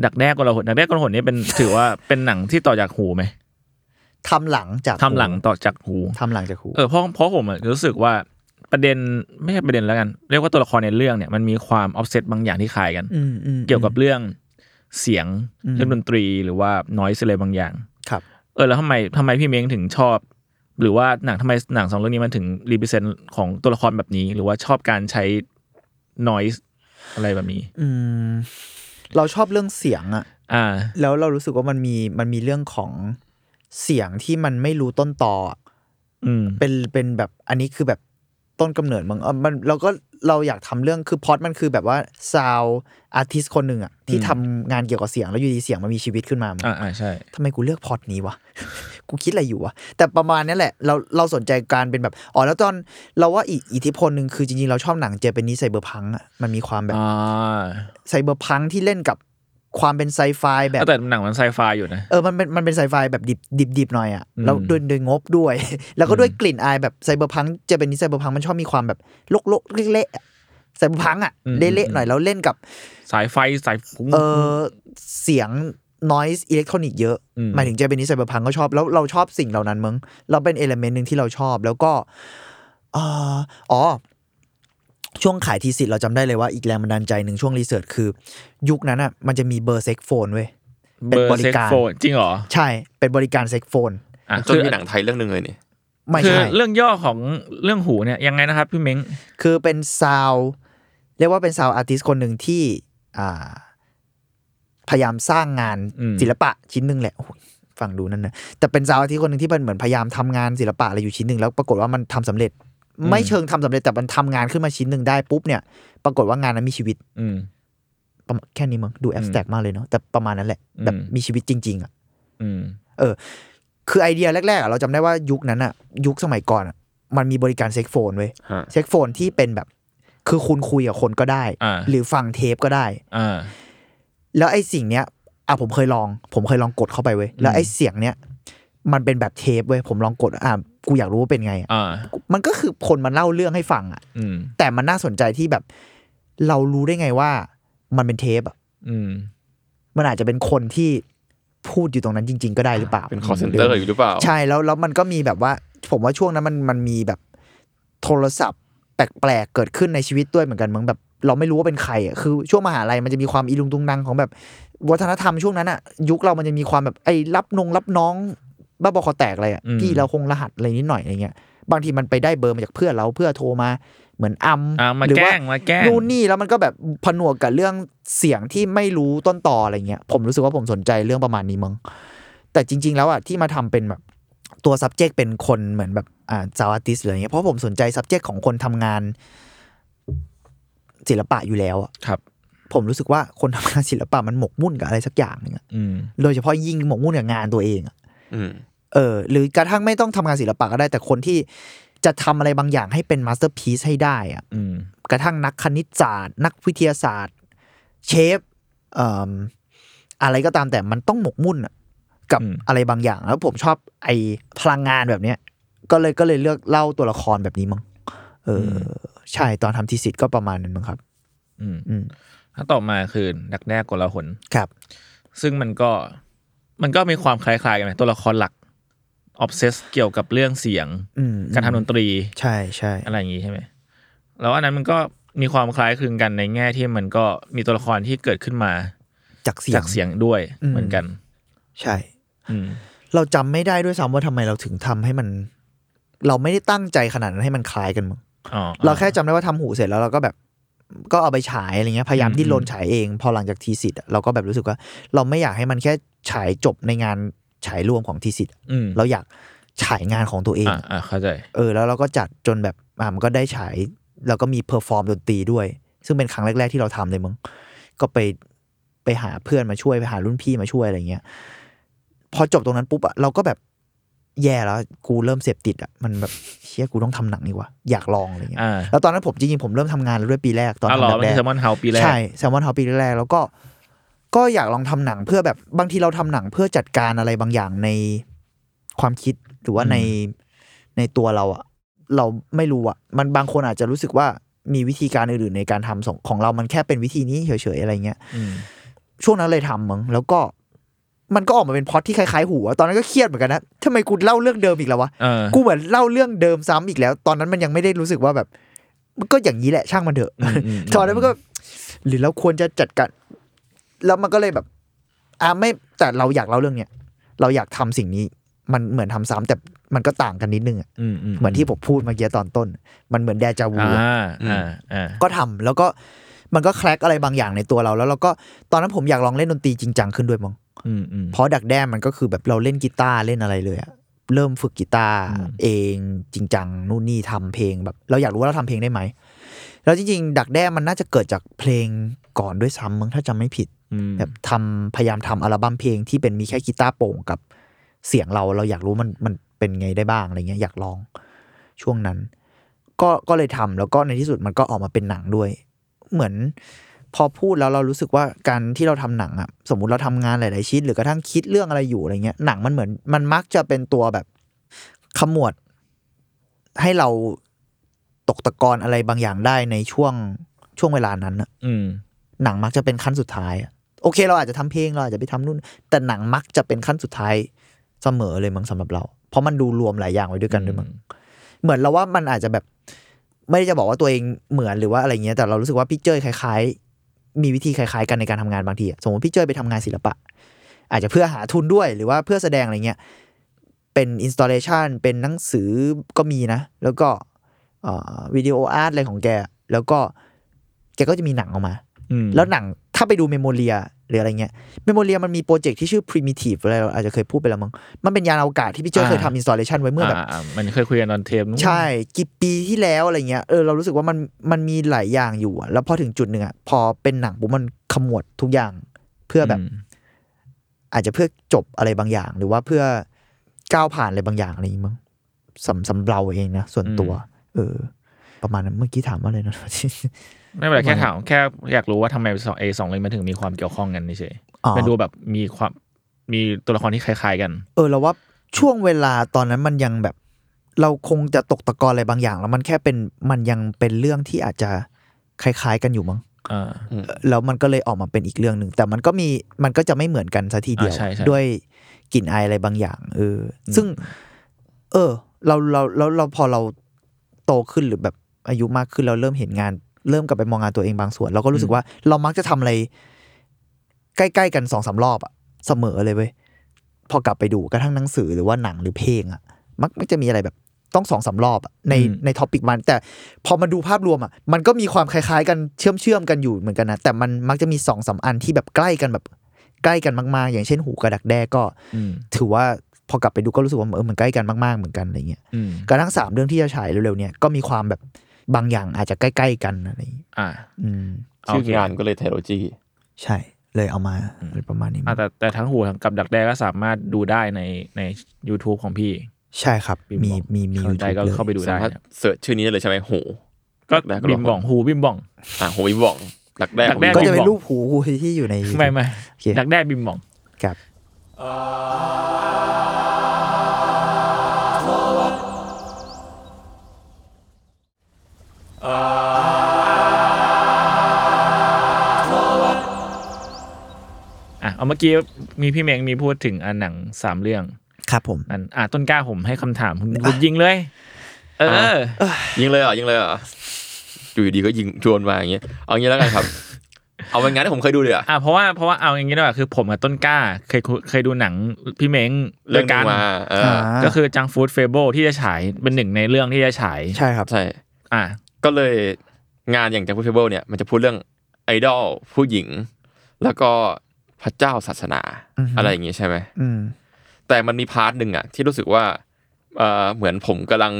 [SPEAKER 3] ดักแด้กลหนดักแด้กลหนนี่เป็นถือว่าเป็นหนังที่ต่อจากหูไหม
[SPEAKER 5] ทำหลังจาก
[SPEAKER 3] ทำหลังต่อจากหู
[SPEAKER 5] ทำหลังจากหู
[SPEAKER 3] เออเพราะเพราะผมอะรู้สึกว่าประเด็นไม่ใช่ประเด็นแล้วกัน เรียกว่าตัวละครในเรื่องเนี่ยมันมีความออฟเซตบางอย่างที่คล้ายกัน
[SPEAKER 5] มอืม
[SPEAKER 3] เกี่ยวกับเรื่องเสียง
[SPEAKER 5] อืม
[SPEAKER 3] เรื่องดนตรีหรือว่านอยส์อะไรบางอย่าง
[SPEAKER 5] ครับ
[SPEAKER 3] เออแล้วทำไมทำไมพี่เม้งถึงชอบ หรือว่าหนังทำไมหนังสองเรื่องนี้มันถึงรีเปเซนต์ของตัวละครแบบนี้ หรือว่าชอบการใช้ noise อะไรแบบนี้
[SPEAKER 5] อืมเราชอบเรื่องเสียงอะ
[SPEAKER 3] อ่า
[SPEAKER 5] แล้วเรารู้สึกว่ามันมีมันมีเรื่องของเสียงที่มันไม่รู้ต้นตออะ
[SPEAKER 3] อืม
[SPEAKER 5] เป็นเป็นแบบอันนี้คือแบบต้นกำเนิดมึงเออมันเราก็เราอยากทำเรื่องคือพล็อดมันคือแบบว่าซาวอาร์ติสคนหนึ่งอะที่
[SPEAKER 3] อืม
[SPEAKER 5] ทำงานเกี่ยวกับเสียงแล้วอยู่ดีเสียงมันมีชีวิตขึ้นมามึง
[SPEAKER 3] อ่าอ่าใช่
[SPEAKER 5] ทำไมกูเลือกพล็อตนี้วะ กูคิดอะไรอยู่วะ แต่ประมาณนี้แหละ เราเราสนใจการเป็นแบบ อ๋อ แล้วตอนเราว่าอีกอิทธิพลหนึ่งคือจริงๆ เราชอบหนังเจแปนิสไซเบอร์พังอะมันมีความแบบ
[SPEAKER 3] อ่า
[SPEAKER 5] ไซเบอร์พังที่เล่นกับความเป็นไซไฟแบบ
[SPEAKER 3] แต่หนังมันไซไฟอยู่นะ
[SPEAKER 5] เออ มันเป็นมันเป็นไซไฟแบบดิบดิบดิบหน่อยอะ
[SPEAKER 3] อืม
[SPEAKER 5] แล้วด้วยด้วยงบด้วย แล้วก็ด้วยกลิ่นอายแบบไซเบอร์พังเจแปนิสไซเบอร์พังมันชอบมีความแบบโลกโลกๆเละๆอะไซเบอร์พังอะเละๆหน่อยแล้วเล่นกับ
[SPEAKER 3] สายไฟสายฟุ้ง
[SPEAKER 5] เออเสียง noise อิเล็กทรอนิกเยอะ
[SPEAKER 3] อืม
[SPEAKER 5] หมายถึงเจเปนิสไซเบอร์พังก็ชอบ แล้วเราชอบสิ่งเหล่านั้นมึงเราเป็นเอลเมนต์หนึ่งที่เราชอบ แล้วก็เอ่ออ๋อ ช่วงขายทีสิทธิ์เราจำได้เลยว่าอีกแรงบันดาลใจหนึ่งช่วงรีเสิร์ชคือ ยุคนั้นอ่ะ มันจะมีเบอร์เซ็กโฟนเว้ย
[SPEAKER 3] เบ
[SPEAKER 5] เป็น
[SPEAKER 3] อร์
[SPEAKER 5] บริ
[SPEAKER 3] เซ็ก
[SPEAKER 5] การ
[SPEAKER 3] โฟนจริงเหรอ
[SPEAKER 5] ใช่ เป็นบริการเซ็กโฟน
[SPEAKER 3] อ่ะ
[SPEAKER 4] จนมีหนังไทยเรื่องหนึ่งเลยนี่
[SPEAKER 5] ไม่
[SPEAKER 3] คือ
[SPEAKER 5] ใช่
[SPEAKER 3] เรื่องย่อของเรื่องหูเนี่ยยังไงนะครับพี่เม้ง
[SPEAKER 5] คือเป็นซาวด์เรียกว่าเป็นซาวอาร์ติสคนหนึ่งที่อ่าพยายามสร้างงาน
[SPEAKER 3] อืม
[SPEAKER 5] ศิลปะชิ้นหนึ่งแหละโอ้โหฟังดูนั่นนะแต่เป็นซาวอาร์ติสคนหนึ่งที่เป็นเหมือนพยายามทำงานศิลปะอะไรอยู่ชิ้นหนึ่งแล้วปรากฏว่ามันทำสำเร็จ ไม่เชิงทำสำเร็จแต่มันทำงานขึ้นมาชิ้นหนึ่งได้ปุ๊บเนี่ย ปรากฏว่างานนั้นมีชีวิต
[SPEAKER 3] อืม
[SPEAKER 5] ประมาณแค่นี้มั้งดูแอ s แ r ต็กมากเลยเนาะแต่ประมาณนั้นแหละ
[SPEAKER 3] อืม
[SPEAKER 5] แบบมีชีวิตจริง ๆอ่ะ
[SPEAKER 3] อืม
[SPEAKER 5] คือไอเดียแรกๆอะเราจำได้ว่ายุคนั้นอ่ะ ยุคสมัยก่อนอะมันมีบริการเซ็กโฟนเว้ย
[SPEAKER 4] ฮะ
[SPEAKER 5] เซ็กโฟนที่เป็นแบบ คือคุณคุยกับคนก็ได้
[SPEAKER 3] อ่า
[SPEAKER 5] หรือฟังเทปก็ได้
[SPEAKER 3] อ่า
[SPEAKER 5] แล้วไอ้สิ่งเนี้ยอ่ะผมเคยลอง ผมเคยลองกดเข้าไปเว้ย แล้วไอ้เสียงเนี้ยมันเป็นแบบเทปเว้ย ผมลองกด อ่ะกูอยากรู้ว่าเป็นไงอ่ะ
[SPEAKER 3] อ่า
[SPEAKER 5] มันก็คือคนมันเล่าเรื่องให้ฟังอ่ะ
[SPEAKER 3] อืม
[SPEAKER 5] แต่มันน่าสนใจที่แบบ เรารู้ได้ไงว่า มันเป็นเทปอ่ะ
[SPEAKER 3] อืม
[SPEAKER 5] มันอาจจะเป็นคนที่พูดอยู่ตรงนั้นจริง ๆ ก็ได้หรือเปล่า
[SPEAKER 4] เป็นคอเซนเตอร์อยู่หรือเปล่า
[SPEAKER 5] ใช่แล้วแล้วมันก็มีแบบว่า ผมว่าช่วงนั้นมันมันมีแบบโทรศัพท์ แปลกๆเกิดขึ้นในชีวิตด้วยเหมือนกันมึงแบบ เราไม่รู้ว่าเป็นใครอ่ะคือช่วงมหาลัยมันจะมีความอีลุงตุงนังของแบบ วัฒนธรรมช่วงนั้นอ่ะ ยุคเรามันจะมีความแบบไอ้รับนงรับน้องบ้าบอคอแตกอะไรอ่ะ
[SPEAKER 3] อืม
[SPEAKER 5] พี่เราคงรหัสอะไรนิดหน่อยอะไรเงี้ยบางทีมันไปได้เบอร์มาจากเพื่อนเราเพื่อโทรมาเหมือนอัม
[SPEAKER 3] อ่ามา
[SPEAKER 5] หรื
[SPEAKER 3] แกล้
[SPEAKER 5] ว่าง
[SPEAKER 3] มาแกล้ง
[SPEAKER 5] นู่นนี่แล้วมันก็แบบผนวกกับเรื่องเสียงที่ไม่รู้ต้นต่ออะไรเงี้ยผมรู้สึกว่าผมสนใจเรื่องประมาณนี้มั้ง แต่จริง ๆ แล้วอ่ะที่มาทำเป็นแบบตัว subject เป็นคนเหมือนแบบอ่าจาวาติสหรืออะไรเงี้ยเพราะผมสนใจ subject ของคนทำงานศิลปะอยู่แล้วอะ
[SPEAKER 3] ครับ
[SPEAKER 5] ผมรู้สึกว่าคนทำงานศิลปะมันหมกมุ่นกับอะไรสักอย่างหนึงอะ
[SPEAKER 3] อืม
[SPEAKER 5] โดยเฉพาะยิ่งหมกมุ่นกับงานตัวเองอะ
[SPEAKER 4] อืม
[SPEAKER 5] เออหรือกระทั่งไม่ต้องทำงานศิลปะก็ได้แต่คนที่จะทำอะไรบางอย่างให้เป็นมาสเตอร์พีซให้ได้อะ
[SPEAKER 3] อืม
[SPEAKER 5] กระทั่งนักคณิตศาสตร์ นักวิทยาศาสตร์ เชฟเอ่มอะไรก็ตามแต่มันต้องหมกมุ่นอะกับ
[SPEAKER 3] อืม
[SPEAKER 5] อะไรบางอย่าง แล้วผมชอบไอพลังงานแบบเนี้ย ก็เลยก็เลยเลือกเล่าตัวละครแบบนี้มั้งเอออใช่ตอนทำทีสิทธ์ก็ประมาณนั้นมั้งครับ
[SPEAKER 3] อืม
[SPEAKER 5] อืม
[SPEAKER 3] ถ้าต่อมาคือนักแรกกลาหน
[SPEAKER 5] ครับ
[SPEAKER 3] ซึ่งมันก็มันก็มีความคล้ายๆกันไหมตัวละครหลักออ s เซสเกี่ยวกับเรื่องเสียง
[SPEAKER 5] อืม
[SPEAKER 3] การทำดนตรี
[SPEAKER 5] ใช่ใช่
[SPEAKER 3] อะไรอย่างนี้ใช่ไหมแล้วอันนั้นมันก็มีความคล้ายคลึงกันในแง่ที่มันก็มีตัวละครที่เกิดขึ้นมา
[SPEAKER 5] จากเสียง
[SPEAKER 3] จากเสียงด้วย
[SPEAKER 5] อืม
[SPEAKER 3] เหมือนกัน
[SPEAKER 5] ใช่
[SPEAKER 3] อืม
[SPEAKER 5] เราจำไม่ได้ด้วยซ้ำว่าทำไมเราถึงทำให้มัน เราไม่ได้ตั้งใจขนาดนั้นให้มันคล้ายกันมั้ง
[SPEAKER 3] อ๋อ
[SPEAKER 5] เราแค่จำได้ว่าทำหูเสร็จแล้วเราก็แบบ ก็เอาไปฉายอะไรเงี้ยพยายาม
[SPEAKER 3] อืม
[SPEAKER 5] ดิ้นรนฉายเอง พอหลังจากทีสิทธ์อะเราก็แบบรู้สึกว่า เราไม่อยากให้มันแค่ฉายจบในงานฉายรวมของทีสิทธ์
[SPEAKER 3] อืม
[SPEAKER 5] เราอยากฉายงานของตัวเอง
[SPEAKER 3] อ่าอ่าเข้าใจ
[SPEAKER 5] เออแล้วเราก็จัดจนแบบอ่ามันก็ได้ฉาย แล้วก็มีเพอร์ฟอร์มดนตรีด้วย ซึ่งเป็นครั้งแรก ๆ ที่เราทำเลยมึงก็ไปไปหาเพื่อนมาช่วย ไปหารุ่นพี่มาช่วยอะไรเงี้ย พอจบตรงนั้นปุ๊บอะเราก็แบบแย่แล้ว กูเริ่มเสพติดอะมันแบบเชี่ยกูต้องทำหนังนี่วะอยากลองอะไรเงี้ย
[SPEAKER 3] อ่า
[SPEAKER 5] แล้วตอนนั้นผมจริงๆผมเริ่มทำงานแล้วด้วยปีแรกตอน
[SPEAKER 3] อ๋อ
[SPEAKER 5] ทำ
[SPEAKER 3] เหรอมัน
[SPEAKER 5] แบบแรก
[SPEAKER 3] คือแซมมอนเฮาปีแรก
[SPEAKER 5] ใช่แซมมอนเฮาปีแรกๆแล้วก็ก็อยากลองทำหนังเพื่อแบบบางทีเราทำหนังเพื่อจัดการอะไรบางอย่างในความคิดหรือว่า
[SPEAKER 3] อืม
[SPEAKER 5] ในในตัวเราอะเราไม่รู้อะมันบางคนอาจจะรู้สึกว่ามีวิธีการอื่นๆในการทำส่งของเรามันแค่เป็นวิธีนี้เฉยๆอะไรเงี้ย
[SPEAKER 3] อืม
[SPEAKER 5] ช่วงนั้นเลยทำมึงแล้วก็มันก็ออกมาเป็นพล็อตที่คล้ายๆ หัว ตอนนั้นก็เครียดเหมือนกันนะทำไมกูเล่าเรื่องเดิมอีกแล้ววะ
[SPEAKER 3] เออ
[SPEAKER 5] กูเหมือนเล่าเรื่องเดิมซ้ำอีกแล้ว ตอนนั้นมันยังไม่ได้รู้สึกว่าแบบ มันก็อย่างนี้แหละช่างมันเถอะ
[SPEAKER 3] อืมอืมอืม
[SPEAKER 5] ตอนนั้นมันก็แบบหรือเราควรจะจัดการแล้วมันก็เลยแบบ อ่ะไม่แต่เราอยากเล่าเรื่องเนี้ยเราอยากทำสิ่งนี้ มันเหมือนทำซ้ำแต่มันก็ต่างกันนิดนึงอะ
[SPEAKER 3] อืมอืม
[SPEAKER 5] เหมือนที่ผมพูดเมื่อกี้ตอนต้น มันเหมือนแดจาวู
[SPEAKER 3] อ่า
[SPEAKER 5] อะ
[SPEAKER 3] อ่าอ่า
[SPEAKER 5] ก็ทำแล้วก็มันก็แคลกอะไรบางอย่างในตัวเรา แล้วเราก็ตอนนั้นผมอยากลองเล่นดนตรีจริงจังขึ้นด้วยมั้ง
[SPEAKER 3] อืมอืม
[SPEAKER 5] เพราะดักแด้มันก็คือแบบเราเล่นกีตาร์เล่นอะไรเลยอะเริ่มฝึกกีตาร์
[SPEAKER 3] อืม
[SPEAKER 5] เองจริงจังนู่นนี่ทำเพลงแบบ เราอยากรู้ว่าเราทำเพลงได้ไหมแล้วจริง ๆ ดักแด้มันน่าจะเกิดจากเพลงก่อนด้วยซ้ำมั้งถ้าจำไม่ผิด
[SPEAKER 3] อืม
[SPEAKER 5] แบบทำพยายามทำอัลบั้มเพลงที่เป็นมีแค่กีตาร์โปร่งกับเสียงเราเราอยากรู้มันมันเป็นไงได้บ้างอะไรเงี้ยอยากลองช่วงนั้น ก็ก็เลยทำแล้วก็ในที่สุดมันก็ออกมาเป็นหนังด้วย เหมือนพอพูดแล้วเรารู้สึกว่าการที่เราทำหนังอะสมมติเราทำงานหลาย ๆชิ้นหรือกระทั่งคิดเรื่องอะไรอยู่อะไรเงี้ยหนังมันเหมือนมันมักจะเป็นตัวแบบขมวด ให้เราตกตะกอนอะไรบางอย่างได้ในช่วงช่วงเวลานั้นอะ
[SPEAKER 3] อืม
[SPEAKER 5] หนังมักจะเป็นขั้นสุดท้ายอะโอเค เราอาจจะทำเพลงเราอาจจะไปทำนู่น แต่หนังมักจะเป็นขั้นสุดท้ายเสมอเลยมั้งสำหรับเรา เพราะมันดูรวมหลายอย่างไว้ด้วยกันด้วยมั้งเหมือนเราว่ามันอาจจะแบบ ไม่ได้จะบอกว่าตัวเองเหมือนหรือว่าอะไรเงี้ยแต่เรารู้สึกว่าพี่เจ้ยคล้าย ๆ มีวิธีคล้ายๆ กันในการทำงานบางทีอะสมมติพี่เจ้ยไปทำงานศิลปะ อาจจะเพื่อหาทุนด้วยหรือว่าเพื่อแสดงอะไรเงี้ยเป็นอินสตาเลชันเป็นหนังสือก็มีนะ แล้วก็วิดีโออาร์ตอะไรของแก แล้วก็แกก็จะมีหนังออกมา
[SPEAKER 3] อืม
[SPEAKER 5] แล้วหนัง ถ้าไปดูเมโมเรียหรืออะไรเงี้ยเมโมเรียมันมีโปรเจกต์ที่ชื่อ primitive อะไรเราอาจจะเคยพูดไปแล้วมั้งมันเป็นยานอวกาศที่พี่เจ้ย
[SPEAKER 3] อ่า
[SPEAKER 5] เคยทำอินสตาเลชันไว้เมื่อแบบ
[SPEAKER 3] อ่ามันเคยคุยกันตอนเทปนู้น
[SPEAKER 5] ใช่กี่ปีที่แล้วอะไรเงี้ยเออเรารู้สึกว่ามันมันมีหลายอย่างอยู่อะแล้วพอถึงจุดหนึ่งอะพอเป็นหนังปุ๊บมันขมวดทุกอย่าง เพื่อแบบ
[SPEAKER 3] ม
[SPEAKER 5] อาจจะเพื่อจบอะไรบางอย่าง หรือว่าเพื่อก้าวผ่านอะไรบางอย่างอะไรอย่างงี้มั้งสำสำเราเองนะส่วนตัว เออ ประมาณนั้นเมื่อกี้ถามว่าอะไรนะ
[SPEAKER 3] ไม่เป็นไรแค่ถามแค่อยากรู้ว่าทำไมสองเอสองเรื่องมันถึงมีความเกี่ยวข้องกันเฉย
[SPEAKER 5] อ๋อ
[SPEAKER 3] มันดูแบบมีความมีตัวละครที่คล้ายๆกัน
[SPEAKER 5] เออเราว่าช่วงเวลาตอนนั้นมันยังแบบ เราคงจะตกตะกอนอะไรบางอย่าง แล้วมันแค่เป็นมันยังเป็นเรื่องที่อาจจะคล้ายๆกันอยู่มั้ง
[SPEAKER 3] อ่า
[SPEAKER 5] แล้วมันก็เลยออกมาเป็นอีกเรื่องหนึ่ง แต่มันก็มีมันก็จะไม่เหมือนกันซะทีเดียว
[SPEAKER 3] อ่าใช่ใช่
[SPEAKER 5] ด้วยกลิ่นอายอะไรบางอย่างเอออซึ่ง เออ เราเราเราเราพอเราโตขึ้นหรือแบบอายุมากขึ้นเราเริ่มเห็นงาน เริ่มกลับไปมองงานตัวเองบางส่วน เราก็รู้สึกว่าเรามักจะทำอะไร ใกล้ๆกันสองสามรอบอะเสมอเลยเว้ยพอกลับไปดูกระทั่งหนังสือหรือว่าหนังหรือเพลงอะมักไม่จะมีอะไรแบบต้องสองสารอบอะใน
[SPEAKER 3] อืม
[SPEAKER 5] ในท็อปิกมัน แต่พอมาดูภาพรวมอะมันก็มีความคล้ายๆ กันเชื่อมเชื่อมๆกันอยู่เหมือนกันนะแต่มันมักจะมีสองสามอันที่แบบใกล้กันแบบใกล้กันมากๆ อย่างเช่นหูกระดักแด้ก็
[SPEAKER 3] อืม
[SPEAKER 5] ถือว่าพอกลับไปดูก็รู้สึกว่าเออมันใกล้กันมากๆเหมือนกันอะไรเงี้ย
[SPEAKER 3] อืม
[SPEAKER 5] กระทั่งสามเรื่องที่จะฉายเร็วๆเนี่ยก็มีความแบบบางอย่างอาจจะใกล้ๆกันอะไรอย่างเงี้ย
[SPEAKER 3] อ่า
[SPEAKER 5] อืม
[SPEAKER 4] ชื่องานก็เลยเทโลจี
[SPEAKER 5] ใช่เลยเอามาอะไรประมาณนี้มั้ง
[SPEAKER 3] อ่ะแต่แต่ทั้งหูทั้งกับดักแด้ก็สามารถดูได้ในใน YouTube ของพี่
[SPEAKER 5] ใช่ครับ
[SPEAKER 3] บิม
[SPEAKER 5] มี
[SPEAKER 3] บอก
[SPEAKER 5] มีมี
[SPEAKER 3] สนใจ
[SPEAKER 5] YouTube
[SPEAKER 3] ก็
[SPEAKER 5] เลย
[SPEAKER 3] เข้าไปดูได้
[SPEAKER 4] สามารถ
[SPEAKER 3] นะ
[SPEAKER 4] เสิร์ชชื่อนี้ได้เลยใช่ไหมโห
[SPEAKER 3] ก็
[SPEAKER 4] แบก
[SPEAKER 3] บิม
[SPEAKER 4] หรอ
[SPEAKER 3] บ่องหูบิมบ่อง
[SPEAKER 4] อ่ะโหวิว่องหลักแรก
[SPEAKER 3] หลักแร
[SPEAKER 5] ก็จะ
[SPEAKER 3] บิ
[SPEAKER 5] เป็
[SPEAKER 3] มบอ
[SPEAKER 5] น
[SPEAKER 3] ก
[SPEAKER 5] รูปหูที่อยู่ใน
[SPEAKER 3] ไม่ไม่
[SPEAKER 5] โอเค
[SPEAKER 3] ดักแด้บิมบ่อง
[SPEAKER 5] ครับ
[SPEAKER 3] อ่ะเอาเมื่อกี้มีพี่เมงมีพูดถึงอันหนังสามเรื่อง
[SPEAKER 5] ครับผม
[SPEAKER 3] นั่นอ่ะต้นกล้าผมให้คำถามคุณคุณยิงเลย เออ
[SPEAKER 4] ยิงเลยเหรอยิงเลยเหรออยู่ดีๆก็ยิงชวนมาอย่างเงี้ยเอางี้แล้วกันครับ เอาเป็นงานที่ผมเคยดูเลยอ่ะ
[SPEAKER 3] อ่ะเพราะว่าเพราะว่าเอาอย่างนี้ดีกว่าคือผมกับต้นกล้าเคยคุเคยดูหนังพี่เม้ง
[SPEAKER 4] เรื่
[SPEAKER 3] ด้ว
[SPEAKER 4] อ
[SPEAKER 3] ย
[SPEAKER 4] งหนึ
[SPEAKER 3] กัน
[SPEAKER 4] งมาเอออ
[SPEAKER 3] ก็คือจังฟูดเฟเบิลที่จะฉายเป็นหนึ่งในเรื่องที่จะฉาย
[SPEAKER 5] ใช่ครับ
[SPEAKER 4] ใช่
[SPEAKER 3] อ่ะ
[SPEAKER 4] ก็เลยงานอย่างจากพูดเทเบิลเนี่ย มันจะพูดเรื่องไอดอลผู้หญิง แล้วก็พระเจ้าศาสนา
[SPEAKER 5] อือฮึ
[SPEAKER 4] อะไรอย่างงี้ใช่ไหม
[SPEAKER 5] อืม
[SPEAKER 4] แต่มันมีพาร์ทหนึ่งอะที่รู้สึกว่าเอ่อเหมือนผมกำลัง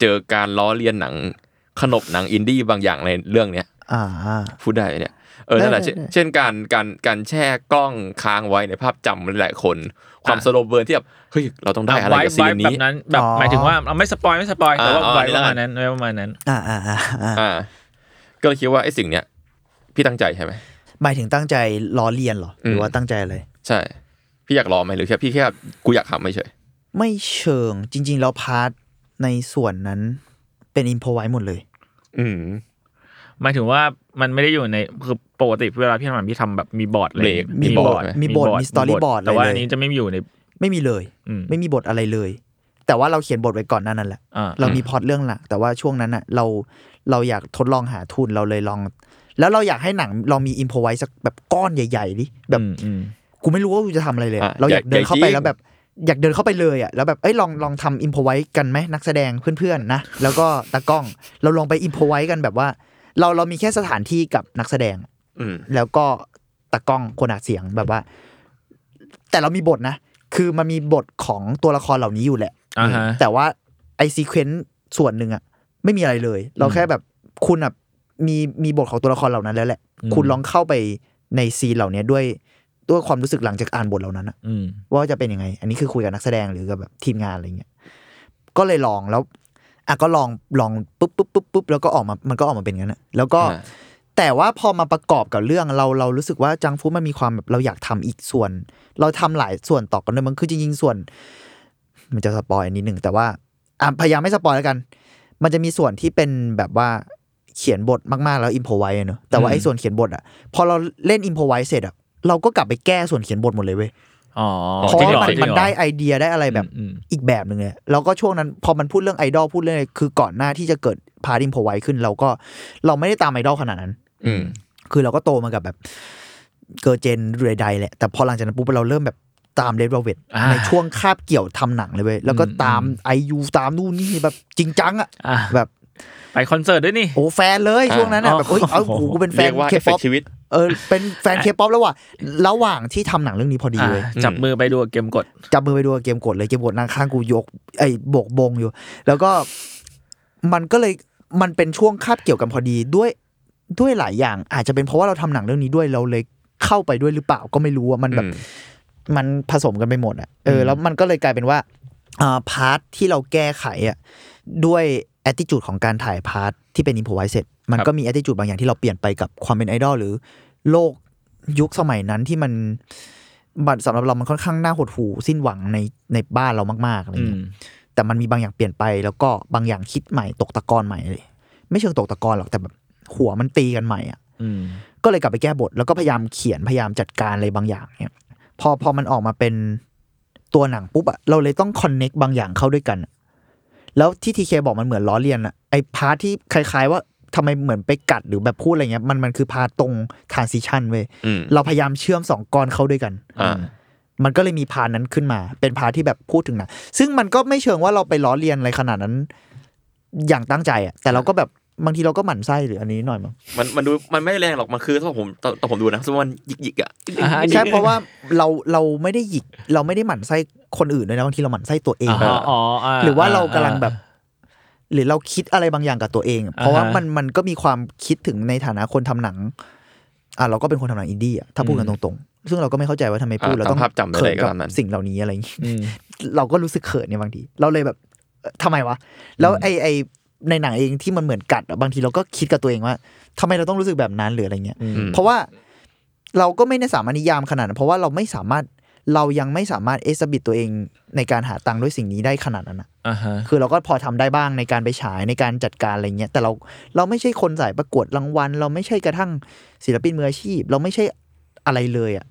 [SPEAKER 4] เจอการล้อเลียนหนังขนบหนังอินดี้บางอย่างในเรื่องเนี้ย
[SPEAKER 5] อ่า
[SPEAKER 4] พูดได้ไหมเนี่ยเออนั่นแหละ
[SPEAKER 5] ได้
[SPEAKER 4] เช่น
[SPEAKER 5] ได้
[SPEAKER 4] เช่นการการการแช่กล้องค้างไว้ในภาพจำหลายๆคน ความสโลว์เบิร์นที่แบบเฮ้ยเราต้องได้อะไร
[SPEAKER 3] ไว้
[SPEAKER 4] กับซี
[SPEAKER 3] ไว้
[SPEAKER 4] น
[SPEAKER 3] แบ
[SPEAKER 4] นี้
[SPEAKER 3] บนั้นแบบ
[SPEAKER 5] อ๋อ
[SPEAKER 3] หมายถึงว่าเราไม่สปอยไม่สปอยแต่ว่า
[SPEAKER 4] อ่า
[SPEAKER 3] ไว้ป
[SPEAKER 4] อ่า
[SPEAKER 3] ระมาณนั้นไว้ประมาณนั้น
[SPEAKER 5] อ่าอ่าอ่าอ่า
[SPEAKER 4] อ่า ก็เลยคิดว่าไอ้สิ่งเนี้ยพี่ตั้งใจใช่ไหม
[SPEAKER 5] หมายถึงตั้งใจล้อเลียนเหรอ หรือ
[SPEAKER 4] ม
[SPEAKER 5] ว่าตั้งใจอะไร
[SPEAKER 4] ใช่ พี่อยากรอไหมหรือแค่พี่แค่กูอยากทำไม่เฉย
[SPEAKER 5] ไม่เชิงจริง ๆ แล้วพาร์ทในส่วนนั้นเป็นอินโพไว้หมดเลย
[SPEAKER 4] อืม
[SPEAKER 3] หมายถึงว่ามันไม่ได้อยู่ในคือปกติเวลาพี่ทำหนังพี่ทำแบบมีบอร์ดเลย
[SPEAKER 4] Break
[SPEAKER 5] มีบอร์ดมีบอร์ดมี storyboard
[SPEAKER 3] แต่ว่า
[SPEAKER 5] อะไรเลย
[SPEAKER 3] อันนี้จะไม่อยู่ใน
[SPEAKER 5] ไม่มีเลย
[SPEAKER 3] อืม
[SPEAKER 5] ไม่มีบทอะไรเลย แต่ว่าเราเขียนบทไว้ก่อนหนานั้นแหละ
[SPEAKER 3] อ่า
[SPEAKER 5] เรามีพล็อตเรื่องหลัก แต่ว่าช่วงนั้นอ่ะเราเราอยากทดลองหาทุนเราเลยลอง แล้วเราอยากให้หนังเรามีอินโพไว้สักแบบก้อนใหญ่ๆดิแบบ
[SPEAKER 3] อืมอืม
[SPEAKER 5] กูไม่รู้ว่ากูจะทำอะไรเลยอะ
[SPEAKER 4] อ่ะ
[SPEAKER 5] เราอยาก
[SPEAKER 4] อยาก
[SPEAKER 5] เดินเข้าไป
[SPEAKER 4] อยาก
[SPEAKER 5] แล้วแบบ อยากเดินเข้าไปเลยอ่ะแล้วแบบเอ้ยลองลองทำอิมพไว้กันไหมนักแสดงเพื่อนๆนะแล้วก็ตากล้องเราลองไปอิมพไว้กันแบบว่า เราเรามีแค่สถานที่กับนักแสดง
[SPEAKER 4] อืม
[SPEAKER 5] แล้วก็ตากล้องคนอัดเสียงแบบว่า แต่เรามีบทนะ คือมันมีบทของตัวละครเหล่านี้อยู่แหละ
[SPEAKER 3] อ่าฮะ
[SPEAKER 5] แต่ว่าไอซีเควนต์ส่วนหนึ่งอะไม่มีอะไรเลย เราแค่แบบคุณอะมีมีบทของตัวละครเหล่านั้นแล้วแหละ
[SPEAKER 3] อืม
[SPEAKER 5] คุณลองเข้าไปในซีนเหล่านี้ด้วยด้วยความรู้สึกหลังจากอ่านบทเหล่านั้นอะ
[SPEAKER 3] อืม
[SPEAKER 5] ว่าจะเป็นยังไง อันนี้คือคุยกับนักแสดงหรือกับแบบทีมงานอะไรเงี้ยก็เลยลองแล้วอ่ะก็ลองลองปุ๊บปุ๊บปุ๊บปุ๊บแล้วก็ออกมามันก็ออกมาเป็นงั้นอะแล้วก็
[SPEAKER 4] อ่า
[SPEAKER 5] แต่ว่าพอมาประกอบกับเรื่องเราเรารู้สึกว่าจังฟูมันมีความแบบเราอยากทำอีกส่วน เราทำหลายส่วนต่อกันด้วยมันคือจริงๆส่วน มันจะสปอยนิดหนึ่งแต่ว่าอ่ะพยายามไม่สปอยแล้วกัน มันจะมีส่วนที่เป็นแบบว่าเขียนบทมากๆแล้วอิมพอไว้เนอะแต่ว่าไอ้ส่วนเขียนบทอะพอเราเล่นอิมพอไว้เสร็จอะเราก็กลับไปแก้ส่วนเขียนบทหมดเลยเว้ย
[SPEAKER 3] อ๋อ
[SPEAKER 5] เพราะ
[SPEAKER 3] จง
[SPEAKER 5] ว่า
[SPEAKER 3] หอ
[SPEAKER 5] มัน
[SPEAKER 3] จงห
[SPEAKER 5] มัน
[SPEAKER 3] อ
[SPEAKER 5] ได้ไอเดียได้อะไรแบบ
[SPEAKER 3] อืม
[SPEAKER 5] อีกแบบหนึ่งเลยแล้วก็ช่วงนั้นพอมันพูดเรื่องไอดอลพูดเรื่องอะไรคือก่อนหน้าที่จะเกิดพาดิมโพไวขึ้น เราก็เราไม่ได้ตามไอดอลขนาดนั้น
[SPEAKER 4] อืม
[SPEAKER 5] คือเราก็โตมากับแบบเกิร์ลเจนเรยใดแหละ แต่พอหลังจากนั้นปุ๊บเราเริ่มแบบตามเดวเวต
[SPEAKER 3] อ่า
[SPEAKER 5] ในช่วงคาบเกี่ยวทำหนังเลยเว้ยแล้วก็
[SPEAKER 3] อืม
[SPEAKER 5] ตามไอยูตามนู่นนี่แบบจริงจังอะ
[SPEAKER 3] อ่ะ
[SPEAKER 5] แบบ
[SPEAKER 3] ไปคอนเสิร์ตด้วยนี่
[SPEAKER 5] โอ้แฟนเลยช่วงนั้นอะ
[SPEAKER 3] อ่า
[SPEAKER 5] แบบเอ้ยเอา
[SPEAKER 3] โอ้โห
[SPEAKER 5] กูเป็นแฟ
[SPEAKER 4] เรี
[SPEAKER 5] น
[SPEAKER 4] ยกว่า
[SPEAKER 5] เค
[SPEAKER 4] เอฟเฟ
[SPEAKER 5] ป๊
[SPEAKER 4] ก
[SPEAKER 5] อป
[SPEAKER 4] ชีวิต
[SPEAKER 5] เออเป็นแฟนเคป๊อปแล้วว่ะระหว่างที่ทำหนังเรื่องนี้พอดี
[SPEAKER 3] อ่า
[SPEAKER 5] เลย
[SPEAKER 3] จับมือไปดูเกมกด
[SPEAKER 5] จับมือไปดูกับเกมกดเลยเกมกดนั่งข้างกูยกไอ้โบกบงอยู่ แล้วก็มันก็เลยมันเป็นช่วงคาบเกี่ยวกันพอดีด้วยด้วยหลายอย่าง อาจจะเป็นเพราะว่าเราทำหนังเรื่องนี้ด้วยเราเลยเข้าไปด้วยหรือเปล่าก็ไม่รู้ว่ามันแบบ
[SPEAKER 4] อืม
[SPEAKER 5] มันผสมกันไปหมดอ่ะ เออ แล้วมันก็เลยกลายเป็นว่าอ่าพาร์ทที่เราแก้ไขอ่ะ ด้วยแอ t i ิจูดของการถ่ายพาร์ทที่เป็นอินพไวเสร็จ มันก็มีแอ t i ิจูดบางอย่างที่เราเปลี่ยนไปกับความเป็นไอดอลหรือ โลกยุคสมัยนั้นที่มันบัดสำหรับเรามันค่อนข้างน่าหดหู่สิ้นหวังในในบ้านเรามากๆอะไร
[SPEAKER 3] อื
[SPEAKER 5] เงี้
[SPEAKER 3] ม
[SPEAKER 5] ย แต่มันมีบางอย่างเปลี่ยนไปแล้วก็บางอย่างคิดใหม่ตกตะกอนใหม่เลยไม่เชิงตกตะกอนหรอกแต่แบบหัวมันตีกันใหม่อ่ะ
[SPEAKER 3] อืม
[SPEAKER 5] ก็เลยกลับไปแก้บท แล้วก็พยายามเขียนพยายามจัดการอะไรบางอย่างเนี่ยพอพอมันออกมาเป็นตัวหนังปุ๊บอะเราเลยต้องคอนเน็กบางอย่างเข้าด้วยกันอะแล้วที่ทีเคบอกมันเหมือนล้อเลียนอะไอพาร์ทที่คล้ายๆ ว่าทำไมเหมือนไปกัดหรือแบบพูดอะไรเงี้ยมันมันคือพาร์ทตรงทานซิชันเว้ย
[SPEAKER 4] อืม
[SPEAKER 5] เราพยายามเชื่อมสองกรเข้าด้วยกัน
[SPEAKER 4] อ่า
[SPEAKER 5] มันก็เลยมีพาร์ทนั้นขึ้นมา เป็นพาร์ทที่แบบพูดถึงหนังซึ่งมันก็ไม่เชิงว่าเราไปล้อเลียนอะไรขนาดนั้น อย่างตั้งใจอะแต่เราก็แบบบางทีเราก็หมั่นไส้หรืออันนี้หน่อยมั้ง
[SPEAKER 4] มันมันดูมันไม่แรงหรอกมันคือถ้าผมตอนตอนผมดูนะสมมติมันหยิกๆอ่ะ
[SPEAKER 5] ใช่เพราะว่าเราเราไม่ได้หยิกเราไม่ได้หมั่นไส้คนอื่นด้วยนะบางทีเราหมั่นไส้ตัวเอง
[SPEAKER 3] อ่าฮะอ๋อ
[SPEAKER 5] หรือว่าเรากำลังแบบ หรือเราคิดอะไรบางอย่างกับตัวเอง เพราะว่ามันมันก็มีความคิดถึงในฐานะคนทำหนังอ่ะเราก็เป็นคนทำหนังอินดี้อ่ะถ้าพูดกันตรงๆ ซึ่งเราก็ไม่เข้าใจว่าทำไมพูด
[SPEAKER 4] อ่า
[SPEAKER 5] เราต้อง
[SPEAKER 4] ตามภาพจำ
[SPEAKER 5] เขิน
[SPEAKER 4] ใดๆก็
[SPEAKER 5] กับ
[SPEAKER 4] ตามนั้น
[SPEAKER 5] สิ่งเหล่านี้อะไรอย่างงี้
[SPEAKER 3] อืม
[SPEAKER 5] เราก็รู้สึกเขินเนี่ยบางที เราเลยแบบเอ่อทำไมวะ แล้วไอไอในหนังเองที่มันเหมือนกัดอะบางทีเราก็คิดกับตัวเองว่าทำไมเราต้องรู้สึกแบบนั้นหรืออะไรเงี้ย
[SPEAKER 3] อืม
[SPEAKER 5] เพราะว่าเราก็ไม่ได้สามารถนิยามขนาดนั้นเพราะว่าเราไม่สามารถเรายังไม่สามารถเอสบิตตัวเองในการหาตังค์ด้วยสิ่งนี้ได้ขนาดนั้นอะ
[SPEAKER 3] อ่าฮะ
[SPEAKER 5] คือเราก็พอทำได้บ้างในการไปฉายในการจัดการอะไรเงี้ยแต่เราเราไม่ใช่คนสายประกวดรางวัล เราไม่ใช่กระทั่งศิลปินมืออาชีพ เราไม่ใช่อะไรเลยอะ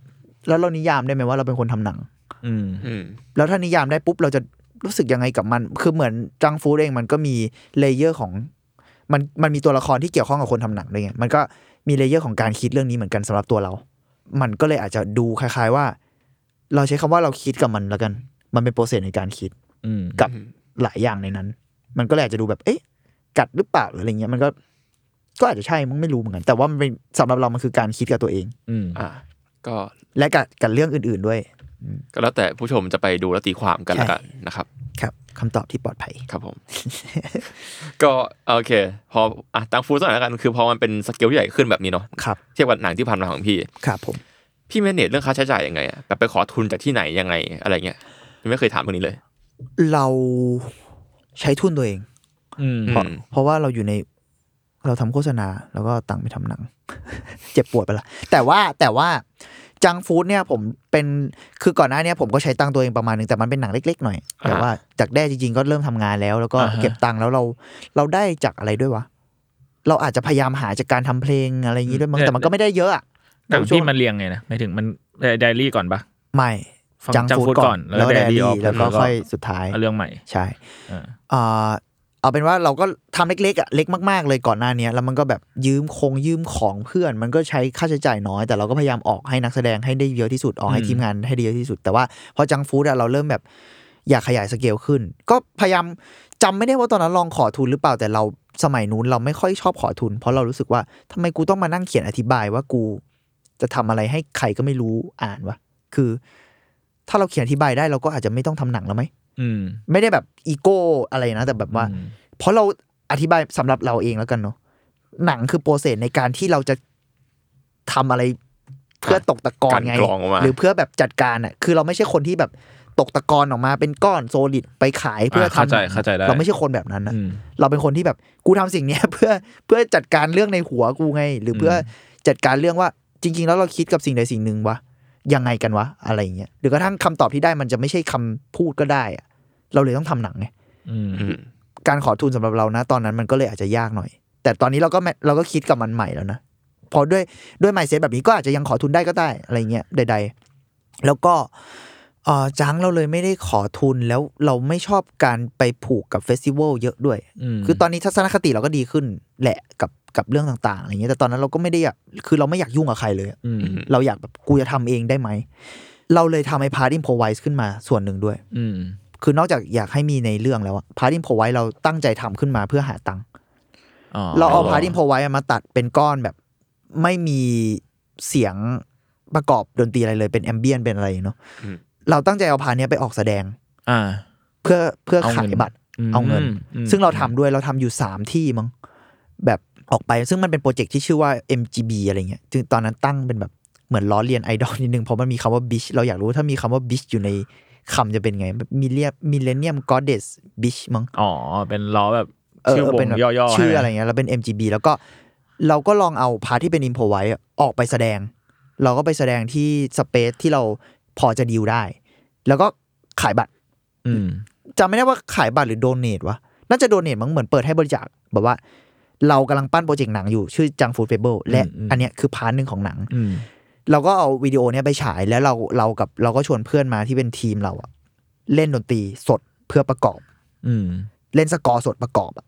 [SPEAKER 5] แล้วเรานิยามได้ไหมว่าเราเป็นคนทำหนัง
[SPEAKER 3] อืม
[SPEAKER 4] อืม
[SPEAKER 5] แล้วถ้านิยามได้ปุ๊บเราจะรู้สึกยังไงกับมัน คือเหมือนจังฟูดเองมันก็มีเลเยอร์ของมันมันมีตัวละครที่เกี่ยวข้องกับคนทำหนังด้วยไงมันก็มีเลเยอร์ของการคิดเรื่องนี้เหมือนกันสำหรับตัวเรา มันก็เลยอาจจะดูคล้าย ๆว่า เราใช้คำว่าเราคิดกับมันแล้วกัน มันเป็นโปรเซสในการคิด
[SPEAKER 3] อืม
[SPEAKER 5] กับหลายอย่างในนั้น มันก็เลยอาจจะดูแบบ เอ๊ะ กัดหรือเปล่าหรืออะไรเงี้ยมันก็ก็อาจจะใช่มึงไม่รู้เหมือนกัน แต่ว่ามันเป็นสำหรับเรามันคือการคิดกับตัวเอง
[SPEAKER 3] อืม
[SPEAKER 4] อ่า ก็
[SPEAKER 5] และกับกับเรื่องอื่น ๆด้วย
[SPEAKER 4] ก็แล้วแต่ผู้ชมจะไปดูแล้วตีความกันแล้วกันนะครับ
[SPEAKER 5] ครับคำตอบที่ปลอดภัย
[SPEAKER 4] ครับผม ก็โอเค พออ่ะตังฟูสักหน่อยแล้วกันคือพอมันเป็นสเกลที่ใหญ่ขึ้นแบบนี้เนาะ
[SPEAKER 5] ครับ
[SPEAKER 4] เทียบกับหนังที่ผ่านมาของพี่
[SPEAKER 5] ครับผม
[SPEAKER 4] พี่แมเนจเรื่องค่าใช้จ่ายยังไงอะแบบไปขอทุนจากที่ไหนยังไงอะไรเงี้ยยังไม่เคยถามตรงนี้เลย
[SPEAKER 5] เราใช้ทุนตัวเอง
[SPEAKER 3] อืม
[SPEAKER 5] เพราะ
[SPEAKER 4] อืม
[SPEAKER 5] เพราะว่าเราอยู่ในเราทำโฆษณา แล้วก็เอาตังค์ไปทำหนัง เจ็บปวดไปละแต่ว่าแต่ว่าจังฟู้ดเนี่ยผมเป็นคือก่อนหน้าเนี้ผมก็ใช้ตังค์ตัวเองประมาณหนึงแต่มันเป็นหนังเล็กๆหน่อย แต่ว่าจากแด้จริงๆก็เริ่มทำงานแล้ว แล้วก็
[SPEAKER 3] อ่าฮะ
[SPEAKER 5] เก็บตังค์แล้วเราเราได้จากอะไรด้วยวะ เราอาจจะพยายามหาจากการทำเพลงอะไรอย่างนี้ด้วยมั้งแต่มันก็ไม่ได้เยอะอะ
[SPEAKER 3] หนังที่มันเรียงไงนะหมายถึงมันไดอารี่ก่อนปะ
[SPEAKER 5] ไม่
[SPEAKER 3] ฟัง
[SPEAKER 5] จังฟู้
[SPEAKER 3] Junk
[SPEAKER 5] ด
[SPEAKER 3] Food ก่
[SPEAKER 5] ก่อ
[SPEAKER 3] อน น
[SPEAKER 5] แล้ว
[SPEAKER 3] แล้ว
[SPEAKER 5] แด
[SPEAKER 3] Daddy
[SPEAKER 5] ดี้
[SPEAKER 3] Off
[SPEAKER 5] แล้วก็
[SPEAKER 3] แล้วก็
[SPEAKER 5] ค่อยสุดท้าย
[SPEAKER 3] เอาเรื่องใหม่
[SPEAKER 5] ใช่
[SPEAKER 3] อ่า
[SPEAKER 5] เอ่อเอาเป็นว่าเราก็ทำเล็กๆอ่ะเล็กมากๆเลยก่อนหน้าเนี้ยแล้วมันก็แบบยืมคงยืมของเพื่อน มันก็ใช้ค่าใช้จ่ายน้อย แต่เราก็พยายามออกให้นักแสดงให้ได้เยอะที่สุดออกให้ทีมงานให้ได้เยอะที่สุด แต่ว่าพอจังฟู้ดอะเราเริ่มแบบอยากขยายสเกลขึ้น ก็พยายามจำไม่ได้ว่าตอนนั้นลองขอทุนหรือเปล่าแต่เราสมัยนู้นเราไม่ค่อยชอบขอทุน เพราะเรารู้สึกว่าทำไมกูต้องมานั่งเขียนอธิบายว่ากูจะทำอะไรให้ใครก็ไม่รู้อ่านวะคือ ถ้าเราเขียนอธิบายได้เราก็อาจจะไม่ต้องทำหนังแล้วไหม
[SPEAKER 3] อืม
[SPEAKER 5] ไม่ได้แบบอีโก้อะไรนะ แต่แบบว่า
[SPEAKER 3] อืม
[SPEAKER 5] เพราะเราอธิบายสำหรับเราเองแล้วกันเนาะหนังคือโปรเซสในการที่เราจะทำอะไรเพื่อตกตะกอนไง
[SPEAKER 4] การกรองออกมา
[SPEAKER 5] หรือเพื่อแบบจัดการอ่ะคือเราไม่ใช่คนที่แบบตกตะกอนออกมาเป็นก้อนโซลิดไปขายเพื่อ
[SPEAKER 3] เข้า
[SPEAKER 5] ทำ
[SPEAKER 3] ใจเข้าใจได้
[SPEAKER 5] เราไม่ใช่คนแบบนั้นนะ
[SPEAKER 3] อืม
[SPEAKER 5] เราเป็นคนที่แบบกูทำสิ่งเนี้ย เพื่อเพื่อจัดการเรื่องในหัวกูไง หรือเพื่ออจัดการเรื่องว่าจริง ๆ แล้วเราคิดกับสิ่งใดสิ่งหนึ่งวะยังไงกันวะอะไรอย่างเงี้ยหรือกระทั่งคำตอบที่ได้มันจะไม่ใช่คำพูดก็ได้อะเราเลยต้องทำหนังไง
[SPEAKER 3] อืม
[SPEAKER 4] อืม
[SPEAKER 5] การขอทุนสำหรับเรานะตอนนั้นมันก็เลยอาจจะยากหน่อย แต่ตอนนี้เราก็ไม่เราก็คิดกับมันใหม่แล้วนะเพอด้วยด้วยไมเซ็ตแบบนี้ก็อาจจะยังขอทุนได้ก็ได้อะไรเงี้ยใด ๆ แล้วก็เอ่อจังเราเลยไม่ได้ขอทุนแล้วเราไม่ชอบการไปผูกกับเฟสติวัลเยอะด้วย
[SPEAKER 3] อืม
[SPEAKER 5] คือตอนนี้ทัศนคติเราก็ดีขึ้นแหละกับกับเรื่องต่าง ๆอะไรเงี้ยแต่ตอนนั้นเราก็ไม่ได้อยากคือเราไม่อยากยุ่งกับใครเลยอะ
[SPEAKER 3] อืม
[SPEAKER 5] เราอยากแบบกูจะทำเองได้ไหม เราเลยทำไอ้พาร์ทอินโพไวส์ขึ้นมาส่วนหนึ่งด้วย
[SPEAKER 3] อืม
[SPEAKER 5] คือนอกจากอยากให้มีในเรื่องแล้วอะพาร์ทอินโพไวเราตั้งใจทำขึ้นมาเพื่อหาตังค์ เราเอาพาร์ทอินโพไวมาตัดเป็นก้อนแบบไม่มี เสียงประกอบดนตรีอะไรเลยเป็นแอมเบียนเป็นอะไรเนาะ
[SPEAKER 4] อืม
[SPEAKER 5] เราตั้งใจเอาพาร์ทเนี้ยไปออกแสดง
[SPEAKER 3] อ่า
[SPEAKER 5] เพื่อเพื่อ
[SPEAKER 3] เอาเงิ
[SPEAKER 5] ขาน ยบัตร เอาเงิน
[SPEAKER 3] อืม
[SPEAKER 5] ซึ่งเราทำด้วยเราทำอยู่สามที่มั้งแบบออกไปซึ่งมันเป็นโปรเจกต์ที่ชื่อว่า MGB อะไรเงี้ยซึ่งตอนนั้นตั้งเป็นแบบเหมือนล้อเลียนไอดอล นิดนึงเพราะมันมีคำว่า bitch เราอยากรู้ถ้ามีคำว่า bitch อยู่ในคำจะเป็นไงมิเลียมิเลเนียมกอเดส bitch มั้ง
[SPEAKER 3] อ๋อ เป็นล้อแบบ
[SPEAKER 5] เออ
[SPEAKER 3] ชื่อว
[SPEAKER 5] เป็
[SPEAKER 3] ง
[SPEAKER 5] นแบบ
[SPEAKER 3] ย่อๆ
[SPEAKER 5] ชื่อ
[SPEAKER 3] ให้
[SPEAKER 5] อะไรเงี้ยเราเป็น MGB แล้วก็เราก็ลองเอาพาร์ทที่เป็นอินโพไว้ออกไปแสดง เราก็ไปแสดงที่สเปซที่เราพอจะดีลได้ แล้วก็ขายบัตร
[SPEAKER 3] อืม
[SPEAKER 5] จำไม่ได้ว่าขายบัตรหรือโดเนทวะน่าจะโดเนทมั้งเหมือนเปิดให้บริจาคแบบว่า เรากำลังปั้นโปรเจกต์หนังอยู่ชื่อจังฟูดเฟเบิลและ
[SPEAKER 3] อืมอืม
[SPEAKER 5] อันเนี้ยคือพาร์ทหนึ่งของหนัง
[SPEAKER 3] อืม
[SPEAKER 5] เราก็เอาวิดีโอเนี้ยไปฉายแล้วเราเรากับเราก็ชวนเพื่อนมาที่เป็นทีมเราอะเล่นดนตรีสดเพื่อประกอบ
[SPEAKER 3] อืม
[SPEAKER 5] เล่นสกอร์สดประกอบอะ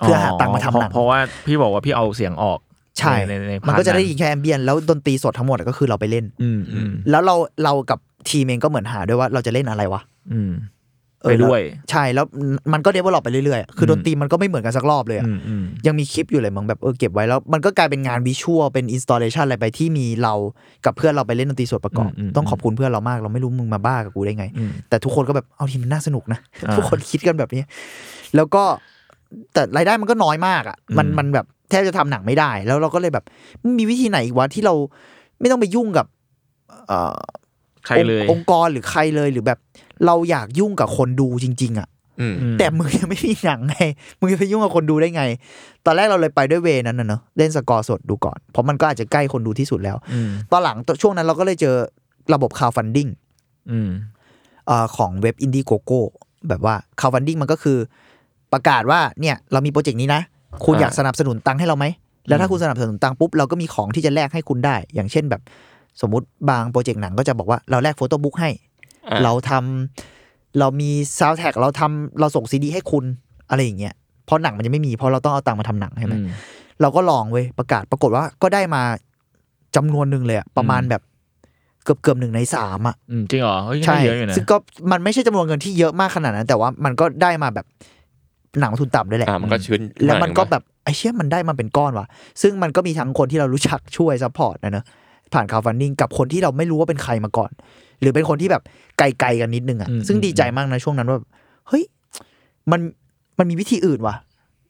[SPEAKER 5] เพื่อหาตังค์มาทำหนัง
[SPEAKER 3] เพราะว่าพี่บอกว่าพี่เอาเสียงออก
[SPEAKER 5] ใช่
[SPEAKER 3] ในในพาร์ท
[SPEAKER 5] มันก็จะได้ยินแค่แอมเบียนแล้วดนตรีสดทั้งหมดก็คือเราไปเล่น
[SPEAKER 3] อืมอืม
[SPEAKER 5] แล้วเราเรากับทีมเองก็เหมือนหาด้วยว่าเราจะเล่นอะไรวะ
[SPEAKER 3] อืม
[SPEAKER 5] เออ
[SPEAKER 3] ไปด้วย
[SPEAKER 5] แล้ใช่แล้วมันก็เดเวลลอปไปเรื่อยๆอะคืออ
[SPEAKER 3] ม
[SPEAKER 5] ดนตรีมันก็ไม่เหมือนกันสักรอบเลยอะ
[SPEAKER 3] อืมอืม
[SPEAKER 5] ยังมีคลิปอยู่เลยมึงแบบเออเก็บไว้แล้ว มันก็กลายเป็นงานวิชวลเป็นอินสต l เลชันอะไรไปที่มีเรากับเพื่อนเราไปเล่นดนตรีสดประกอบ ต้องขอบคุณเพื่อนเรามากเราไม่รู้มึงมาบ้ากับกูได้ไง
[SPEAKER 3] อืม
[SPEAKER 5] แต่ทุกคนก็แบบเอาทีมันน่าสนุกนะ
[SPEAKER 3] อ่า
[SPEAKER 5] ทุกคนคิดกันแบบนี้ แล้วก็แต่รายได้มันก็น้อยมากอะ่ะ มัน
[SPEAKER 3] อืม
[SPEAKER 5] มันแบบแทบจะทำหนังไม่ได้ แล้วเราก็เลยแบบมีวิธีไหนอีกวะที่เราไม่ต้องไปยุ่งกับ เอ่อ
[SPEAKER 3] ใครเลย
[SPEAKER 5] ององค์กรหรือใครเลยหรือแบบ เราอยากยุ่งกับคนดูจริง ๆอะ่ะ
[SPEAKER 4] อืม
[SPEAKER 3] อืม
[SPEAKER 5] แต่มึงยังไม่มีหนัง ไงมึงจะไปยุ่งกับคนดูได้ไง ตอนแรกเราเลยไปด้วยเวย์นั้นนะเนอะเล่นสกอร์สดดูก่อน เพราะมันก็อาจจะใกล้คนดูที่สุดแล้ว
[SPEAKER 3] อืม
[SPEAKER 5] ตอนหลังช่วงนั้นเราก็เลยเจอระบบคาวฟันดิ้ง
[SPEAKER 3] อืม
[SPEAKER 5] เอ่อของเว็บอินดี้โกโก้แบบว่าคาวันดิ้งมันก็คือ ประกาศว่าเนี่ยเรามีโปรเจกต์นี้นะ คุณ
[SPEAKER 3] อ่า
[SPEAKER 5] อยากสนับสนุนตังค์ให้เราไหม แล้วถ้า
[SPEAKER 3] อืม
[SPEAKER 5] คุณสนับสนุนตังค์ปุ๊บ เราก็มีของที่จะแลกให้คุณได้ อย่างเช่นแบบสมมติบางโปรเจกต์หนังก็จะบอกว่าเราแลกโฟโต้บุ๊กให้
[SPEAKER 4] อ่ะ
[SPEAKER 5] เราทำเรามีซาวแท็กเราทำเราส่งซีดีให้คุณอะไรอย่างเงี้ยเพราะหนังมันยังไม่มีเพราะเราต้องเอาตังค์มาทำหนังใช่ไหม
[SPEAKER 3] อืม
[SPEAKER 5] เราก็ลองเว้ยประกาศปรากฏว่าก็ได้มาจำนวนหนึ่งเลยอะประมาณ
[SPEAKER 3] อืม
[SPEAKER 5] แบบเกือบเกือบๆหนึ่งในสามอะ
[SPEAKER 3] อืมจริงเหรอเฮ้ย
[SPEAKER 5] ใช่
[SPEAKER 3] เยอะอยู่นะ
[SPEAKER 5] ซึ่งก็มันไม่ใช่จำนวนเงินที่เยอะมากขนาดนั้น แต่ว่ามันก็ได้มาแบบหนังทุนต่ำด้วยแหละ
[SPEAKER 4] อ่ะมันก็ชื้น
[SPEAKER 5] แล้วมันก็แบบไอ้เชี่ยมันได้มาเป็นก้อนว่ะ ซึ่งมันก็มีทั้งคนที่เรารู้จักช่วยซัพพอร์ตนะเนอะผ่านคาวฟันดิ้งกับคนที่เราไม่รู้ว่าเป็นใครมาก่อน หรือเป็นคนที่แบบไกลๆกันนิดนึงอ่ะ ซึ่งดีใจมากนะช่วงนั้นว่าแบบเฮ้ยมันมันมีวิธีอื่นว่ะ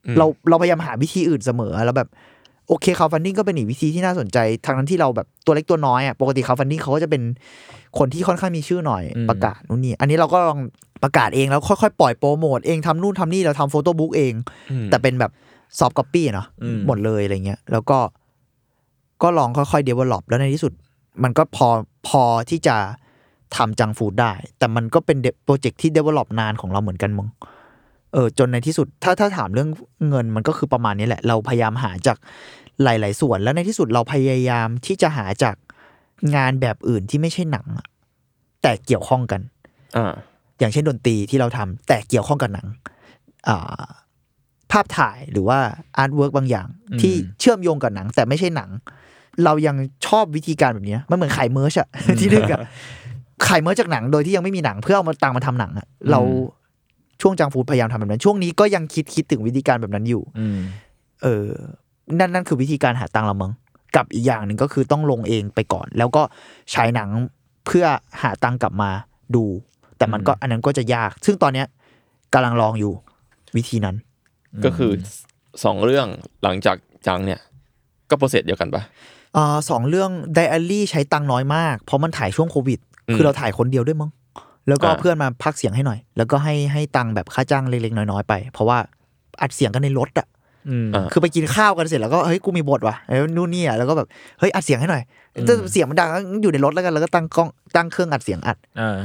[SPEAKER 4] อืม
[SPEAKER 5] เราเราพยายามหาวิธีอื่นเสมอแล้วแบบโอเคคาวฟันดิ้งก็เป็นอีกวิธีที่น่าสนใจทางนั้นที่เราแบบตัวเล็กตัวน้อยอ่ะปกติคาวฟันดิ้งเขาก็จะเป็นคนที่ค่อนข้างมีชื่อหน่อย
[SPEAKER 3] อืม
[SPEAKER 5] ประกาศนู่นนี่อันนี้เราก็ลองประกาศเองแล้วค่อยๆปล่อยโปรโมทเองทำนู่นทำนี่เราทำโฟโต้บุ๊กเอง
[SPEAKER 4] อืม
[SPEAKER 5] แต่เป็นแบบซอฟต์ก๊อปปี้เนาะ
[SPEAKER 3] อืม
[SPEAKER 5] หมดเลยอะไรเงี้ย แล้วก็ก็ลองค่อยๆ develop แล้วในที่สุด มันก็พอพอที่จะทำจังฟูดได้ แต่มันก็เป็นโปรเจกต์ที่ develop นานของเราเหมือนกันมึงเออจนในที่สุด ถ้าถ้าถามเรื่องเงินมันก็คือประมาณนี้แหละ เราพยายามหาจากหลาย ๆ ส่วน แล้วในที่สุดเราพยายามที่จะหาจากงานแบบอื่นที่ไม่ใช่หนังอะแต่เกี่ยวข้องกัน
[SPEAKER 4] อ่า
[SPEAKER 5] อย่างเช่นดนตรีที่เราทำแต่เกี่ยวข้องกับหนังอ่าภาพถ่ายหรือว่าอาร์ตเวิร์กบางอย่าง
[SPEAKER 3] อืม
[SPEAKER 5] ที่เชื่อมโยงกับหนัง แต่ไม่ใช่หนัง เรายังชอบวิธีการแบบนี้นะมันเหมือนขายเมอร์ชอะ ที่นึกอะขายเมอร์ชจากหนังโดยที่ยังไม่มีหนังเพื่อเอามาตังค์มาทำหนังอะเราช่วงจังฟูดพยายามทำแบบนั้น ช่วงนี้ก็ยังคิดคิดถึงวิธีการแบบนั้นอยู่
[SPEAKER 3] อืม
[SPEAKER 5] เออ นั่นนั่นคือวิธีการหาตังค์เรามั้งกับอีกอย่างหนึ่งก็คือต้องลงเองไปก่อน แล้วก็ฉายหนังเพื่อหาตังค์กลับมาดู แต่มันก็อันนั้นก็จะยาก ซึ่งตอนเนี้ยกำลังลองอยู่วิธีนั้น
[SPEAKER 4] ก็คือสองเรื่องหลังจากจังเนี่ย ก็โปรเซสเดียวกันปะ
[SPEAKER 5] เอ่อสองเรื่องไดอารี่ใช้ตังค์น้อยมาก เพราะมันถ่ายช่วงโควิด
[SPEAKER 4] อืม
[SPEAKER 5] คือเราถ่ายคนเดียวด้วยมั้งแล้วก็
[SPEAKER 4] อ่า
[SPEAKER 5] เพื่อนมาพักเสียงให้หน่อย แล้วก็ให้ให้ตังค์แบบค่าจ้างเล็กๆน้อยๆไป เพราะว่าอัดเสียงกันในรถอะ
[SPEAKER 3] อืม
[SPEAKER 4] อ่า
[SPEAKER 5] คือไปกินข้าวกันเสร็จแล้วก็เฮ้ยกูมีบทว่ะแล้วนู่นนี่อ่ะแล้วก็แบบเฮ้ยอัดเสียงให้หน่อย
[SPEAKER 3] อืม
[SPEAKER 5] ถ้าเสียงมันดังก็อยู่ในรถแล้วกันแล้วก็ตั้งกล้องตั้งเครื่องอัดเสียงอัด
[SPEAKER 3] อ่า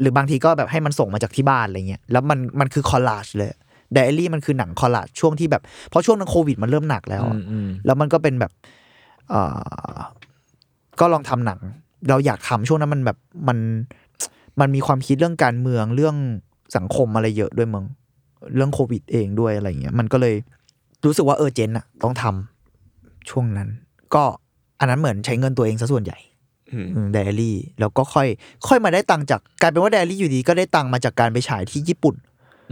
[SPEAKER 5] หรือบางทีก็แบบให้มันส่งมาจากที่บ้านอะไรเงี้ยแล้วมันมันคือคอลลาจเลยไดอารี่มันคือหนังคอลลาจช่วงที่แบบเพราะช่วงนั้นโควิดมันเริ่มหนักแล้ว
[SPEAKER 3] อื
[SPEAKER 5] อะ
[SPEAKER 3] มอืม
[SPEAKER 5] แล้วมันก็เป็นแบบเอ่อก็ลองทำหนัง เราอยากทำช่วงนั้นมันแบบมันมันมีความคิดเรื่องการเมืองเรื่องสังคมอะไรเยอะด้วยมึงเรื่องโควิดเองด้วยอะไรเงี้ยมันก็เลย รู้สึกว่าเออเจนอะต้องทำช่วงนั้น ก็อันนั้นเหมือนใช้เงินตัวเองซะส่วนใหญ่
[SPEAKER 4] อืม
[SPEAKER 5] ไดอารี่แล้วก็ค่อย ค่อยมาได้ตังค์จากกลายเป็นว่าไดอารี่อยู่ดีก็ได้ตังค์มาจากการไปฉายที่ญี่ปุ่น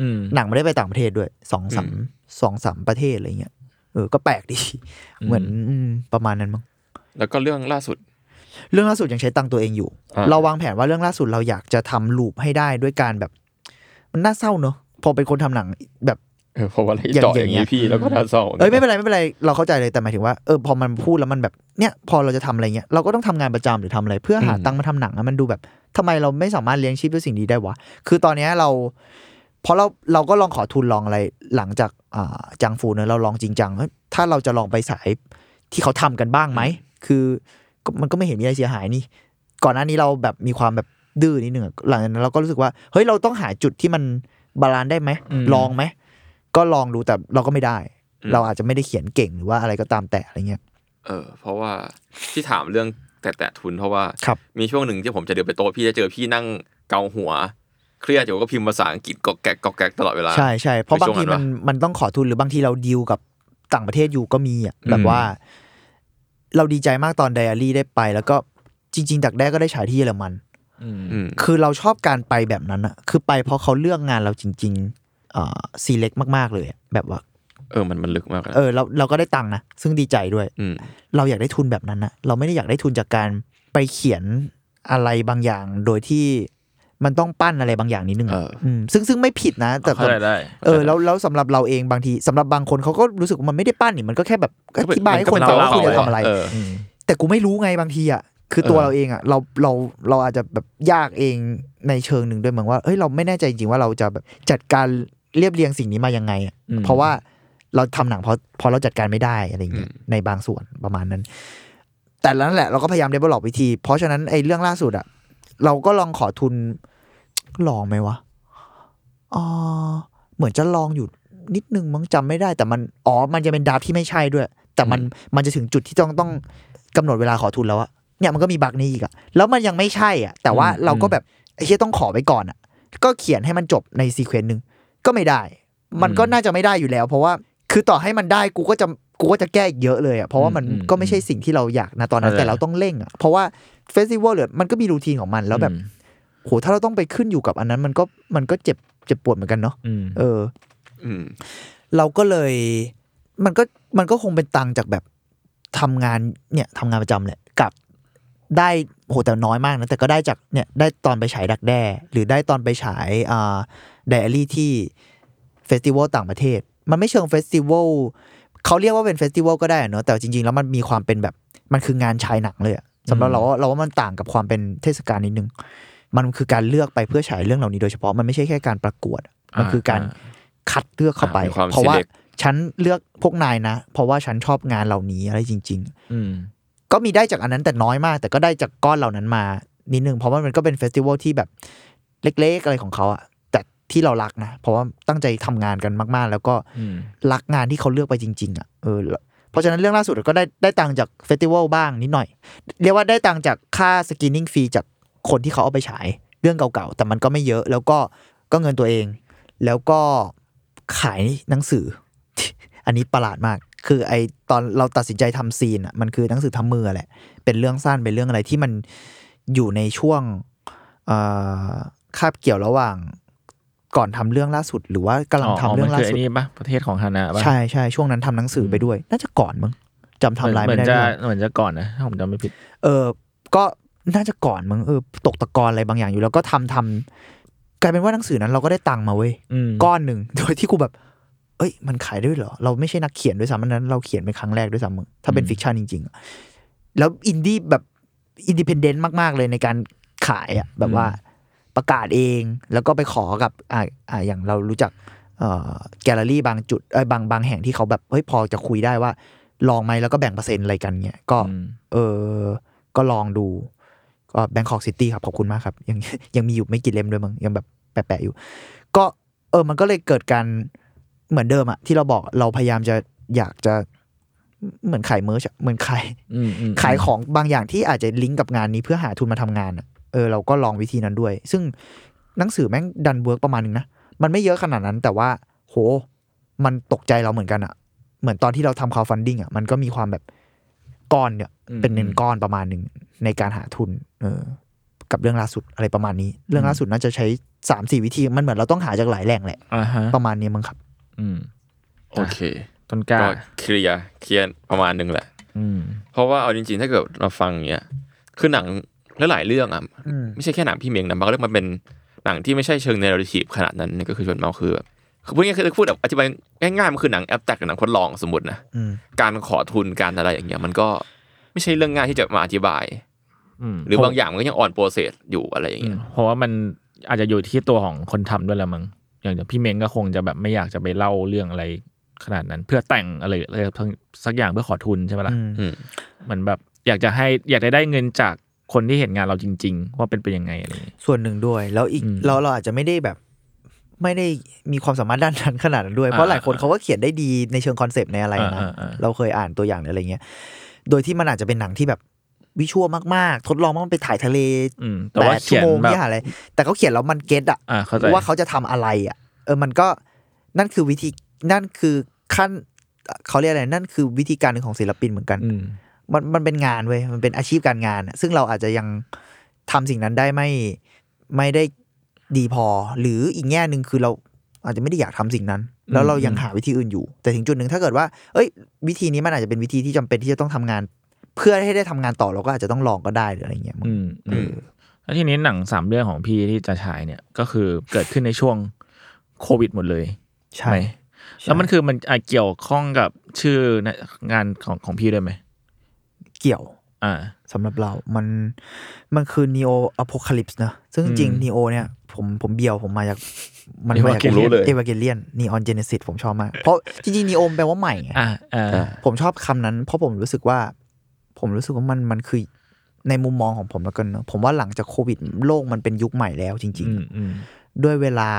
[SPEAKER 3] อืม
[SPEAKER 5] หนังไม่ได้ไปต่างประเทศด้วยสองสามสองสามประเทศอะไรเงี้ยเออก็แปลกดี
[SPEAKER 3] อืม
[SPEAKER 5] เหมือนอืมประมาณนั้นมั้ง
[SPEAKER 4] แล้วก็เรื่องล่าสุด
[SPEAKER 5] เรื่องล่าสุดยังใช้ตังค์ตัวเองอยู่
[SPEAKER 4] อ่า
[SPEAKER 5] เราวางแผนว่าเรื่องล่าสุดเราอยากจะทำลูปให้ได้ด้วยการแบบ มันน่าเศร้าเนอะพอเป็นคนทำหนังแบบ
[SPEAKER 4] เออเพราะว่าอะไร
[SPEAKER 5] อย่าง
[SPEAKER 4] เจาะอย่าง
[SPEAKER 5] อ
[SPEAKER 4] นี้
[SPEAKER 5] ย่างเงี้ย
[SPEAKER 4] พี่แล้วก็น่าเศร้า
[SPEAKER 5] เอ้ยไม่เป็นไรไม่เป็นไรเราเข้าใจเลยแต่หมายถึงว่าเออพอมันพูดแล้วมันแบบเนี่ยพอเราจะทำอะไรเงี้ยเราก็ต้องทำงานประจำหรือทำอะไร เพื่อหาตังค์มาทำหนังอะมันดูแบบทำไมเราไม่สามารถเลี้ยงชีพด้วยสิ่งนี้ได้วะคือตอนเนี้ยเราเพราะเราเราก็ลองขอทุนลองอะไรหลังจากอ่าจังฟูเนอะเราลองจริงจังเฮ้ยถ้าเราจะลองไปสายที่เขาทำกันบ้างไหมคือก็มันก็ไม่เห็นมีอะไรเสียหายนี่ ก่อนหน้านี้เราแบบมีความแบบดื้อนิดหนึ่งอะหลังจากนั้นเราก็รู้สึกว่าเฮ้ยเราต้องหาจุดที่มันบาลานซ์ได้ไหม
[SPEAKER 3] อืม
[SPEAKER 5] ลองไหมก็ลองดูแต่เราก็ไม่ได้ เราอาจจะไม่ได้เขียนเก่งหรือว่าอะไรก็ตามแต่อะไรเงี้ย
[SPEAKER 4] เออ เพราะว่าที่ถามเรื่องแต่แต่ทุนเพราะว่า
[SPEAKER 5] ครับ
[SPEAKER 4] มีช่วงหนึ่งที่ผมจะเดินไปโต๊ะพี่จะเจอพี่นั่งเกาหัว เครียดอยู่ก็พิมพ์ภาษาอังกฤษกอกแกกกอกแกกตลอดเวลา
[SPEAKER 5] ใช่ใช่เพราะบางที
[SPEAKER 4] ไปช่วงนั้
[SPEAKER 5] มัน
[SPEAKER 4] น
[SPEAKER 5] มันต้องขอทุนหรือบางทีเราดีลกับต่างประเทศอยู่ก็มีอ่ะแบบว่า เราดีใจมากตอนไดอารี่ได้ไป แล้วก็จริง ๆ ดักแด้ก็ได้ฉายที่เยอรมัน
[SPEAKER 3] อืม
[SPEAKER 4] อืม
[SPEAKER 5] คือเราชอบการไปแบบนั้นอ่ะ คือไปเพราะเขาเลือกงานเราจริงๆอ่าซีเล็กมากๆเลยอะแบบว่า
[SPEAKER 4] เออมันมันลึกมากนะ
[SPEAKER 5] เออเราเราก็ได้ตังค์นะซึ่งดีใจด้วย
[SPEAKER 4] อืม
[SPEAKER 5] เราอยากได้ทุนแบบนั้นนะเราไม่ได้อยากได้ทุนจากการไปเขียนอะไรบางอย่าง โดยที่มันต้องปั้นอะไรบางอย่างนิดนึงอะ
[SPEAKER 4] เอออื
[SPEAKER 5] มซึ่งซึ่งไม่ผิดนะ แต่
[SPEAKER 3] เข้าใจได้
[SPEAKER 5] เออแล้วแล้วสำหรับเราเองบางทีสำหรับบางคนเขาก็รู้สึกว่ามันไม่ได้ปั้นนี่มันก็แค่แบบอธิบายให้คนฟังว่าคุณจะทำอะไร
[SPEAKER 4] เออ
[SPEAKER 3] อืม
[SPEAKER 5] แต่กูไม่รู้ไงบางทีอ่ะคือตัว
[SPEAKER 4] เออ
[SPEAKER 5] เราเองอ่ะเราเราเราอาจจะแบบยากเองในเชิงหนึ่งด้วยเหมือนว่าเฮ้ยเราไม่แน่ใจจริงๆว่าเราจะแบบจัดการเรียบเรียงสิ่งนี้มายังไงอะ
[SPEAKER 3] อืม
[SPEAKER 5] เพราะว่าเราทำหนังเพราะเพราะเราจัดการไม่ได้อะไรอย่างเงี้ยในบางส่วนประมาณนั้น แต่แล้วนั่นแหละเราก็พยายามเดเวลลอปวิธี เพราะฉะนั้นไอ้เรื่องล่าสุดอ่ะเราก็ลองขอทุน ลองไหมวะอ๋อเหมือนจะลองอยู่นิดนึงมั้งจำไม่ได้ แต่มันอ๋อมันจะเป็นดราฟต์ที่ไม่ใช่ด้วย แต่มันมันจะถึงจุดที่ต้องต้อง กำหนดเวลาขอทุนแล้วอะเนี่ยมันก็มีบักนี้อีกอะแล้วมันยังไม่ใช่อะแต่ว่า
[SPEAKER 3] อืม
[SPEAKER 5] เราก็แบบไอ้เชี่ยต้องขอไว้ก่อนอะก็เขียนให้มันจบในซีเควนต์หนึ่งก็ไม่ได้ มันก็น่าจะไม่ได้อยู่แล้ว เพราะว่าคือต่อให้มันได้กูก็จะกูก็จะแก้อีกเยอะเลยอะเพราะว่ามันก็ไม่ใช่สิ่งที่เราอยากนะตอนนั้นแต่เราต้องเร่งอะเพราะว่าเฟสติวัลหรือมันก็มีรูทีนของมันแล้วแบบโหถ้าเราต้องไปขึ้นอยู่กับอันนั้นมันก็มันก็เจ็บเจ็บปวดเหมือนกันเนาะ
[SPEAKER 3] อืม
[SPEAKER 5] เออ
[SPEAKER 4] อืม
[SPEAKER 5] เราก็เลยมันก็มันก็คงเป็นตังค์จากแบบทำงานเนี่ยทำงานประจำแหละกับได้โหแต่น้อยมากนะ แต่ก็ได้จากเนี่ยได้ตอนไปฉายดักแด้ หรือได้ตอนไปฉายอ่าไดอารี่ที่เฟสติวัลต่างประเทศ มันไม่เชิงเฟสติวัลเขาเรียกว่าเป็นเฟสติวัลก็ได้อะเนอะแต่จริง ๆ แล้วมันมีความเป็นแบบมันคืองานชายหนังเลยอะสำหรับเราว่าเราว่ามันต่างกับความเป็นเทศกาลนิดนึง มันคือการเลือกไปเพื่อฉายเรื่องเหล่านี้โดยเฉพาะมันไม่ใช่แค่การประกวดอะมันคือการ คัดเลือกเข้าไป
[SPEAKER 4] อ่ามีความ
[SPEAKER 5] เพราะว่า
[SPEAKER 4] select
[SPEAKER 5] ฉันเลือกพวกนายนะ เพราะว่าฉันชอบงานเหล่านี้อะไรจริง
[SPEAKER 3] อืม
[SPEAKER 5] ๆ ก็มีได้จากอันนั้นแต่น้อยมาก แต่ก็ได้จากก้อนเหล่านั้นมานิดนึงเพราะว่ามันก็เป็นเฟสติวัลที่แบบเล็กๆอะไรของเขาอะแต่ที่เรารักนะ เพราะว่าตั้งใจทำงานกันมากๆ แล้วก็
[SPEAKER 3] อืม
[SPEAKER 5] รักงานที่เขาเลือกไปจริง ๆอะเออเพราะฉะนั้นเรื่องล่าสุดก็ได้ได้ตังค์จากเฟสติวัลบ้างนิดหน่อย เรียกว่าได้ตังค์จากค่าสกรีนนิ่งฟรีจากคนที่เขาเอาไปฉายเรื่องเก่าๆแต่มันก็ไม่เยอะแล้วก็ก็เงินตัวเอง แล้วก็ขายหนังสือ อันนี้ประหลาดมาก คือไอตอนเราตัดสินใจทำซีนอ่ะมันคือหนังสือทำมือแหละ เป็นเรื่องสั้นเป็นเรื่องอะไรที่มันอยู่ในช่วงเอ่อคาบเกี่ยวระหว่างก่อนทำเรื่องล่าสุด หรือว่ากำลังทำเรื่องล่า
[SPEAKER 3] มันคื
[SPEAKER 5] สุด
[SPEAKER 3] ไนี่ปะประเทศของฮานะปะ
[SPEAKER 5] ใช่ใช่ช่วงนั้นทำหนังสือไปด้วย น่าจะก่อนมั้งจำไทำลาย
[SPEAKER 3] เหมื
[SPEAKER 5] ไม่
[SPEAKER 3] อน
[SPEAKER 5] ได้
[SPEAKER 3] จะ
[SPEAKER 5] ด้วย
[SPEAKER 3] เหมือนจะก่อนนะถ้าผมจำไม่ผิด
[SPEAKER 5] เออ ก็น่าจะก่อนมั้งเออตกตะกอนอะไรบางอย่างอยู่แล้วก็ทำทำกลายเป็นว่าหนังสือนั้นเราก็ได้ตังค์มาเว้ย
[SPEAKER 3] อืม
[SPEAKER 5] ก้อนหนึ่ง โดยที่กูแบบ เอ้ย มันขายได้ด้วยเหรอ เราไม่ใช่นักเขียนด้วยซ้ำอันนั้น เราเขียนเป็นครั้งแรกด้วยซ้ำมึงถ้าเป็นฟิกชันจริงๆอะแล้วอินดี้แบบอินดิเพนเดนต์มาก ๆ เลยในการขายอะแบบว่าประกาศเองแล้วก็ไปขอกับอ่าอ่าอย่างเรารู้จักเอ่อแกลเลอรี่บางจุดเอ้ยบางบางแห่งที่เขาแบบเฮ้ยพอจะคุยได้ว่า ลองไหมแล้วก็แบ่งเปอร์เซ็นต์อะไรกันเงี้ยก็
[SPEAKER 3] อืม
[SPEAKER 5] เออ ก็ลองดู ก็แบงคอกซิตี้ครับ ขอบคุณมากครับ ยัง ยังมีอยู่ไม่กี่เล่มด้วยมั้งยังแบบแปะๆอยู่ ก็เออ มันก็เลยเกิดการเหมือนเดิมอะที่เราบอกเราพยายามจะอยากจะเหมือนขายเมอร์ชเหมือนขาย
[SPEAKER 3] อืมอืม
[SPEAKER 5] ขายของบางอย่างที่อาจจะลิงก์กับงานนี้เพื่อหาทุนมาทำงานอะเออเราก็ลองวิธีนั้นด้วย ซึ่งหนังสือแม่งดันเวิร์กประมาณนึงนะ มันไม่เยอะขนาดนั้นแต่ว่า โห มันตกใจเราเหมือนกันอะเหมือนตอนที่เราทำคาวฟันดิ้งอะมันก็มีความแบบก้อนเนี่ย
[SPEAKER 3] อืม
[SPEAKER 5] เป็นเงินก้อนประมาณหนึ่งในการหาทุน เออ กับเรื่องล่าสุดอะไรประมาณนี้ เรื่องล่าสุดน่าจะใช้สามสี่วิธีมันเหมือนเราต้องหาจากหลายแหล่งแหละ
[SPEAKER 3] อ่าฮะ
[SPEAKER 5] ประมาณนี้มั้งครับ
[SPEAKER 3] อืม
[SPEAKER 4] โอเค
[SPEAKER 3] ต้นกล้า
[SPEAKER 4] ก็เคลียร์เคลียร์ประมาณหนึงแหละ
[SPEAKER 3] อืม
[SPEAKER 4] เพราะว่าเอาจริงๆ ถ้าเกิดเราฟังอย่างเงี้ย คือหนังหลายๆเรื่องอ่ะ
[SPEAKER 5] อืม
[SPEAKER 4] ไม่ใช่แค่หนังพี่เมงนะบางเรื่องมันเป็นหนังที่ไม่ใช่เชิงเนราทีฟขนาดนั้นก็คือชวนเมาคือแบบคือพูดง่ายๆคือพูดแบบอธิบายง่ายๆมันคือหนังแอปแตกหนังทดลองสมมตินะ
[SPEAKER 5] อืม
[SPEAKER 4] การขอทุนการอะไรอย่างเงี้ยมันก็ไม่ใช่เรื่องง่ายที่จะมาอธิบาย
[SPEAKER 3] ม
[SPEAKER 4] หรือบางอย่างมันก็ยังอ่อนโปรเซสอยู่อะไรอย่าง
[SPEAKER 3] อื
[SPEAKER 4] เงี้
[SPEAKER 3] ม
[SPEAKER 4] ย
[SPEAKER 3] เพราะว่ามันอาจจะอยู่ที่ตัวของคนทำด้วยละมั้งอย่างพี่เม้งก็คงจะแบบไม่อยากจะไปเล่าเรื่องอะไรขนาดนั้น เพื่อแต่งอะไรอะไรสักอย่างเพื่อขอทุนใช่ไหมล่ะ
[SPEAKER 5] อืม
[SPEAKER 4] อืม
[SPEAKER 3] เหมือนแบบอยากจะให้อยากจะได้เงินจากคนที่เห็นงานเราจริง ๆ ว่าเป็นเป็นยังไงอะไรอย่างเงี้ย
[SPEAKER 5] ส่วนหนึ่งด้วย แล้วอีก
[SPEAKER 3] อืม
[SPEAKER 5] เราเราอาจจะไม่ได้แบบ ไม่ได้มีความสามารถด้านนั้นขนาดนั้นด้วย เพราะหลายคนเขาก็เขียนได้ดีในเชิงคอนเซปต์ในอะไรนะ
[SPEAKER 3] อ่าอ่าอ่า
[SPEAKER 5] เราเคยอ่านตัวอย่างหรืออะไรเงี้ย โดยที่มันอาจจะเป็นหนังที่แบบวิชวลมากๆ ทดลองว่ามันไปถ่ายทะเล
[SPEAKER 3] อืมแต่
[SPEAKER 5] แป
[SPEAKER 3] ว่า
[SPEAKER 5] ดชั่
[SPEAKER 3] เขี
[SPEAKER 5] วย
[SPEAKER 3] น
[SPEAKER 5] โมง
[SPEAKER 3] แบบ
[SPEAKER 5] เนี่ยอะไรแต่เขาเขียนแล้วมันเก็ตอะ
[SPEAKER 3] อ่าเข้าใจ
[SPEAKER 5] ว่าเขาจะทำอะไรอะเออมันก็นั่นคือวิธีนั่นคือขั้นเขาเรียกอะไรนั่นคือวิธีการหนึ่งของศิลปินเหมือนกัน
[SPEAKER 3] อืม
[SPEAKER 5] มันมันเป็นงานเว้ย มันเป็นอาชีพการงานอะซึ่งเราอาจจะยังทำสิ่งนั้นได้ไม่ไม่ได้ดีพอ หรืออีกแง่หนึ่งคือเราอาจจะไม่ได้อยากทำสิ่งนั้น แล้วเรายัง
[SPEAKER 3] อืม
[SPEAKER 5] หาวิธีอื่นอยู่ แต่ถึงจุดหนึ่งถ้าเกิดว่า เอ้ย วิธีนี้มันอาจจะเป็นวิธีที่จำเป็นที่จะต้องทำงาน เพื่อให้ได้ทำงานต่อเราก็อาจจะต้องลองก็ได้หรืออะไรเงี้ยมั้ง
[SPEAKER 3] อืม
[SPEAKER 4] อืม
[SPEAKER 3] แล้วทีนี้หนังสามเรื่องของพี่ที่จะฉายเนี่ยก็คือเกิดขึ้นในช่วงโควิดหมดเลย
[SPEAKER 5] ใช่
[SPEAKER 3] ไหมแล้วมันคือมันอ่ะเกี่ยวข้องกับชื่อในงานของของพี่ด้วยไหม
[SPEAKER 5] เกี่ยว
[SPEAKER 3] อ่า
[SPEAKER 5] สำหรับเรา มันมันคือ neo apocalypse นะซึ่งจริง
[SPEAKER 3] อืม
[SPEAKER 5] ๆ neo เนี่ย ผมผมเบียวผมมาจากมัน
[SPEAKER 3] Evangelion
[SPEAKER 4] รู้เลย
[SPEAKER 5] เอวาเกเลียนนีออนเจเนซิสผมชอบมากเพราะจริงๆ neo แปลว่าใหม่ไง
[SPEAKER 3] อ่าอ่า
[SPEAKER 4] อ่า
[SPEAKER 5] ผมชอบคำนั้น เพราะผมรู้สึกว่า ผมรู้สึกว่ามันมันคือในมุมมองของผมแล้วกันเนอะผมว่าหลังจากโควิดโลกมันเป็นยุคใหม่แล้วจริง
[SPEAKER 3] อืมอืม
[SPEAKER 5] ๆ ด้วยเวลา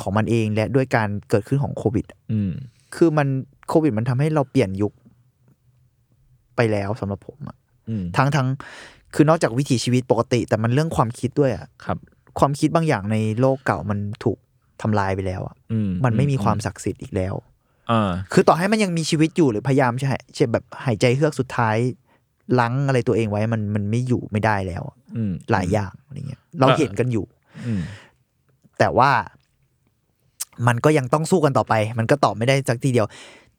[SPEAKER 5] ของมันเองและด้วยการเกิดขึ้นของโควิด
[SPEAKER 3] อืม
[SPEAKER 5] คือมันโควิดมันทำให้เราเปลี่ยนยุคไปแล้วสำหรับผมอะ
[SPEAKER 3] อืม
[SPEAKER 5] ทั้งทั้งคือนอกจากวิถีชีวิตปกติ แต่มันเรื่องความคิดด้วยอะ
[SPEAKER 3] ครับ
[SPEAKER 5] ความคิดบางอย่างในโลกเก่ามันถูกทำลายไปแล้วอะ
[SPEAKER 3] อืม
[SPEAKER 5] มันไม่มีความศักดิ์สิทธิ์อีกแล้ว
[SPEAKER 3] อ่า
[SPEAKER 5] คือต่อให้มันยังมีชีวิตอยู่หรือพยายามจะหายจะแบบหายใจเฮือกสุดท้ายล้างอะไรตัวเองไว้มันมันไม่อยู่ไม่ได้แล้วอะ
[SPEAKER 3] อืม
[SPEAKER 5] หลายอย่างอะไรเงี้ยเรา
[SPEAKER 3] เออ
[SPEAKER 5] เห็นกันอยู่
[SPEAKER 3] อืม
[SPEAKER 5] แต่ว่า มันก็ยังต้องสู้กันต่อไป มันก็ตอบไม่ได้สักทีเดียว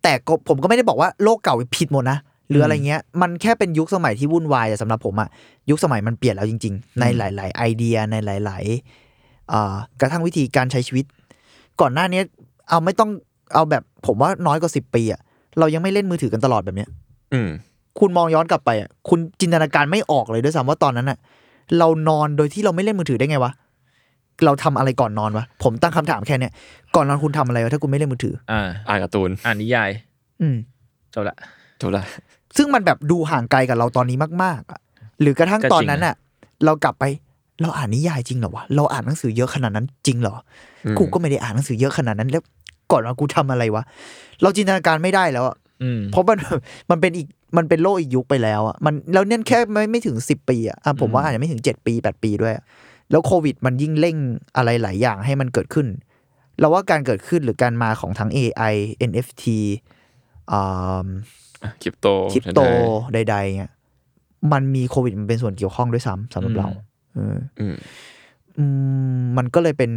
[SPEAKER 5] แต่ก็ผมก็ไม่ได้บอกว่าโลกเก่าผิดหมดนะหรืออะไรเงี้ย มันแค่เป็นยุคสมัยที่วุ่นวายแต่สำหรับผมอะยุคสมัยมันเปลี่ยนแล้วจริง ๆ ในหลาย ๆ ไอเดียในหลาย ๆเอ่อกระทั่งวิธีการใช้ชีวิต ก่อนหน้าเนี้ยเอาไม่ต้องเอาแบบผมว่าน้อยกว่าสิบปีอะเรายังไม่เล่นมือถือกันตลอดแบบเนี้ย
[SPEAKER 4] อืม
[SPEAKER 5] คุณมองย้อนกลับไปอะคุณจินตนาการไม่ออกเลยด้วยซ้ำว่าตอนนั้นอะเรานอนโดยที่เราไม่เล่นมือถือได้ไงวะ เราทำอะไรก่อนนอนวะ ผมตั้งคำถามแค่เนี้ยก่อนนอนคุณทำอะไรวะถ้าคุณไม่เล่นมือถือ
[SPEAKER 3] อ่า
[SPEAKER 4] อ่านการ์ตูน
[SPEAKER 3] อ่านนิยาย
[SPEAKER 5] อืม
[SPEAKER 3] จบละ
[SPEAKER 4] จบละ
[SPEAKER 5] ซึ่งมันแบบดูห่างไกลกับเราตอนนี้มากๆอะหรือกระทั่ง
[SPEAKER 3] ก็จริง
[SPEAKER 5] ตอนนั้นอะเรากลับไปเราอ่านนิยายจริงเหรอวะเราอ่านหนังสือเยอะขนาดนั้นจริงเหรอ
[SPEAKER 4] อืม
[SPEAKER 5] กูก็ไม่ได้อ่านหนังสือเยอะขนาดนั้นแล้ว ก่อนนอนกูทำอะไรวะเราจินตนาการไม่ได้แล้วอะ
[SPEAKER 3] อืม
[SPEAKER 5] เพราะมัน มันเป็นอีกมันเป็นโลกอีกยุคไปแล้วอ่ะมันแล้วเนี่ยแค่ไม่ไม่ถึงสิบปีอ่ะอ่ะผมว่า
[SPEAKER 3] อืม
[SPEAKER 5] อาจจะไม่ถึงเจ็ดปีแปดปีด้วยอะแล้วโควิดมันยิ่งเร่งอะไรหลายอย่างให้มันเกิดขึ้น เราว่าการเกิดขึ้นหรือการมาของทั้ง AI NFT อ่า
[SPEAKER 4] คริปโต
[SPEAKER 5] คริปโตใดๆเนี่ยมันมีโควิดมันเป็นส่วนเกี่ยวข้องด้วยซ้ำสำหรับเราเออ
[SPEAKER 4] อืม
[SPEAKER 5] อืมมันก็เลยเป็น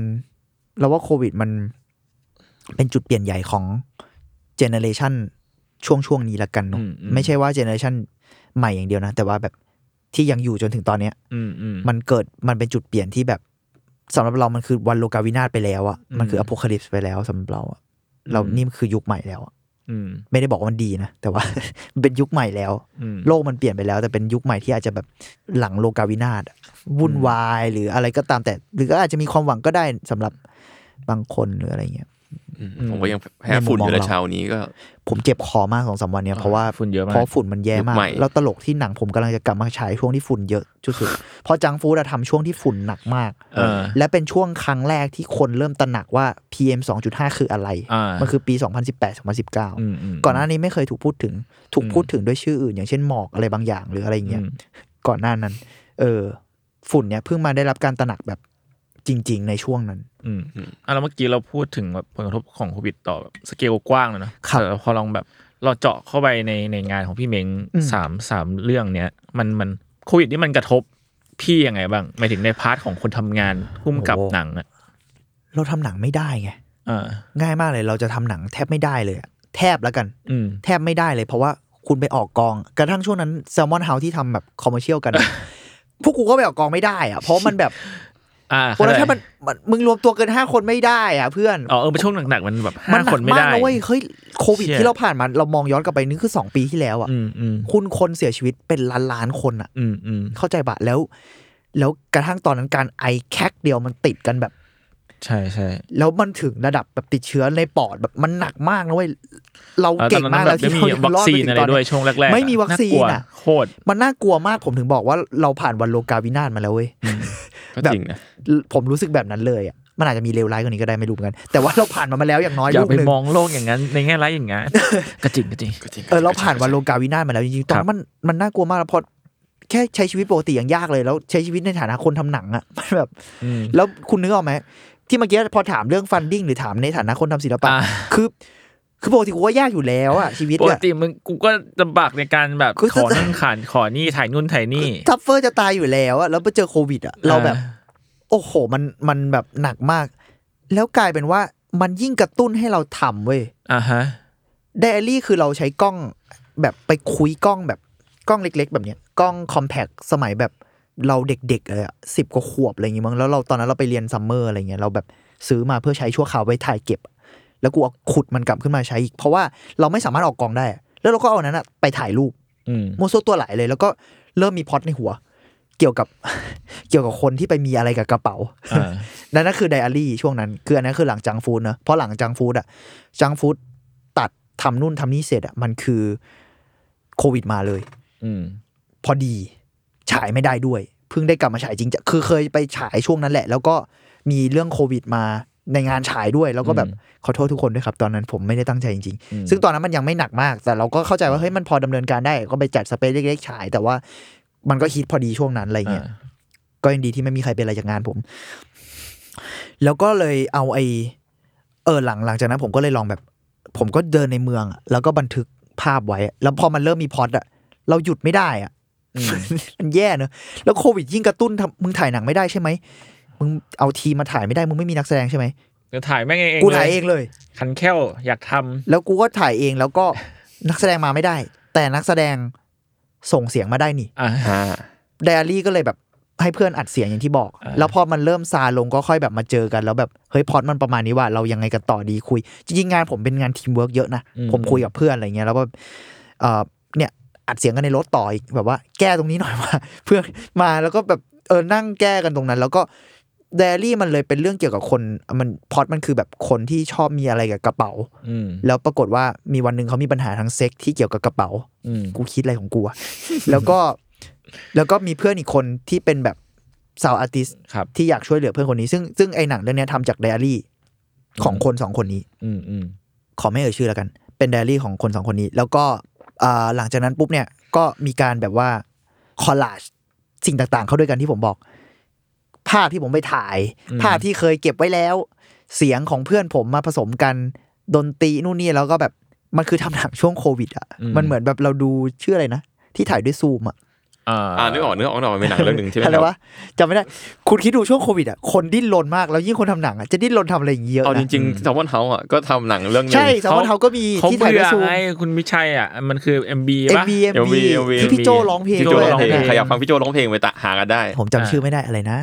[SPEAKER 5] เราว่าโควิดมันเป็นจุดเปลี่ยนใหญ่ของเจเนอเรชันช่วงช่วงๆนี้ละกันเนาะ
[SPEAKER 3] อืมอืม
[SPEAKER 5] ไม่ใช่ว่าเจเนอเรชันใหม่อย่างเดียวนะ แต่ว่าแบบที่ยังอยู่จนถึงตอนเนี้ย
[SPEAKER 3] อืมอืม
[SPEAKER 5] มันเกิดมันเป็นจุดเปลี่ยนที่แบบสำหรับเรามันคือวันโลกาวินาศไปแล้วอะ
[SPEAKER 3] อืม
[SPEAKER 5] มันคืออโพคาลิปส์ไปแล้วสำหรับเราอะเรา
[SPEAKER 3] อืม
[SPEAKER 5] นี่มันคือยุคใหม่แล้วอะ
[SPEAKER 3] อืม
[SPEAKER 5] ไม่ได้บอกว่ามันดีนะแต่ว่า มันเป็นยุคใหม่แล้ว
[SPEAKER 3] อืม
[SPEAKER 5] โลกมันเปลี่ยนไปแล้วแต่เป็นยุคใหม่ที่อาจจะแบบหลังโลกาวินาศอะวุ่นวายหรืออะไรก็ตามแต่ หรือก็อาจจะมีความหวังก็ได้สำหรับบางคนหรืออะไรเงี้ย
[SPEAKER 4] อืม
[SPEAKER 3] อืม
[SPEAKER 4] ผมก็ยังแพ้ฝุ่นอยู่
[SPEAKER 5] ในมุ
[SPEAKER 4] ในะ
[SPEAKER 5] มมองเรา
[SPEAKER 4] เช้านี้ก็
[SPEAKER 5] ผมเจ็บคอมากสองสามวันเนี้ยเพราะว่า
[SPEAKER 3] ฝุ่นเยอะมาก
[SPEAKER 5] เพราะฝุ่นมันแย่มา
[SPEAKER 4] ยุ
[SPEAKER 5] ก
[SPEAKER 4] คใหม่
[SPEAKER 5] แล้วตลกที่หนังผมกำลังจะกลับมาฉายช่วงที่ฝุ่นเยอะที่สุด เพราะจังฟูดอะทำช่วงที่ฝุ่นหนักมาก
[SPEAKER 3] เออ
[SPEAKER 5] และเป็นช่วงครั้งแรกที่คนเริ่มตระหนักว่า PM 2.5 คืออะไร
[SPEAKER 3] อ่ามั
[SPEAKER 5] มันคือปี 2018 2019
[SPEAKER 3] อืมม
[SPEAKER 5] ก่อนหน้านี้ไม่เคยถูกพูดถึง ถูก
[SPEAKER 3] อืม
[SPEAKER 5] พูดถึงด้วยชื่ออื่น อย่างเช่นหมอกอะไรบางอย่างหรืออะไรอย่างเงี้ย
[SPEAKER 3] อืม
[SPEAKER 5] ก่อนหน้านั้น เออ ฝุ่นเนี่ยเพิ่งมาได้รับการตระหนักแบบจริง ๆ ในช่วงนั้น
[SPEAKER 3] อืม
[SPEAKER 4] อืม
[SPEAKER 3] อ่ะแล้วเมื่อกี้เราพูดถึงแบบผลกระทบของโควิดต่อแบบสเกลกว้างเลยเนอะ
[SPEAKER 5] ครับ
[SPEAKER 3] แต่พอลองแบบเราเจาะเข้าไปในในงานของพี่เม้ง
[SPEAKER 5] อืม
[SPEAKER 3] สามสามเรื่องเนี้ยมันมันโควิดนี่มันกระทบพี่ยังไงบ้างหมายถึงในพาร์ทของคนทำงานพุ่มกับหนังอ่ะ
[SPEAKER 5] เราทำหนังไม่ได้ไง
[SPEAKER 3] อ่า
[SPEAKER 5] ง่ายมากเลย เราจะทำหนังแทบไม่ได้เลยอะแทบแล้วกัน
[SPEAKER 3] อืม
[SPEAKER 5] แทบไม่ได้เลย เพราะว่า คุณไปออกกอง กระทั่งช่วงนั้นแซลมอนเฮาที่ทำแบบคอมเมอร์เชียลกัน พวกกูก็ไปออกกองไม่ได้อะเพราะมันแบบ
[SPEAKER 3] อ่า
[SPEAKER 5] โอ้แล้ว
[SPEAKER 3] เข้ใจ
[SPEAKER 5] ถ้ามันมันมึงรวมตัวเกินห้าคนไม่ได้อะเพื่อน
[SPEAKER 3] อ๋อเออมันช่วงหนักๆมันแบบห้า
[SPEAKER 5] มัหนั
[SPEAKER 3] คนไม่
[SPEAKER 5] มาก
[SPEAKER 3] ได้
[SPEAKER 5] นะเว้ยเฮ้ยโควิด
[SPEAKER 3] เชี่ย
[SPEAKER 5] ที่เราผ่านมาเรามองย้อนกลับไปนี่คือสองปีที่แล้วอะ
[SPEAKER 3] อืมอืม
[SPEAKER 5] คุณคนเสียชีวิตเป็นล้านล้านๆคนอะ
[SPEAKER 3] อืมอืม
[SPEAKER 5] เข้าใจบะแล้ว แล้วกระทั่งตอนนั้นการไอแคกเดียวมันติดกันแบบ
[SPEAKER 3] ใช่ใช่
[SPEAKER 5] แล้วมันถึงระดับแบบติดเชื้อในปอดแบบมันหนักมากนะเว้ยเรา
[SPEAKER 3] อ่าตอ
[SPEAKER 5] เก่
[SPEAKER 3] น
[SPEAKER 5] ง
[SPEAKER 3] นั้น
[SPEAKER 5] มาก
[SPEAKER 3] แบ
[SPEAKER 5] แล้ว
[SPEAKER 3] บ
[SPEAKER 5] ที่
[SPEAKER 3] ไม่
[SPEAKER 5] เรา
[SPEAKER 3] มี
[SPEAKER 5] ยัง
[SPEAKER 3] วัค
[SPEAKER 5] รอด
[SPEAKER 3] ซีน
[SPEAKER 5] มาถึง
[SPEAKER 3] อะไร
[SPEAKER 5] ตอน
[SPEAKER 3] ด้วย
[SPEAKER 5] นี้
[SPEAKER 3] ช่วงแรกๆ
[SPEAKER 5] ไม่มีวัคซี
[SPEAKER 3] าก
[SPEAKER 5] น
[SPEAKER 3] ลัว
[SPEAKER 5] อะ
[SPEAKER 3] โคตร
[SPEAKER 5] มันน่ากลัวมากผมถึงบอกว่าเราผ่านวันโลกาวินาศมาแล้วเว้ย
[SPEAKER 4] ก็
[SPEAKER 5] แบบ
[SPEAKER 4] จริงนะ
[SPEAKER 5] ผมรู้สึกแบบนั้นเลยอ่ะมันอาจจะมีเลวร้ายกว่านี้ก็ได้ไม่รู้เหมือนกัน แต่ว่าเราผ่านมันมาแล้วอย่างน้อย
[SPEAKER 3] อย่า
[SPEAKER 5] ลูก
[SPEAKER 3] ไป
[SPEAKER 5] หนึ่ง
[SPEAKER 3] มองโลกอย่างนั้นในแง่ร้าย อย่างนั้นกระจิงกระจิง
[SPEAKER 4] ก็จง
[SPEAKER 5] เออเราผ่านวันโลกาวินาศมาแล้วจริงๆตอนนั้นมันมันน่ากลัวมากแล้วเพราะแค่ใช้ชีวิตปกติอย่างยากเลยแล้วใช้ชีวิตในฐานะคนทำหนังอ่ะ มันแบบ
[SPEAKER 3] อืม
[SPEAKER 5] แล้วคุณนึกออกไหมที่เมื่อกี้พอถามเรื่องฟันดิ้งหรือถามในฐานะคนทำศิลปะ
[SPEAKER 3] อ่า
[SPEAKER 5] คือคือปกติกูว่ายากอยู่แล้วอะชีวิต
[SPEAKER 3] ปก
[SPEAKER 5] อะ
[SPEAKER 3] ติมึงกูก็ลำบากในการแบบ
[SPEAKER 5] คือ
[SPEAKER 3] ขอ
[SPEAKER 5] จะ
[SPEAKER 3] นั่นขานขอนี่ถ่ายนู่นถ่ายนี่
[SPEAKER 5] ทัฟเฟอร์จะตายอยู่แล้วอะแล้วไปเจอโควิดอะเราแบบ โอ้โหมันมันแบบหนักมาก แล้วกลายเป็นว่ามันยิ่งกระตุ้นให้เราทำเว้ย
[SPEAKER 3] อ่าฮะ
[SPEAKER 5] ไดอารี่คือเราใช้กล้องแบบไปคุยกล้องแบบกล้องเล็ก ๆ แบบเนี้ยกล้องคอมแพคสมัยแบบเราเด็กๆเลยอะสิบกว่าขวบอะไรอย่างงี้มั้งแล้วเราตอนนั้นเราไปเรียนซัมเมอร์อะไรเงี้ยเราแบบซื้อมาเพื่อใช้ชั่วคราวไว้ถ่ายเก็บ แล้วกูเอาขุดมันกลับขึ้นมาใช้อีก เพราะว่าเราไม่สามารถออกกองได้อะแล้วเราก็เอาอันนั้นอะไปถ่ายรูป
[SPEAKER 3] อืม
[SPEAKER 5] โมโซวตัวไหลเลย แล้วก็เริ่มมีพล็อตในหัว เกี่ยวกับ เกี่ยวกับคนที่ไปมีอะไรกับกระเป๋า
[SPEAKER 3] อ่า
[SPEAKER 5] นั่นก็คือไดอารี่ช่วงนั้น คืออันนั้นคือหลังจังฟูดเนอะเพราะหลังจังฟูดอะจังฟูดตัดทำนู่นทำนี่เสร็จอะมันคือโควิดมาเลย
[SPEAKER 3] อืม
[SPEAKER 5] พอดีฉายไม่ได้ด้วย เพิ่งได้กลับมาฉายจริงจะคือเคยไปฉายช่วงนั้นแหละ แล้วก็มีเรื่องโควิดมาในงานฉายด้วย แล้วก็แบบ
[SPEAKER 3] อืม
[SPEAKER 5] ขอโทษทุกคนด้วยครับ ตอนนั้นผมไม่ได้ตั้งใจจริง
[SPEAKER 3] อืม
[SPEAKER 5] ๆ ซึ่งตอนนั้นมันยังไม่หนักมาก แต่เราก็เข้าใจว่าเฮ้ยมันพอดำเนินการได้ก็ไปจัดสเปซเล็กๆฉาย แต่ว่ามันก็ฮิตพอดีช่วงนั้นอะไรเงี้ย
[SPEAKER 3] อ่า
[SPEAKER 5] ก็ยังดีที่ไม่มีใครเป็นอะไรจากงานผม แล้วก็เลยเอาไอเออหลังหลังจากนั้นผมก็เลยลองแบบ ผมก็เดินในเมืองอะแล้วก็บันทึกภาพไว้อะแล้วพอมันเริ่มมีพล็อดอะเราหยุดไม่ได้อะ มันแย่เนอะแล้วโควิดยิ่งกระตุ้นทำมึงถ่ายหนังไม่ได้ใช่ไหมมึงเอาทีมมาถ่ายไม่ได้ มึงไม่มีนักแสดงใช่ไหม
[SPEAKER 3] จะถ่ายแม่งเอง
[SPEAKER 5] กูถ่ายเองเลย
[SPEAKER 3] คันแค้วอยากทำ
[SPEAKER 5] แล้วกูก็ถ่ายเองแล้วก็นักแสดงมาไม่ได้ แต่นักแสดงส่งเสียงมาได้นี
[SPEAKER 3] อ่า
[SPEAKER 4] อ่า
[SPEAKER 5] ไดอารี่ก็เลยแบบให้เพื่อนอัดเสียงอย่างที่บอก
[SPEAKER 3] อ่า
[SPEAKER 5] แล้วพอมันเริ่มซาลงก็ค่อยแบบมาเจอกันแล้วแบบเฮ้ยพอดมันประมาณนี้ว่าเรายังไงกันต่อดีคุย จริงๆงานผมเป็นงานทีมเวิร์กเยอะนะ ผมคุยกับเพื่อนอะไรเงี้ยแล้วก็เอ่อเนี่ยอัดเสียงกันในรถต่ออีกแบบว่าแก้ตรงนี้หน่อยว่า เพื่อนมาแล้วก็แบบเออนั่งแก้กันตรงนั้น แล้วก็ไดอารี่มันเลยเป็นเรื่องเกี่ยวกับคนมันพอดมันคือแบบคนที่ชอบมีอะไรกับกระเป๋า
[SPEAKER 3] อืม
[SPEAKER 5] แล้วปรากฏว่ามีวันหนึ่งเขามีปัญหาทางเซ็กส์ที่เกี่ยวกับกระเป๋า
[SPEAKER 3] อืม
[SPEAKER 5] กูคิดอะไรของกูอะ แล้วก็แล้วก็มีเพื่อนอีกคนที่เป็นแบบสาวอาร์ติส
[SPEAKER 3] ครับ
[SPEAKER 5] ที่อยากช่วยเหลือเพื่อนคนนี้ซึ่งซึ่งไอหนังเรื่องเนี้ยทำจากไดอารี่ของคนสองคนนี้
[SPEAKER 3] อืมอืม
[SPEAKER 5] ขอไม่เอ่ยชื่อแล้วกัน เป็นไดอารี่ของคนสองคนนี้ แล้วก็อ่าหลังจากนั้นปุ๊บเนี่ยก็มีการแบบว่าคอลลาจสิ่งต่างๆ เข้าด้วยกันที่ผมบอก ภาพที่ผมไปถ่าย ภาพที่เคยเก็บไว้แล้ว เสียงของเพื่อนผมมาผสมกันดนตรีนู่นนี่แล้วก็แบบมันคือทำหนังช่วงโควิดอ่ะมันเหมือนแบบเราดูชื่ออะไรนะ ที่ถ่ายด้วยซูมอ่ะ
[SPEAKER 3] อ่
[SPEAKER 4] อ่า
[SPEAKER 3] า
[SPEAKER 4] นึกออกนึกออกนึกออกมันเป็นหนังเรื่องหนึ่งที่
[SPEAKER 5] อะไร
[SPEAKER 4] แบบ
[SPEAKER 5] วะจำไม่ได้ คุณคิดดูช่วงโควิดอ่ะคนดิ้นรนมากแล้วยิ่งคนทำหนังอ่ะจะดิ้นรนทำอะไรอย่างเงี้ยเยอะ
[SPEAKER 4] เอาจ
[SPEAKER 5] นะ
[SPEAKER 4] ริงๆแซมมอนเฮาอ่ะก็ทำหนังเรื่องหนึง
[SPEAKER 5] ใช่สมมติเขาก็มี
[SPEAKER 3] เขา
[SPEAKER 5] ที่
[SPEAKER 3] เบื่
[SPEAKER 5] ถ่ายด้วย
[SPEAKER 3] อ
[SPEAKER 5] ซูม
[SPEAKER 3] ไงคุณมิชัยอ่ะ มันคือ MB
[SPEAKER 5] เอ็ม
[SPEAKER 3] ป่ะ
[SPEAKER 5] วีเอ็ม
[SPEAKER 4] MV
[SPEAKER 5] วี
[SPEAKER 4] MV
[SPEAKER 5] ที่พี่โจร้องเพลง
[SPEAKER 4] พี่โจ
[SPEAKER 5] ด้วย
[SPEAKER 4] ร้องเพลง
[SPEAKER 5] นะ
[SPEAKER 4] ใครอยากฟังพี่โจร้องเพลงไปตะหากันได้
[SPEAKER 5] ผมจำชื่อไม่ได้อะไรนะ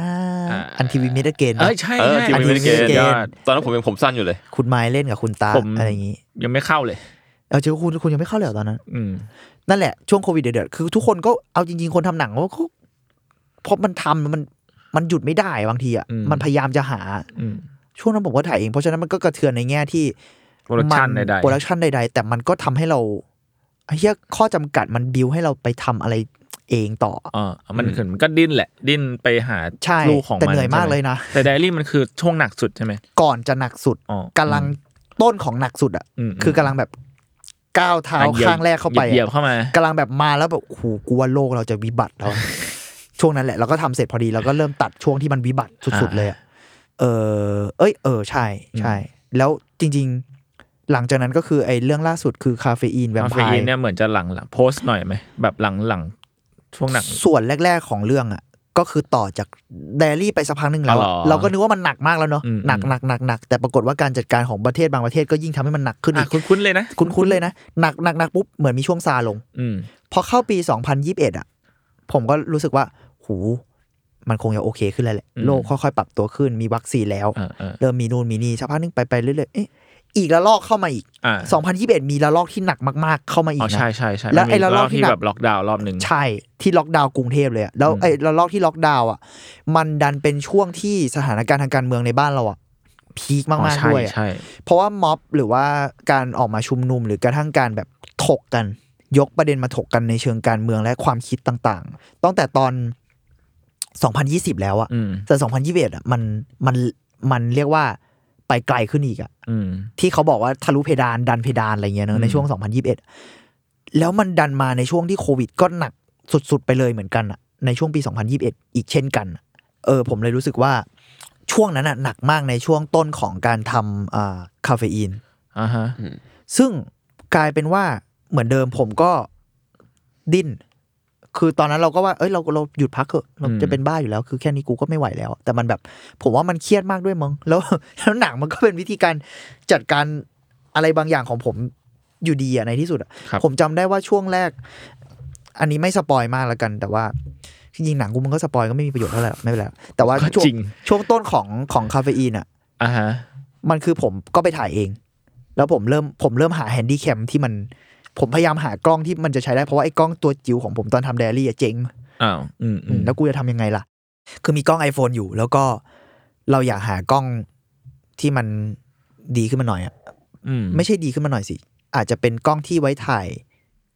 [SPEAKER 3] อ่า
[SPEAKER 5] อันทีวีเมดเกน
[SPEAKER 3] เอ้ยใช่
[SPEAKER 4] เออ
[SPEAKER 3] ใช่
[SPEAKER 4] ทีวีเป็นเก
[SPEAKER 5] อันนี้เป็นเก
[SPEAKER 4] ย
[SPEAKER 5] ม
[SPEAKER 3] อด
[SPEAKER 4] ตอนนั้นผมยังผมสั้นอยู่เลย
[SPEAKER 5] คุณไมล์เล่นกับคุณตา
[SPEAKER 3] ผม
[SPEAKER 5] อะไรอย่างงี้
[SPEAKER 3] ยังไม่เข้าเลย
[SPEAKER 5] เอาเจอคุณคุณยังไม่เข้าเลยเหรอตอนนั้น
[SPEAKER 3] อืม
[SPEAKER 5] นั่นแหละช่วงโควิดเดือดๆคือทุกคนก็เอาจริง ๆ คนทำหนังก็เพราะมันทำมันมันหยุดไม่ได้บางทีอ่ะ
[SPEAKER 3] อืม
[SPEAKER 5] มันพยายามจะหา
[SPEAKER 3] อืม
[SPEAKER 5] ช่วงนั้นผมก็ถ่ายเอง เพราะฉะนั้นมันก็กระเทือนในแง่ที่
[SPEAKER 3] Production
[SPEAKER 5] มั
[SPEAKER 3] ใดๆ
[SPEAKER 5] โปรดักชันใด ๆ แต่มันก็ทำให้เราไอ้เฮียข้อจำกัดมันบิวให้เราไปทำอะไรเองต่อ
[SPEAKER 3] อ่ามันคือมันก็ดิ้นแหละ ดิ้นไปหา
[SPEAKER 5] ใช่
[SPEAKER 3] ลูกของมัน
[SPEAKER 5] แต่เหนื่อยมากเลยนะ
[SPEAKER 3] แต่ไดอารี่มันคือช่วงหนักสุดใช่ไหม
[SPEAKER 5] ก่อนจะหนักสุด
[SPEAKER 3] อ๋อ
[SPEAKER 5] กำลังต้นของหนักสุดอ่ะ
[SPEAKER 3] อืม
[SPEAKER 5] คือกำลังแบบก้าวเท้า
[SPEAKER 3] อ่ะหยียบ
[SPEAKER 5] ข้างแรกเข้าไป
[SPEAKER 3] เหยียบ
[SPEAKER 5] อะ
[SPEAKER 3] เข้ามา
[SPEAKER 5] กำลังแบบมาแล้วแบบโอ้โหกูว่าโลกเราจะวิบัติแล้ว ช่วงนั้นแหละเราก็ทำเสร็จพอดีเราก็เริ่มตัดช่วงที่มันวิบัติสุดๆเลยอะเออ เอ้ยเออใช่ใช่ แล้วจริง ๆ หลังจากนั้นก็คือไอ้เรื่องล่าสุดคือคาเฟอีนแวม
[SPEAKER 3] คา
[SPEAKER 5] ไพ
[SPEAKER 3] เฟอีน
[SPEAKER 5] ร์
[SPEAKER 3] เนี่ยเหมือนจะหลังหลังโพสต์หน่อยไหมแบบหลังหลังช่วงหนัก
[SPEAKER 5] ส่วนแรก ๆ ของเรื่องอ่ะ ก็คือต่อจากเดลี่ไปสักพักหนึ่งแล้วอะ
[SPEAKER 3] อ๋อเหรอ
[SPEAKER 5] เราก็นึกว่ามันหนักมากแล้วเนาะ
[SPEAKER 3] อืม
[SPEAKER 5] หนักหนักหนักหนักแต่ปรากฏว่าการจัดการของประเทศบางประเทศก็ยิ่งทำให้มันหนักขึ้นอี
[SPEAKER 3] อ่ะ
[SPEAKER 5] ก
[SPEAKER 3] คุ้นๆเลยนะ
[SPEAKER 5] คุ้นๆเลยนะหนักหนักหนักปุ๊บเหมือนมีช่วงซาลง
[SPEAKER 3] อืม
[SPEAKER 5] พอเข้าปี 2021 อ่ะ ผมก็รู้สึกว่า หู มันคงจะโอเคขึ้นแล้วแหละ
[SPEAKER 3] อืม
[SPEAKER 5] โลกค่อยๆ ปรับตัวขึ้น มีวัคซีนแล้ว
[SPEAKER 3] เออเออ
[SPEAKER 5] เริ่มมีนู่นมีนี่สักพักนึงไปไปเรื่อยๆ เอ๊ะ อีกระลอกเข้ามาอีก
[SPEAKER 3] อ่า
[SPEAKER 5] 2021 มีระลอกที่หนักมากๆ เข้ามาอี
[SPEAKER 3] อ๋อกใช่
[SPEAKER 5] นะ
[SPEAKER 3] ใช่ใช่
[SPEAKER 5] แล้ว
[SPEAKER 3] มันมี
[SPEAKER 5] ไอ้ระลอก
[SPEAKER 3] รอบ
[SPEAKER 5] ที่
[SPEAKER 3] ที่
[SPEAKER 5] แบ
[SPEAKER 3] แบ
[SPEAKER 5] บ
[SPEAKER 3] บล็อกดาวน์รอบหนึ่ง
[SPEAKER 5] ใช่ที่ล็อกดาวน์กรุงเทพเลยอะแล้ว
[SPEAKER 3] อืม
[SPEAKER 5] ไอ้ระลอกที่ล็อกดาวน์อ่ะ มันดันเป็นช่วงที่สถานการณ์ทางการเมืองในบ้านเราอ่ะ พีคมา
[SPEAKER 3] อ๋อก ใช่
[SPEAKER 5] ๆด้วยอะ
[SPEAKER 3] ใช่
[SPEAKER 5] เพราะว่าม็อบหรือว่าการออกมาชุมนุมหรือกระทั่งการแบบถกกัน ยกประเด็นมาถกกันในเชิงการเมืองและความคิดต่างๆตั้งแต่ตอน 2020 แล้วอะ
[SPEAKER 3] อืม
[SPEAKER 5] แต่ 2021อะมันมันมันเรียกว่าไปไกลขึ้นอีกอะ
[SPEAKER 3] อืม
[SPEAKER 5] ที่เขาบอกว่าทะลุเพดานดันเพดานอะไรเงี้ยเน
[SPEAKER 3] อื
[SPEAKER 5] อะ
[SPEAKER 3] ม
[SPEAKER 5] ในช่วง 2021 แล้วมันดันมาในช่วงที่โควิดก็หนักสุดๆไปเลยเหมือนกันอะในช่วงปี 2021 อีกเช่นกันอะเออ ผมเลยรู้สึกว่าช่วงนั้นอะหนักมากในช่วงต้นของการทำอ่าคาเฟอีน
[SPEAKER 3] อ่าฮะ
[SPEAKER 5] ซึ่งกลายเป็นว่าเหมือนเดิมผมก็ดิ้น คือตอนนั้นเราก็ว่า เอ้ยเราเราหยุดพักเถอะเรา
[SPEAKER 3] อืม
[SPEAKER 5] จะเป็นบ้าอยู่แล้ว คือแค่นี้กูก็ไม่ไหวแล้ว แต่มันแบบ ผมว่ามันเครียดมากด้วยมั้ง แล้ว แล้วหนังมันก็เป็นวิธีการจัดการอะไรบางอย่างของผมอยู่ดีอะในที่สุดอะ
[SPEAKER 3] ครับ
[SPEAKER 5] ผมจำได้ว่าช่วงแรก อันนี้ไม่สปอยมากแล้วกัน แต่ว่าจริงๆหนังกูมันก็สปอยก็ไม่มีประโยชน์เท่าไหร่หรอกไม่เป็นไรหรอกแต่ว่า
[SPEAKER 3] ก็
[SPEAKER 5] ช่วง
[SPEAKER 3] จริง
[SPEAKER 5] ช่วงต้นของของคาเฟอีนอะ
[SPEAKER 3] อ่าฮะ
[SPEAKER 5] มันคือผมก็ไปถ่ายเอง แล้วผมเริ่มผมเริ่มหาแฮนดี้แคมที่มัน ผมพยายามหากล้องที่มันจะใช้ได้ เพราะว่าไอ้กล้องตัวจิ๋วของผมตอนทำไดอารี่อะเจ๊ง
[SPEAKER 3] อ้าวอืมอืม
[SPEAKER 5] แล้วกูจะทำยังไงล่ะ คือมีกล้อง iPhone อยู่ แล้วก็เราอยากหากล้องที่มันดีขึ้นมาหน่อยอะ
[SPEAKER 3] อืม
[SPEAKER 5] ไม่ใช่ดีขึ้นมาหน่อยสิ อาจจะเป็นกล้องที่ไว้ถ่าย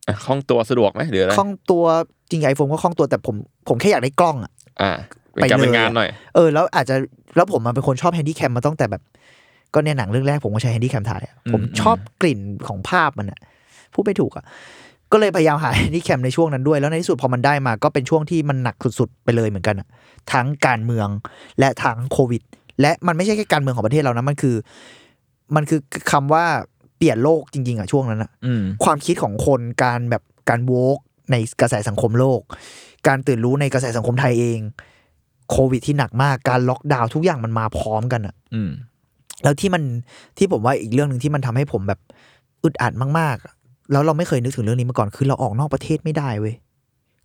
[SPEAKER 4] อ่ะคล่องตัวสะดวกไหมหรืออะไร
[SPEAKER 5] คล้องตัวจริงไอโฟนก็คล้องตัวแต่ผมผมแค่อยากได้กล้องอะ
[SPEAKER 4] อ่าเป็นการ
[SPEAKER 5] ไปเลย
[SPEAKER 4] เป็นงานหน่อย
[SPEAKER 5] เออแล้วอาจจะแล้วผมมาเป็นคนชอบแฮนดี้แคมมาตั้งแต่แบบ ก็เนี่ยหนังเรื่องแรกผมก็ใช้แฮนดี้แคมถ่ายอะผมชอบกลิ่นของภาพมันอะพูดไม่ถูกอะก็เลยพยายามห าแฮนดี้แคมในช่วงนั้นด้วย แล้วในที่สุดพอมันได้มาก็เป็นช่วงที่มันหนักสุดๆ ไปเลยเหมือนกันอะทั้งการเมืองและทั้งโควิด และมันไม่ใช่แค่การเมืองของประเทศเรานะมันคือ มันคือคำว่าเปลี่ยนโลกจริง ๆอะช่วงนั้นอะ
[SPEAKER 3] อืม
[SPEAKER 5] ความคิดของคนการแบบการโวกในกระแสสังคมโลก การตื่นรู้ในกระแสสังคมไทยเอง โควิดที่หนักมากการล็อกดาวน์ทุกอย่างมันมาพร้อมกันอะ
[SPEAKER 3] อืม
[SPEAKER 5] แล้วที่มันที่ผมว่าอีกเรื่องหนึ่งที่มันทำให้ผมแบบอึดอัดมากๆอะแล้วเราไม่เคยนึกถึงเรื่องนี้มาก่อนคือเราออกนอกประเทศไม่ได้เว้ย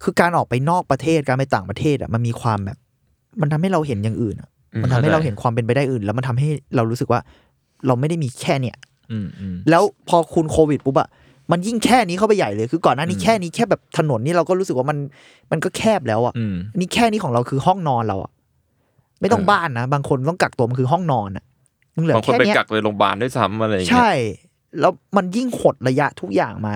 [SPEAKER 5] คือการออกไปนอกประเทศการไปต่างประเทศอะมันมีความแบบ มันทำให้เราเห็นอย่างอื่นอะ
[SPEAKER 4] อืม
[SPEAKER 5] มันทำให้เราเห็นความเป็นไปได้อื่น แล้วมันทำให้เรารู้สึกว่า เราไม่ได้มีแค่เนี่ย
[SPEAKER 3] อืมอืม
[SPEAKER 5] แล้วพอคุณโควิดปุ๊บอะมันยิ่งแค่นี้เข้าไปใหญ่เลยคือก่อนหน้านี้
[SPEAKER 3] อืม
[SPEAKER 5] แค่นี้แค่แบบถนนนี่เราก็รู้สึกว่ามันมันก็แคบแล้วอะ
[SPEAKER 3] อืม
[SPEAKER 5] นี่แค่นี้ของเราคือห้องนอนเราอะไม่ต้อง
[SPEAKER 4] เออ
[SPEAKER 5] บ้านนะ บางคนต้องกักตัวมันคือห้องนอนอะมึงเหลือบ
[SPEAKER 4] างคน
[SPEAKER 5] แค่
[SPEAKER 4] ไป
[SPEAKER 5] เนี้ย
[SPEAKER 4] กักเลยโรงพยาบาลด้วยซ้ำอะไรอย่างเงี้ย
[SPEAKER 5] ใช่ แล้วมันยิ่งหดระยะทุกอย่างมา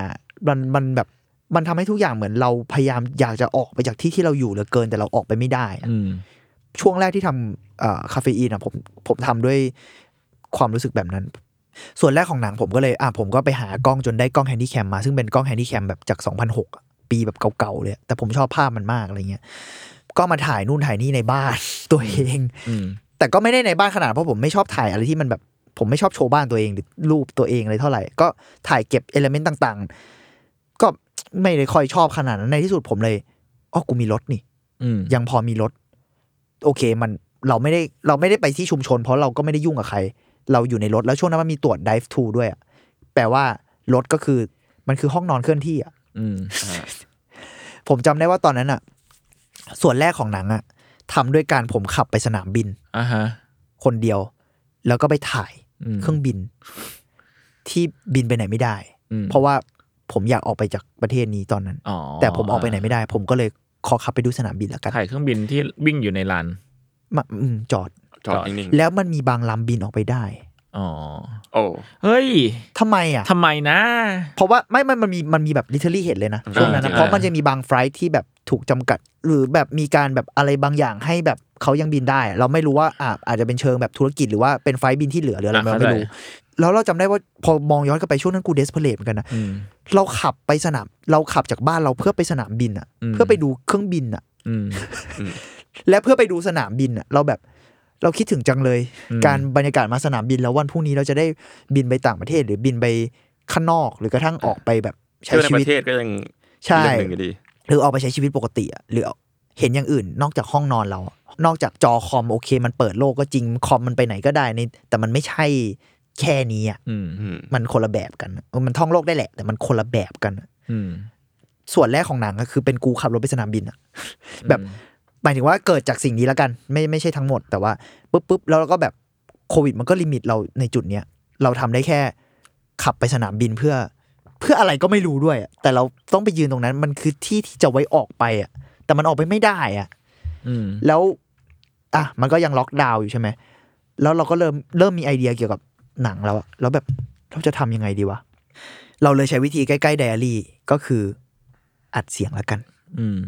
[SPEAKER 5] มันมันแบบมันทำให้ทุกอย่างเหมือนเราพยายามอยากจะออกไปจากที่ที่เราอยู่เหลือเกินแต่เราออกไปไม่ได้อะ
[SPEAKER 3] อืม
[SPEAKER 5] ช่วงแรกที่ทำเอ่อคาเฟอีนอ่ะผมผมทำด้วยความรู้สึกแบบนั้น ส่วนแรกของหนังผมก็เลยอ่ะผมก็ไปหากล้องจนได้กล้องแฮนดี้แคมมา ซึ่งเป็นกล้องแฮนดี้แคมแบบจาก 2006อะปีแบบเก่าๆเลย แต่ผมชอบภาพมันมากอะไรเงี้ยก็มาถ่ายนู่นถ่ายนี่ในบ้าน ตัวเอง
[SPEAKER 3] อืม
[SPEAKER 5] แต่ก็ไม่ได้ในบ้านขนาดเพราะผมไม่ชอบถ่ายอะไรที่มันแบบ ผมไม่ชอบโชว์บ้านตัวเองหรือรูปตัวเองอะไรเท่าไหร่ ก็ถ่ายเก็บเอลเมนต์ต่างๆ ก็ไม่ได้ค่อยชอบขนาดนั้นในที่สุดผมเลยอ๋อกูมีรถนี่
[SPEAKER 3] อืม
[SPEAKER 5] ยังพอมีรถ โอเคมันเราไม่ได้เราไม่ได้ไปที่ชุมชน เพราะเราก็ไม่ได้ยุ่งกับใคร เราอยู่ในรถแล้วช่วงนั้นมันมีตรวจ drive to ด้วยอะแปลว่ารถก็คือมันคือห้องนอนเคลื่อนที่อะ
[SPEAKER 3] อืม
[SPEAKER 5] ผมจำได้ว่าตอนนั้นอะส่วนแรกของหนังอะทำด้วยการผมขับไปสนามบิน
[SPEAKER 3] อ่าฮะ
[SPEAKER 5] คนเดียว แล้วก็ไปถ่าย
[SPEAKER 3] อืม
[SPEAKER 5] เครื่องบิน ที่บินไปไหนไม่ได้
[SPEAKER 3] อืม
[SPEAKER 5] เพราะว่าผมอยากออกไปจากประเทศนี้ตอนนั้น
[SPEAKER 3] อ๋อ
[SPEAKER 5] แต่ผมออกไปไหนไม่ได้ ผมก็เลยขอขับไปดูสนามบินแล้วกัน
[SPEAKER 3] ถ่ายเครื่องบินที่วิ่งอยู่ในลาน
[SPEAKER 5] มาอืมจอด
[SPEAKER 4] จอดนิ่ง
[SPEAKER 5] แล้วมันมีบางลำบินออกไปได้
[SPEAKER 3] อ๋อ
[SPEAKER 4] ๆโอ้
[SPEAKER 3] เฮ้ย
[SPEAKER 5] ทำไมอ่ะ
[SPEAKER 3] ทำไมนะ
[SPEAKER 5] เพราะว่าไม่ไม่มันมีมันมีแบบลิเทอรี่เห็นเลยนะช่วงนั้นนะ
[SPEAKER 3] อ่า
[SPEAKER 5] เพราะมันจะมีบางไฟลท์ที่แบบถูกจำกัด หรือแบบมีการแบบอะไรบางอย่างให้แบบเขายังบินได้ เราไม่รู้ว่าอ่ะอาจจะเป็นเชิงแบบธุรกิจหรือว่าเป็นไฟลท์บินที่เหลือหรืออะไร
[SPEAKER 3] อ่ะ
[SPEAKER 5] เราไม่รู้
[SPEAKER 3] เข้าใจ
[SPEAKER 5] แล้วเราจำได้ว่าพอมองย้อนกลับไปช่วงนั้นกูเดสเพลตเหมือนกันนะ
[SPEAKER 3] อืม
[SPEAKER 5] เราขับไปสนามเราขับจากบ้านเราเพื่อไปสนามบินอ่ะ
[SPEAKER 3] อืม
[SPEAKER 5] เพื่อไปดูเครื่องบินอ่ะ
[SPEAKER 3] อืม
[SPEAKER 5] และเพื่อไปดูสนามบินอ่ะเราแบบเราคิดถึงจังเลย
[SPEAKER 3] อืม
[SPEAKER 5] การบรรยากาศมาสนามบินแล้ววันพรุ่งนี้เราจะได้บินไปต่างประเทศ หรือบินไปข้างนอกหรือกระทั่งออกไปแบบใช้
[SPEAKER 4] เที่ยวใน
[SPEAKER 5] ชี
[SPEAKER 4] ป
[SPEAKER 5] วิต
[SPEAKER 4] ระเทศก็ยัง
[SPEAKER 5] ใช่
[SPEAKER 4] เรื่องหนึ่งอยู่ดี
[SPEAKER 5] หรือออกไปใช้ชีวิตปกติอ่ะหรือ เห็นอย่างอื่น นอกจากห้องนอนเรา นอกจากจอคอมโอเค มันเปิดโลกก็จริงคอมมันไปไหนก็ได้ในแต่มันไม่ใช่แค่นี้อ่ะ
[SPEAKER 3] อืม
[SPEAKER 4] อืม
[SPEAKER 5] มันคนละแบบกันเออมันท่องโลกได้แหละ แต่มันคนละแบบกัน
[SPEAKER 3] อืม
[SPEAKER 5] ส่วนแรกของหนังก็คือเป็นกูขับรถไปสนามบินอะ แบบ หมายถึงว่าเกิดจากสิ่งนี้แล้วกัน ไม่ไม่ใช่ทั้งหมด แต่ว่าปุ๊บปุ๊บแล้วเราก็แบบโควิดมันก็ลิมิตเราในจุดเนี้ยเราทำได้แค่ขับไปสนามบินเพื่อ เพื่ออะไรก็ไม่รู้ด้วยอะแต่เราต้องไปยืนตรงนั้น มันคือที่ที่จะไว้ออกไปอะแต่มันออกไปไม่ได้อะ
[SPEAKER 3] อืม
[SPEAKER 5] แล้วอ่ะมันก็ยังล็อกดาวน์อยู่ใช่ไหม แล้วเราก็เริ่มเริ่มมีไอเดียเกี่ยวกับหนังแล้วอะแล้วแบบเราจะทำยังไงดีวะ เราเลยใช้วิธีใกล้ๆไดอารี่ก็คืออัดเสียงแล้วกัน
[SPEAKER 3] อืม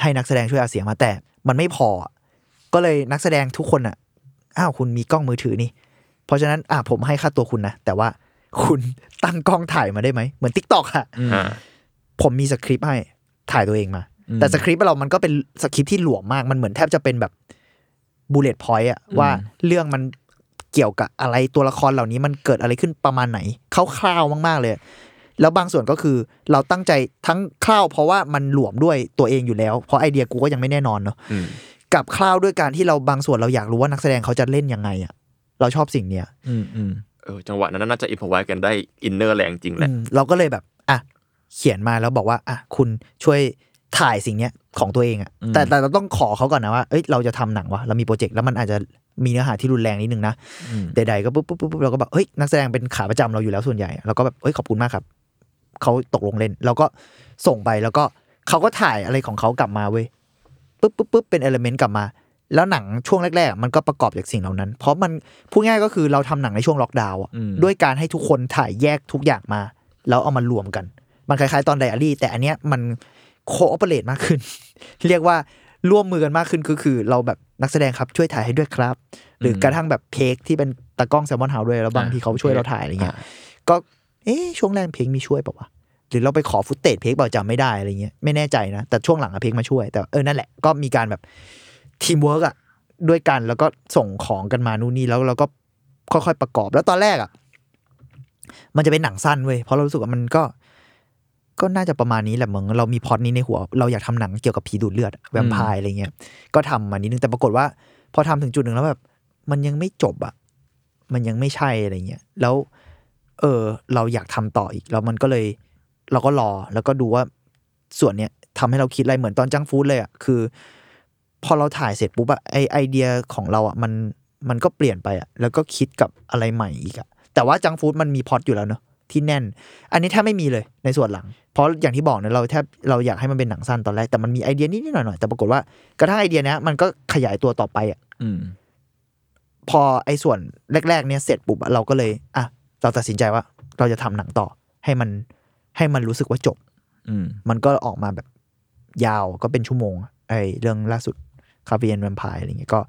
[SPEAKER 5] ให้นักแสดงช่วยอัดเสียงมาแต่มันไม่พออะก็เลยนักแสดงทุกคนอะอ้าวคุณมีกล้องมือถือนี่ เพราะฉะนั้นอ่ะผมให้ค่าตัวคุณนะ แต่ว่าคุณตั้งกล้องถ่ายมาได้ไหมเหมือนทิกตอกอะ
[SPEAKER 3] อืม
[SPEAKER 4] อ่า
[SPEAKER 5] ผมมีสคริปต์ให้ถ่ายตัวเองมา
[SPEAKER 3] อืม
[SPEAKER 5] แต่สคริปต์เรามันก็เป็นสคริปต์ที่หลวมมาก มันเหมือนแทบจะเป็นแบบบูเลตพอยต์อะ
[SPEAKER 3] อืม
[SPEAKER 5] ว่าเรื่องมันเกี่ยวกับอะไรตัวละครเหล่านี้มันเกิดอะไรขึ้นประมาณไหนคร่าวๆมาก ๆ เลย แล้วบางส่วนก็คือเราตั้งใจทั้งคร่าวเพราะว่ามันหลวมด้วยตัวเองอยู่แล้ว เพราะไอเดียกูก็ยังไม่แน่นอนเนาะ
[SPEAKER 4] อืม
[SPEAKER 5] กับคร่าวด้วยการที่เราบางส่วนเราอยากรู้ว่านักแสดงเขาจะเล่นยังไงอะเราชอบสิ่งเนี้ย
[SPEAKER 3] อืมอืม
[SPEAKER 4] เออจังหวะนั้นน่าจะอิมพอไว้กันได้อินเนอร์แรงจริงแหละ
[SPEAKER 5] อืมเราก็เลยแบบอ่ะเขียนมาแล้วบอกว่าอ่ะคุณช่วยถ่ายสิ่งเนี้ยของตัวเองอะแต่แต่เราต้องขอเขาก่อนนะว่าเอ้ยเราจะทำหนังวะเรามีโปรเจกต์แล้วมันอาจจะมีเนื้อหาที่รุนแรงนิดนึงนะ
[SPEAKER 3] อืม
[SPEAKER 5] ใดๆก็ปุ๊บปุ๊บปุ๊บปุ๊บเราก็แบบเฮ้ยนักแสดงเป็นขาประจำเราอยู่แล้วส่วนใหญ่เราก็แบบเอ้ยขอบคุณมากครับเขาตกลงเล่นเราก็ส่งไปแล้วก็เขาก็ถ่ายอะไรของเขากลับมาเว้ย ปุ๊บปุ๊บปุ๊บเป็นเอลเมนต์กลับมา แล้วหนังช่วงแรก ๆ มันก็ประกอบจากสิ่งเหล่านั้น เพราะมันพูดง่ายก็คือเราทำหนังในช่วงล็อกดาวน์อะ
[SPEAKER 3] อืม
[SPEAKER 5] ด้วยการให้ทุกคนถ่ายแยกทุกอย่างมา แล้วเอามารวมกัน มันคล้ายๆตอนไดอารี่ แต่อันเนี้ยมันโคออเปเรตมากขึ้น เรียกว่าร่วมมือกันมากขึ้นคือคือเราแบบนักแสดงครับช่วยถ่ายให้ด้วยครับ หรืออกระทั่งแบบเพกที่เป็นตากล้องแซมมอนเฮาด้วยแล้วบางทีเขาช่วยเราถ่ายอะไรเงี้ย ก็เอ๊ะช่วงแรกเพลงมีช่วยเปล่าวะหรือเราไปขอฟุตเตจเพลงเปล่าจำไม่ได้อะไรเงี้ยไม่แน่ใจนะ แต่ช่วงหลังอะเพลงมาช่วย แต่เออนั่นแหละก็มีการแบบทีมเวิร์กอะด้วยกันแล้วก็ส่งของกันมานู่นนี่แล้วเราก็ค่อยๆประกอบแล้วตอนแรกอะมันจะเป็นหนังสั้นเว้ยเพราะเรารู้สึกว่ามันก็ ก็น่าจะประมาณนี้แหละมึงเรามีพล็อตนี้ในหัว เราอยากทำหนังเกี่ยวกับผีดูดเลือดแวมไพร์อะไรเงี้ยก็ทำมานิดนึงแต่ปรากฏว่า พอทำถึงจุดหนึ่งแล้วแบบมันยังไม่จบอะมันยังไม่ใช่อะไรเงี้ยแล้ว เออเราอยากทำต่ออีกแล้วมันก็เลย เราก็รอแล้วก็ดูว่าส่วนเนี้ยทำให้เราคิดอะไรเหมือนตอนจังฟูดเลยอะคือ พอเราถ่ายเสร็จปุ๊บอะไอไอเดียของเราอะมันมันก็เปลี่ยนไปอะแล้วก็คิดกับอะไรใหม่อีกอะแต่ว่าจังฟูดมันมีพล็อตอยู่แล้วเนอะที่แน่น อันนี้แทบไม่มีเลยในส่วนหลัง เพราะอย่างที่บอกเนี่ยเราแทบเราอยากให้มันเป็นหนังสั้นตอนแรกแต่มันมีไอเดียนิดๆหน่อยๆแต่ปรากฏว่ากระทั่งไอเดียเนี้ยมันก็ขยายตัวต่อไปอะ
[SPEAKER 3] อืม
[SPEAKER 5] พอไอ้ส่วนแรก ๆ เนี่ยเสร็จปุ๊บอะเราก็เลยอ่ะเราตัดสินใจว่าเราจะทำหนังต่อให้มันให้มันรู้สึกว่าจบ
[SPEAKER 3] อืม
[SPEAKER 5] มันก็ออกมาแบบยาวก็เป็นชั่วโมงอะไอ้เรื่องล่าสุดคาเฟียนแวมไพร์อะไรเงี้ยก็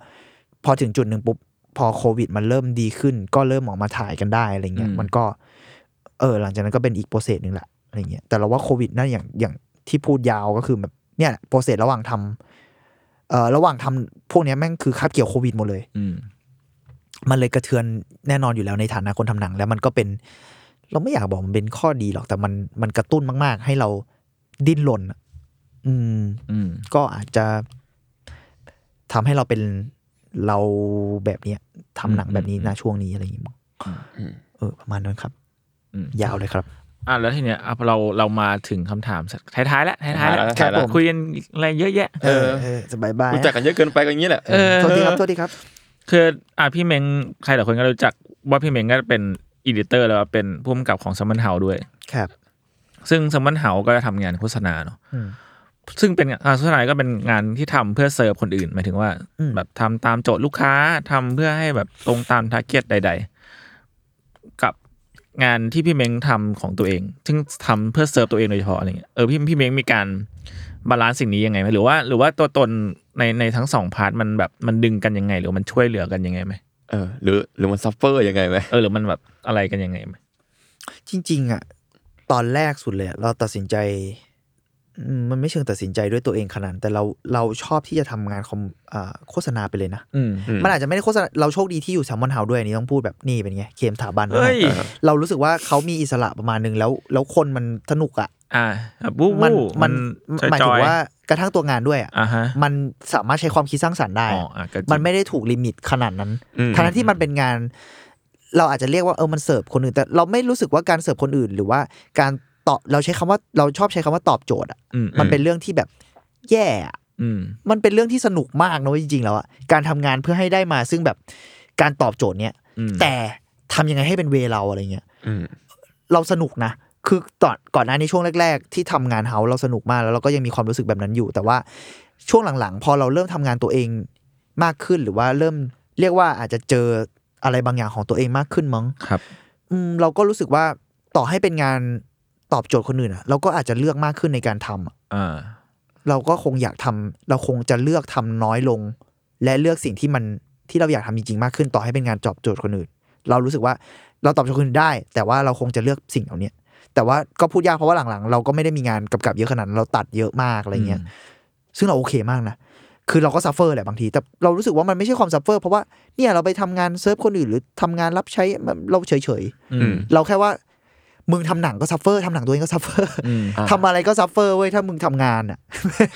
[SPEAKER 5] พอถึงจุดหนึ่งปุ๊บ พอโควิดมันเริ่มดีขึ้น ก็เริ่มออกมาถ่ายกันได้อะไรเงี้ยมันก็ เออหลังจากนั้นก็เป็นอีกโปรเซสหนึ่งแหละอะไรเงี้ยแต่เราว่าโควิดนั่นอย่างอย่างที่พูดยาวก็คือแบบเนี่ยโปรเซสระหว่างทำเอ่อระหว่างทำพวกเนี้ยแม่งคือคาบเกี่ยวโควิดหมดเลย
[SPEAKER 3] อืม
[SPEAKER 5] มันเลยกระเทือนแน่นอนอยู่แล้วในฐานะคนทำหนัง แล้วมันก็เป็น เราไม่อยากบอกมันเป็นข้อดีหรอกแต่มันมันกระตุ้นมาก ๆ ให้เราดิ้นรนอะอืม
[SPEAKER 3] อืม
[SPEAKER 5] ก็อาจจะทำให้เราเป็นเราแบบเนี้ยทำหนังแบบนี้นะช่วงนี้อะไรอย่างงี้มั้งเออ ประมาณนั้นครับ
[SPEAKER 3] อืม
[SPEAKER 5] ยาวเลยครับ
[SPEAKER 3] อ่ะแล้วทีเนี้ยอ่ะเราเรามาถึงคำถามท้ายๆแล้วท้ายๆแล้ว
[SPEAKER 5] ท้ายๆแล้ว
[SPEAKER 3] คุยกันอะไรเยอะแยะ
[SPEAKER 5] เออเออสบายบาย
[SPEAKER 4] รู้จักกันเยอะเกินไปก็อย่างนี้แหละ
[SPEAKER 3] เออ
[SPEAKER 5] โทษทีครับโทษทีครับ
[SPEAKER 3] คืออ่ะพี่เม้งใครหลายคนก็รู้จักว่าพี่เม้งก็เป็นอีดิเตอร์แล้วก็เป็นผู้กำกับของซัม n ันเฮาด้วย
[SPEAKER 5] ครับ
[SPEAKER 3] ซึ่งซัม n ันเฮาก็จะทำงานโฆษณาเนาะ
[SPEAKER 5] อืม
[SPEAKER 3] ซึ่งเป็นงานอ่ะโฆษณาก็เป็นงานที่ทำเพื่อเสิร์ฟคนอื่นหมายถึงว่า
[SPEAKER 5] อืม
[SPEAKER 3] แบบทำตามโจทย์ลูกค้าทำเพื่อให้แบบตรงตามทาร์เก็ตใด ๆ กับงานที่พี่เม้งทำของตัวเอง ซึ่งทำเพื่อเสิร์ฟตัวเองโดยเฉพาะอะไรเงี้ยเออพี่พี่เม้งมีการบาลานซ์สิ่งนี้ยังไงไหมหรือว่า หรือว่าตัวตนในในทั้งสองพาร์ทมันแบบมันดึงกันยังไง หรือมันช่วยเหลือกันยังไงไหม
[SPEAKER 4] เออหรือหรือมันซัฟเฟอร์ยังไงไหม
[SPEAKER 3] เออหรือมันแบบอะไรกันยังไงไหม
[SPEAKER 5] จริง ๆ อ่ะ ตอนแรกสุดเลยอะเราตัดสินใจอืมมันไม่เชิงตัดสินใจด้วยตัวเองขนาดนั้นแต่เราเราชอบที่จะทำงานคอมอ่าโฆษณาไปเลยนะ
[SPEAKER 3] อืม
[SPEAKER 4] อืม
[SPEAKER 5] มันอาจจะไม่ได้โฆษณาเราโชคดีที่อยู่แซมมอนเฮาด้วยอันนี้ต้องพูดแบบนี่เป็นไงเคมถาบันนะ
[SPEAKER 3] เอ้ย
[SPEAKER 5] เรารู้สึกว่าเขามีอิสระประมาณหนึ่งแล้ว แล้วคนมันสนุกอะ
[SPEAKER 3] อ่าแบบวู้
[SPEAKER 5] มัน
[SPEAKER 3] วู้
[SPEAKER 5] มันหมาย
[SPEAKER 3] จ
[SPEAKER 5] ถึ
[SPEAKER 3] องย
[SPEAKER 5] ว่ากระทั่งตัวงานด้วยอ่ะ
[SPEAKER 3] ๆอ่าฮะ
[SPEAKER 5] มันสามารถใช้ความคิดสร้างสรรค์ได้
[SPEAKER 3] อ๋อ
[SPEAKER 5] อะ
[SPEAKER 3] อ่ะก็จริง
[SPEAKER 5] มันไม่ได้ถูกลิมิตขนาดนั้น
[SPEAKER 4] อืม
[SPEAKER 5] ทั้งที่มันเป็นงาน เราอาจจะเรียกว่าเออมันเสิร์ฟคนอื่น แต่เราไม่รู้สึกว่าการเสิร์ฟคนอื่น หรือว่าการตอบเราใช้คำว่าเราชอบใช้คำว่าตอบโจทย์อ่ะ
[SPEAKER 3] อืม
[SPEAKER 5] มันเป็นเรื่องที่แบบแย่อะ
[SPEAKER 3] อืม
[SPEAKER 5] มันเป็นเรื่องที่สนุกมากนะเว้ยจริงๆแล้วอะการทำงานเพื่อให้ได้มาซึ่งแบบการตอบโจทย์เนี้ย
[SPEAKER 3] อืม
[SPEAKER 5] แต่ทำยังไงให้เป็นเวเราอะไรเงี้ย
[SPEAKER 4] อืม
[SPEAKER 5] เราสนุกนะ คือตอนก่อนหน้านี้ช่วงแรก ๆ ที่ทำงานเฮาเราสนุกมากแล้วเราก็ยังมีความรู้สึกแบบนั้นอยู่ แต่ว่าช่วงหลังๆ พอเราเริ่มทำงานตัวเองมากขึ้นหรือว่าเริ่มเรียกว่าอาจจะเจออะไรบางอย่างของตัวเองมากขึ้นมั้ง
[SPEAKER 3] ครับ
[SPEAKER 5] อืมเราก็รู้สึกว่าต่อให้เป็นงานตอบโจทย์คนอื่นอะเราก็อาจจะเลือกมากขึ้นในการทำอะ
[SPEAKER 3] อ่า
[SPEAKER 5] เราก็คงอยากทำเราคงจะเลือกทำน้อยลง และเลือกสิ่งที่มันที่เราอยากทำจริงๆมากขึ้นต่อให้เป็นงานตอบโจทย์คนอื่น เรารู้สึกว่าเราตอบโจทย์คนอื่นได้ แต่ว่าเราคงจะเลือกสิ่งเหล่าเนี้ยแต่ว่าก็พูดยากเพราะว่าหลังๆ เราก็ไม่ได้มีงานกำกับเยอะขนาดนั้นเราตัดเยอะมากอะไรเงี้ย
[SPEAKER 3] อืม
[SPEAKER 5] ซึ่งเราโอเคมากนะคือเราก็ซัฟเฟอร์แหละบางที แต่เรารู้สึกว่ามันไม่ใช่ความซัฟเฟอร์เพราะว่าเนี่ยเราไปทำงานเซิร์ฟคนอื่นหรือทำงานรับใช้มันเราเฉย
[SPEAKER 3] อืม
[SPEAKER 5] ๆเราแค่ว่ามึงทำหนังก็ซัฟเฟอร์ทำหนังตัวเองก็ซัฟเฟอร์
[SPEAKER 3] อืม
[SPEAKER 4] อ่า
[SPEAKER 5] ทำอะไรก็ซัฟเฟอร์เว้ยถ้ามึงทำงานอะ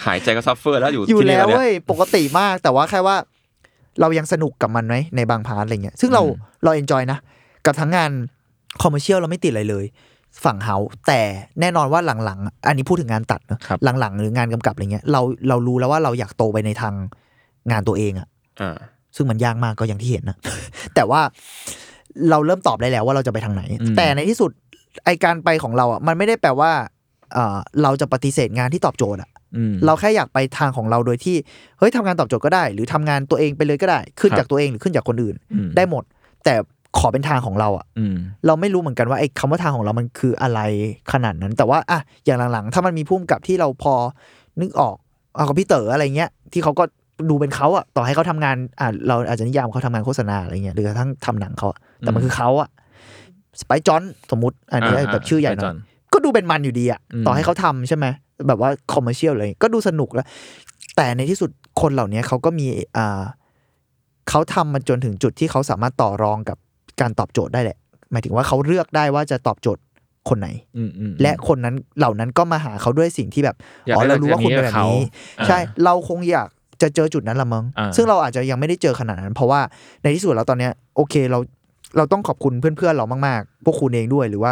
[SPEAKER 4] หายใจก็ซัฟเฟอร์แล้วอยู่
[SPEAKER 5] อยู่
[SPEAKER 4] ที่นี่
[SPEAKER 5] แล้ว
[SPEAKER 4] เนี่
[SPEAKER 5] เว้ยปกติมากแต่ว่าแค่ว่า เรายังสนุกกับมันไหมในบางพาร์ทอะไรเงี้ยซึ่งเราเราเอนจอยนะ กับทั้งงานคอมเมอร์เชียลเราไม่ติดอะไรเลย ฝั่งเฮาแต่แน่นอนว่าหลังๆอ่ะอันนี้พูดถึงงานตัดเนอะ
[SPEAKER 3] ครับ
[SPEAKER 5] หลังๆ หรืองานกำกับอะไรเงี้ยเราเรารู้แล้วว่าเราอยากโตไปในทางงานตัวเองอะ
[SPEAKER 4] อ่า
[SPEAKER 5] ซึ่งมันยากมากก็อย่างที่เห็นนะ แต่ว่าเราเริ่มตอบได้แล้วว่าเราจะไปทางไหน
[SPEAKER 3] อืม
[SPEAKER 5] แต่ในที่สุดไอการไปของเราอ่ะมันไม่ได้แปลว่าเอ่อเราจะปฏิเสธงานที่ตอบโจทย์อะ
[SPEAKER 3] อืม
[SPEAKER 5] เราแค่อยากไปทางของเราโดยที่เฮ้ยทำงานตอบโจทย์ก็ได้ หรือทำงานตัวเองไปเลยก็ได้ ขึ้น
[SPEAKER 3] ครับ
[SPEAKER 5] จากตัวเองหรือขึ้นจากคนอื่น
[SPEAKER 3] อืม
[SPEAKER 5] ได้หมด แต่ขอเป็นทางของเราอะ
[SPEAKER 3] อืม
[SPEAKER 5] เราไม่รู้เหมือนกันว่าไอ้คำว่าทางของเรามันคืออะไรขนาดนั้น แต่ว่าอะอย่างหลังๆ ถ้ามันมีพุ่มกับที่เราพอนึกออกเอากับพี่เต๋ออะไรเงี้ยที่เขาก็ดูเป็นเขาอะต่อให้เขาทำงานอ่ะเราอาจจะนิยามเขาทำงานโฆษณาอะไรเงี้ยหรือกระทั่งทำหนังเขาอะแต่มันคือเขาอะสไปจอนสมมติอันนี้
[SPEAKER 3] อ่า
[SPEAKER 5] แบบชื่อใหญ่ห
[SPEAKER 3] ไป
[SPEAKER 5] น่
[SPEAKER 3] จ
[SPEAKER 5] อ
[SPEAKER 3] อย น
[SPEAKER 5] ก็ดูเป็นมันอยู่ดีอะ
[SPEAKER 3] อืม
[SPEAKER 5] ต่อให้เขาทำใช่ไหมแบบว่าคอมเมอร์เชียลเลยก็ดูสนุกแล้ว แต่ในที่สุดคนเหล่านี้เขาก็มีอ่าเขาทำมันจนถึงจุดที่เขาสามารถต่อรองกับการตอบโจทย์ได้แหละ หมายถึงว่าเขาเลือกได้ว่าจะตอบโจทย์คนไหน
[SPEAKER 3] อืมอืม
[SPEAKER 5] และคนนั้นเหล่านั้นก็มาหาเขาด้วยสิ่งที่แบบ
[SPEAKER 3] อยาก
[SPEAKER 5] อ๋อ
[SPEAKER 3] ให้
[SPEAKER 5] เรารู้ว่าคุณเป็น
[SPEAKER 3] แบ
[SPEAKER 5] แบบ บ
[SPEAKER 3] นี้
[SPEAKER 5] นี้
[SPEAKER 3] กับเขา
[SPEAKER 5] ใช่
[SPEAKER 3] อ่า
[SPEAKER 5] เราคงอยากจะเจอจุดนั้นละมั้ง
[SPEAKER 3] อ่า
[SPEAKER 5] ซึ่งเราอาจจะยังไม่ได้เจอขนาดนั้น เพราะว่าในที่สุดแล้วตอนเนี้ยโอเคเราเราต้องขอบคุณเพื่อนๆเรามากๆ พวกคุณเองด้วยหรือว่า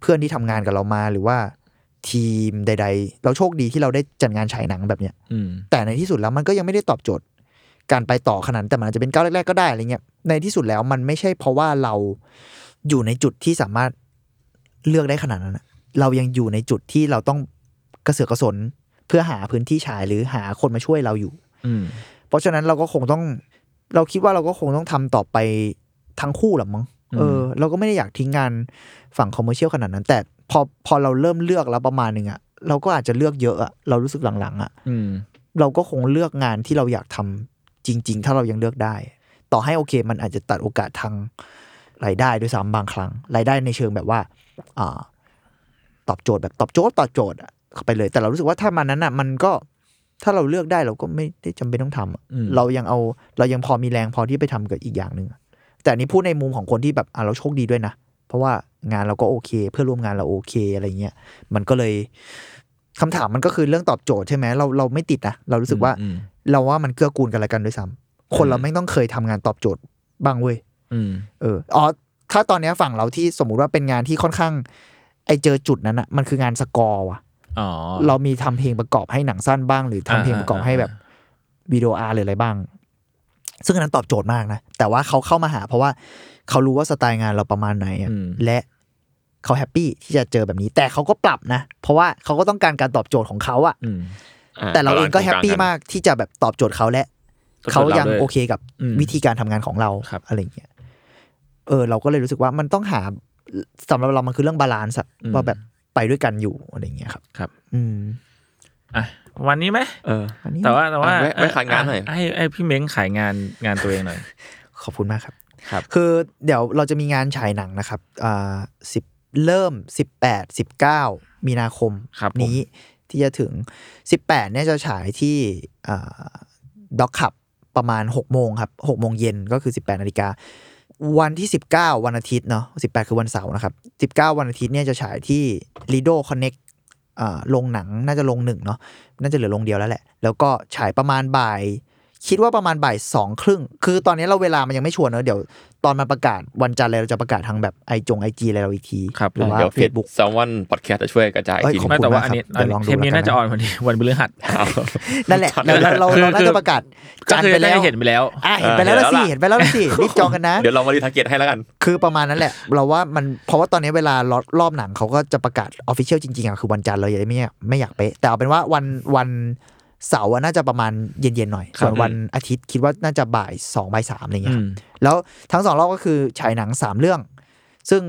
[SPEAKER 5] เพื่อนที่ทำงานกับเรามาหรือว่าทีมใด ๆ เราโชคดีที่เราได้จัดงานฉายหนังแบบเนี้ย
[SPEAKER 3] อืม
[SPEAKER 5] แต่ในที่สุดแล้วมันก็ยังไม่ได้ตอบโจทย์ การไปต่อขนาดนั้นแต่มันอาจจะเป็นก้าวแรกๆก็ได้อะไรเงี้ยในที่สุดแล้วมันไม่ใช่เพราะว่าเราอยู่ในจุดที่สามารถเลือกได้ขนาดนั้นอะเรายังอยู่ในจุดที่เราต้องกระเสือกกระสนเพื่อหาพื้นที่ฉายหรือหาคนมาช่วยเราอยู่
[SPEAKER 3] อืม
[SPEAKER 5] เพราะฉะนั้นเราก็คงต้อง เราคิดว่าเราก็คงต้องทำต่อไปทั้งคู่แหละมั้งเออ เราก็ไม่ได้อยากทิ้งงานฝั่งคอมเมอร์เชียลขนาดนั้น แต่พอพอเราเริ่มเลือกแล้วประมาณหนึ่งอะเราก็อาจจะเลือกเยอะอะเรารู้สึกหลังๆอะ
[SPEAKER 3] อืม
[SPEAKER 5] เราก็คงเลือกงานที่เราอยากทำจริง ๆ ถ้าเรายังเลือกได้ ต่อให้โอเค มันอาจจะตัดโอกาสทางรายได้ด้วยซ้ำบางครั้งรายได้ในเชิงแบบว่าอ่าตอบโจทย์แบบตอบโจทย์ตอบโจทย์อะเข้าไปเลย แต่เรารู้สึกว่าถ้ามันนั้นอ่ะ มันก็ถ้าเราเลือกได้เราก็ไม่ได้จำเป็นต้องทำอะ
[SPEAKER 3] อืม
[SPEAKER 5] เรายังเอาเรายังพอมีแรงพอที่ไปทำกับอีกอย่างหนึ่งอะแต่อันนี้พูดในมุมของคนที่แบบอ่ะเราโชคดีด้วยนะ เพราะว่างานเราก็โอเค เพื่อนร่วมงานเราโอเคอะไรเงี้ยมันก็เลยคำถามมันก็คือเรื่องตอบโจทย์ใช่ไหมเราเราไม่ติดนะเรารู้สึกว่า
[SPEAKER 3] อืม
[SPEAKER 5] เราว่ามันเกื้อกูลกันและกันด้วยซ้ำคนเราไม่งต้องเคยทำงานตอบโจทย์บ้างเว้ย
[SPEAKER 3] อืม
[SPEAKER 5] เอออ๋อถ้าตอนเนี้ยฝั่งเราที่สมมุติว่าเป็นงานที่ค่อนข้าง ไอเจอจุดนั้นอะมันคืองานสกอร์ว่ะ
[SPEAKER 3] อ๋อ
[SPEAKER 5] เรามีทำเพลงประกอบให้หนังสั้นบ้าง หรือทำเพลงประกอบให้แบบวิดีโออาร์หรืออะไรบ้าง ซึ่งอันนั้นตอบโจทย์มากนะ แต่ว่าเขาเข้ามาหา เพราะว่าเขารู้ว่าสไตล์งานเราประมาณไหนอะ
[SPEAKER 3] อืม
[SPEAKER 5] และเขาแฮปปี้ที่จะเจอแบบนี้ แต่เขาก็ปรับนะ เพราะว่าเขาก็ต้องการการตอบโจทย์ของเขาอะ
[SPEAKER 3] อืม
[SPEAKER 4] อ่
[SPEAKER 5] แต่เราเองก็แฮปปี้
[SPEAKER 4] ตลดรงลงน
[SPEAKER 5] มากที่จะแบบตอบโจทย์เขาและ
[SPEAKER 3] ต
[SPEAKER 5] เขา
[SPEAKER 3] อบโจทย์เรา
[SPEAKER 5] ยัง
[SPEAKER 3] ด้วย
[SPEAKER 5] โอเคกับ
[SPEAKER 3] อืม
[SPEAKER 5] วิธีการทำงานของเรา
[SPEAKER 3] ครับ
[SPEAKER 5] อะไรอย่างเงี้ยเออ เราก็เลยรู้สึกว่ามันต้องหาสำหรับเรามันคือเรื่องบาลานซ์อะว่าแบบไปด้วยกันอยู่อะไรอย่างเงี้ยครับ
[SPEAKER 3] ครับ
[SPEAKER 5] อืม
[SPEAKER 3] อ่ะ วันนี้ไหม
[SPEAKER 4] เออ
[SPEAKER 5] อันนี้
[SPEAKER 3] แต่ว่าแต่ว่า
[SPEAKER 4] อ่ะไว้ไว้ขายงานหน่อย
[SPEAKER 3] ะให้ให้พี่เม้งขายงานงานตัวเองหน่อย
[SPEAKER 5] ขอบคุณมากครับ
[SPEAKER 3] ครับ
[SPEAKER 5] คือเดี๋ยวเราจะมีงานฉายหนังนะครับอ่าสิบเริ่มสิบแปดสิบเก้ามีนาคม
[SPEAKER 3] ครับผม
[SPEAKER 5] นี้ที่จะถึง 18เนี่ยจะฉายที่ด็อกขับประมาณ 6 โมงครับ6โมงเย็นก็คือ 18นาฬิกาวันที่ 19 วันอาทิตย์เนาะ18 คือวันเสาร์นะครับ 19 วันอาทิตย์เนี่ยจะฉายที่ Lido Connect อ่าลงหนังน่าจะลงหนึ่งเนาะน่าจะเหลือลงเดียวแล้วแหละ แล้วก็ฉายประมาณบ่าย คิดว่าประมาณบ่ายสองครึ่ง คือตอนนี้เราเวลามันยังไม่ชัวร์เนอะเดี๋ยวตอนมันประกาศวันจันทร์อะไรเราจะประกาศทางแบบไอจงไอจีอะไรเราอีกที
[SPEAKER 3] ครับ
[SPEAKER 5] หรือว่า
[SPEAKER 4] เดี๋ยวเฟซบุ๊
[SPEAKER 5] Facebook
[SPEAKER 4] กแซลมอนพอดแคสต์จะช่วยกระจาย
[SPEAKER 5] เอ้ย
[SPEAKER 4] ที
[SPEAKER 5] ขอบ
[SPEAKER 3] ไม่
[SPEAKER 5] คุณ
[SPEAKER 3] แต่ว่า
[SPEAKER 5] ครั
[SPEAKER 3] อัน
[SPEAKER 5] บ
[SPEAKER 3] นี้
[SPEAKER 5] เดี๋ยวลองดู
[SPEAKER 3] เทปนี้
[SPEAKER 5] แล้วกัน
[SPEAKER 3] น่าจะออนวันที่ วันพฤหัส
[SPEAKER 4] เอา
[SPEAKER 5] นั่นแหละเราเรา
[SPEAKER 3] คือ
[SPEAKER 5] เราเราน่า
[SPEAKER 3] คือ
[SPEAKER 5] จะประกาศ
[SPEAKER 3] ก็
[SPEAKER 5] จันท
[SPEAKER 3] คือ
[SPEAKER 5] ร์ไป
[SPEAKER 3] ได้
[SPEAKER 5] แล้ว
[SPEAKER 3] เห็นไปแล้ว
[SPEAKER 5] อ่ะเห็นไปแล้วละ
[SPEAKER 4] เออแล้ว
[SPEAKER 5] สิ
[SPEAKER 4] ล่ะ
[SPEAKER 5] เห็นไปแล้วละสิรีบจองกันนะ
[SPEAKER 4] เดี๋ยวเรามารีทาร์เก็ตให้แล้วกัน
[SPEAKER 5] คือประมาณนั้นแหละ เราว่ามันเพราะว่าตอนนี้เวลารอบรอบหนังเขาก็จะประกาศออฟฟิเชียลจริงๆอะคือวันจันทร์เราจะได้ไม่ไม่อยากเป๊ะ แต่เอาเป็นว่าวันวันเสาร์อะน่าจะประมาณเย็นๆหน่อย
[SPEAKER 3] ครับ
[SPEAKER 5] ส่วนวันอาทิตย์คิดว่าน่าจะบ่ายสองบ่ายสามอะไรอย่าง
[SPEAKER 3] อื
[SPEAKER 5] เงี้ยครับ
[SPEAKER 3] ม
[SPEAKER 5] แล้วทั้งสองรอบก็คือฉายหนังสามเรื่อง ซึ่ง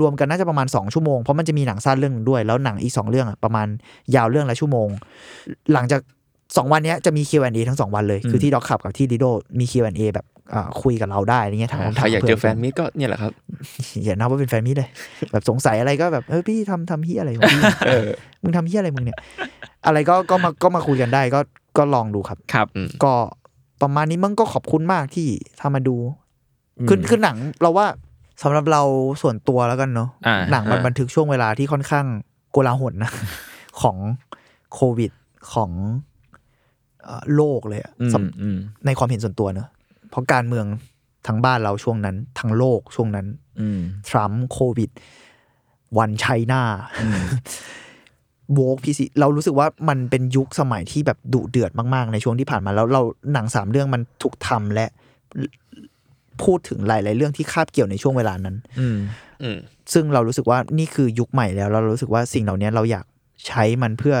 [SPEAKER 5] รวมๆกันน่าจะประมาณ 2 ชั่วโมง เพราะมันจะมีหนังสั้นเรื่องหนึ่งด้วย แล้วหนังอีก 2 เรื่องอะประมาณยาวเรื่องละชั่วโมง หลังจาก 2 วันเนี้ยจะมี Q&A ทั้ง 2 วันเลย คือที่ด็อกขับกับที่ดิโดมี Q&A แบบอ่าคุยกับเราได้อะไรเงี้ยถามคำถาม
[SPEAKER 4] ใครอยาก
[SPEAKER 5] พื่
[SPEAKER 4] เจอแฟนมิตรก็เนี่ยแหละครับ
[SPEAKER 5] อย่านับว่าเป็นแฟนมิตรเลย แบบสงสัยอะไรก็แบบเออพี่ทำทำเฮียอะไรของพี่
[SPEAKER 4] เออ
[SPEAKER 5] มึงทำเฮียอะไรมึงเนี่ย อะไรก็ก็มาก็มาคุยกันได้ก็ก็ลองดูครับ
[SPEAKER 3] ครับ
[SPEAKER 5] ก็ประมาณนี้มึงก็ขอบคุณมากที่ถ้ามาดู
[SPEAKER 3] ม
[SPEAKER 5] คือคือหนังเราว่าสำหรับเราส่วนตัวแล้วกันเนาะ
[SPEAKER 3] อ่า
[SPEAKER 5] หนังมัน
[SPEAKER 4] อ่า
[SPEAKER 5] บันทึกช่วงเวลาที่ค่อนข้างโกลาหลนะ ของโควิดของเอ่อโลกเลยอะ
[SPEAKER 3] อืม
[SPEAKER 5] สำ
[SPEAKER 3] อืม
[SPEAKER 5] ในความเห็นส่วนตัวเนอะเพราะการเมืองทั้งบ้านเราช่วงนั้นทั้งโลกช่วงนั้น
[SPEAKER 3] อืม
[SPEAKER 5] ทรัมป์โควิด วันไชน่าโวกพีซีเรารู้สึกว่ามันเป็นยุคสมัยที่แบบดุเดือดมาก ๆ ในช่วงที่ผ่านมาแล้วเราหนังสามเรื่องมันถูกทำและพูดถึงหลาย ๆ เรื่องที่คาบเกี่ยวในช่วงเวลานั้น
[SPEAKER 3] อืม
[SPEAKER 4] อืม
[SPEAKER 5] ซึ่งเรารู้สึกว่านี่คือยุคใหม่แล้วแล้วเรารู้สึกว่าสิ่งเหล่านี้เราอยากใช้มันเพื่อ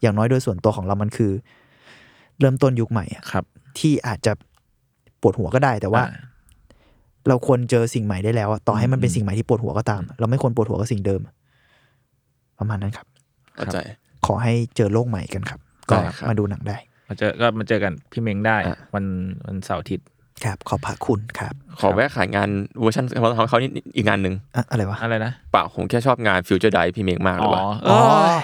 [SPEAKER 5] อย่างน้อยโดยส่วนตัวของเรามันคือ เริ่มต้นยุคใหม่อะ
[SPEAKER 3] ครับ
[SPEAKER 5] ที่อาจจะปวดหัวก็ได้แต่ว่า
[SPEAKER 3] อ่า
[SPEAKER 5] เราควรเจอสิ่งใหม่ได้แล้วอะต่อให้มันเป็นสิ่งใหม่ที่ปวดหัวก็ตาม เราไม่ควรปวดหัวกับสิ่งเดิม ประมาณนั้นครับ
[SPEAKER 4] เข้าใจ
[SPEAKER 5] ขอให้เจอโลกใหม่กันครับ ก็
[SPEAKER 4] ได้ครับ
[SPEAKER 5] มาดูหนังได้
[SPEAKER 3] มาเจอก็มาเจอกันพี่เม้งได้
[SPEAKER 4] อ่ะ
[SPEAKER 3] วันวันเสาร์อาทิตย์
[SPEAKER 5] ครับ ขอบพระคุณครับ
[SPEAKER 4] ขอแวะขายงานเวอร์ชันของเขานิดอีกงานหนึ่ง
[SPEAKER 5] อะอะไรวะ
[SPEAKER 3] อะไรนะ
[SPEAKER 4] เปล่าผมแค่ชอบงานฟิวเจอร์ไดพี่เมกมากเล
[SPEAKER 3] อ๋อ
[SPEAKER 4] ยว่ะ
[SPEAKER 3] เอ้ย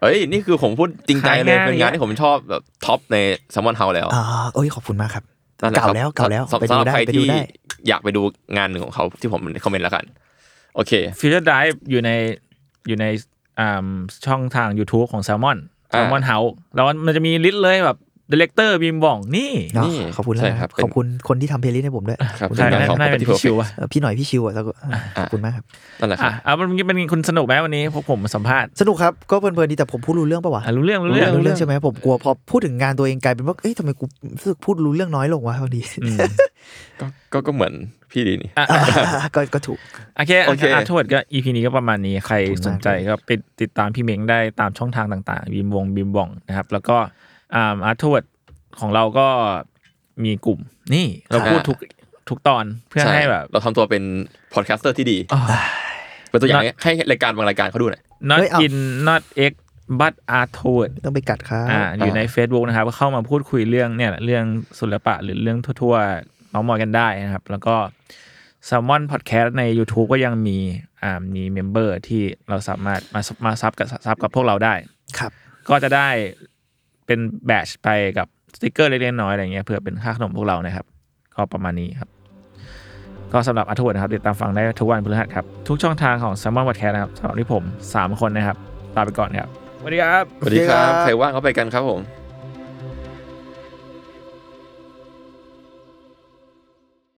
[SPEAKER 4] เอ้ย นี่คือผมพูดจริงใจ
[SPEAKER 3] ขายงาน
[SPEAKER 4] เลยเป็นงานที่ผมชอบแบบท็อปในซัมมอนเฮาแล้ว
[SPEAKER 5] อ่าเอ้ยขอบคุณมากครับ
[SPEAKER 4] นั่นหะ
[SPEAKER 5] เก่า
[SPEAKER 4] ครับ
[SPEAKER 5] แล้วเก่าแล้ว
[SPEAKER 4] สำ
[SPEAKER 5] ไป
[SPEAKER 4] สำห
[SPEAKER 5] ดู
[SPEAKER 4] รับ
[SPEAKER 5] ได้
[SPEAKER 4] ใคร
[SPEAKER 5] ไปดู
[SPEAKER 4] ที่
[SPEAKER 5] ได้
[SPEAKER 4] อยากไปดูงานหนึ่งของเขาที่ผมคอมเมนต์แล้วกัน โอเค
[SPEAKER 3] ฟิวเจอร์ไดฟ์อยู่ในอยู่ในอ่าช่องทาง YouTube ของ s ซ l m o n s
[SPEAKER 4] อ่า
[SPEAKER 3] ซ l m o n House แล้วมันจะมีลิสต์เลยแบบดีเลกเตอร์บีมบ่องนี่
[SPEAKER 5] เนาะ
[SPEAKER 4] นี่
[SPEAKER 5] ขอบคุณแล้ว
[SPEAKER 4] ใช่
[SPEAKER 5] นะ
[SPEAKER 4] ค
[SPEAKER 5] ค
[SPEAKER 4] รั
[SPEAKER 5] รั
[SPEAKER 4] บบ เป็น
[SPEAKER 5] ขอบคุณคนที่ทำเพลย์ลิสต์ให้ผมด้วย
[SPEAKER 4] ครับ
[SPEAKER 5] ขอบ
[SPEAKER 3] ใช่
[SPEAKER 5] คุณ
[SPEAKER 4] เป็
[SPEAKER 5] มาก
[SPEAKER 3] น่าจะ
[SPEAKER 4] งานขอบ ง
[SPEAKER 5] ครั
[SPEAKER 3] เป็น
[SPEAKER 4] ปฏิภ
[SPEAKER 3] พี่ชิวอะ
[SPEAKER 5] เออพี่หน่อยพี่ชิวอะแล้วก็เออขอบคุณมากครับ
[SPEAKER 4] นั่นแหละครั
[SPEAKER 3] อ่ะ
[SPEAKER 4] บ
[SPEAKER 3] เอามันเป็นคุณสนุกไหมวันนี้พวกผมสัมภาษณ์
[SPEAKER 5] สนุกครับ ก็เพลินๆดีแต่ผมพูดรู้เรื่องปะวะ
[SPEAKER 3] อ่ะรู้เรื่องรู้เรื่อง
[SPEAKER 5] รู้เรื่องใช่ไหมผมกลัวพอพูดถึงงานตัวเองกลายเป็นว่าเอ้ยทำไมกูรู้สึกพูดรู้เรื่องน้อยลงวะพอดี
[SPEAKER 3] อืม
[SPEAKER 4] ก็ก็ก็เหมือนพี่ดีนี่
[SPEAKER 3] อ่ะ
[SPEAKER 5] ก็ก็ถูก
[SPEAKER 3] โอเค
[SPEAKER 4] โอ
[SPEAKER 3] โอ
[SPEAKER 4] เค
[SPEAKER 3] เคอาร์ทเวิร์ดก็อีพีนี้ก็ประมาณนี้ ใครสนใจ
[SPEAKER 5] ขอบคุณมาก
[SPEAKER 3] ก็ไปติดตามพี่เม้งได้ตามช่องทางต่างๆบีมวงบีมบ่องนะครับ แล้วก็อาร์ทเวิร์ดของเราก็มีกลุ่ม นี่เราพูดทุกทุกตอนเพื่อ
[SPEAKER 4] ช่
[SPEAKER 3] ให้แบบ
[SPEAKER 4] เราทำตัวเป็นพอดแคสเตอร์ที่ดี
[SPEAKER 3] อ่า
[SPEAKER 4] เป็นตัวอย่าง
[SPEAKER 3] นะ
[SPEAKER 4] ให้รายการบางรายการเขาดูหน่อย
[SPEAKER 3] not
[SPEAKER 5] เฮ้ยเอา
[SPEAKER 3] in not x but artword
[SPEAKER 5] ต้องไปกัดครับ
[SPEAKER 3] อ่าอยู่ใน Facebook นะครับก็เข้ามาพูดคุยเรื่องเนี่ยแหละเรื่องศิลปะหรือเรื่องทั่วๆเมาส์มอยกันได้นะครับ แล้วก็ s ซ l m o n Podcast ใน YouTube ก็ยังมีอ่ามีเมมเบอร์ที่เราสามารถมามาซับกับซับกับพวกเราได้
[SPEAKER 5] ครับ
[SPEAKER 3] ก็จะได้เป็นแบตชไปกับสติกเกอร์เล็กๆน้อยๆอะไรเงี้ยเพื่อเป็นค่าขนมพวกเรานะครับ ก็ประมาณนี้ครับ ก็สำหรับอัธวัฒนะครับ ติดตามฟังได้ทุกวันพฤหัสครับ ทุกช่องทางของ s ซ l m o n Podcast นะครับสำหรับที่ผมสามคนนะครับลาไปก่อนครับสวัสดีครับ
[SPEAKER 4] สวัสดีครับ ใครว่างเขาไปกันครับผม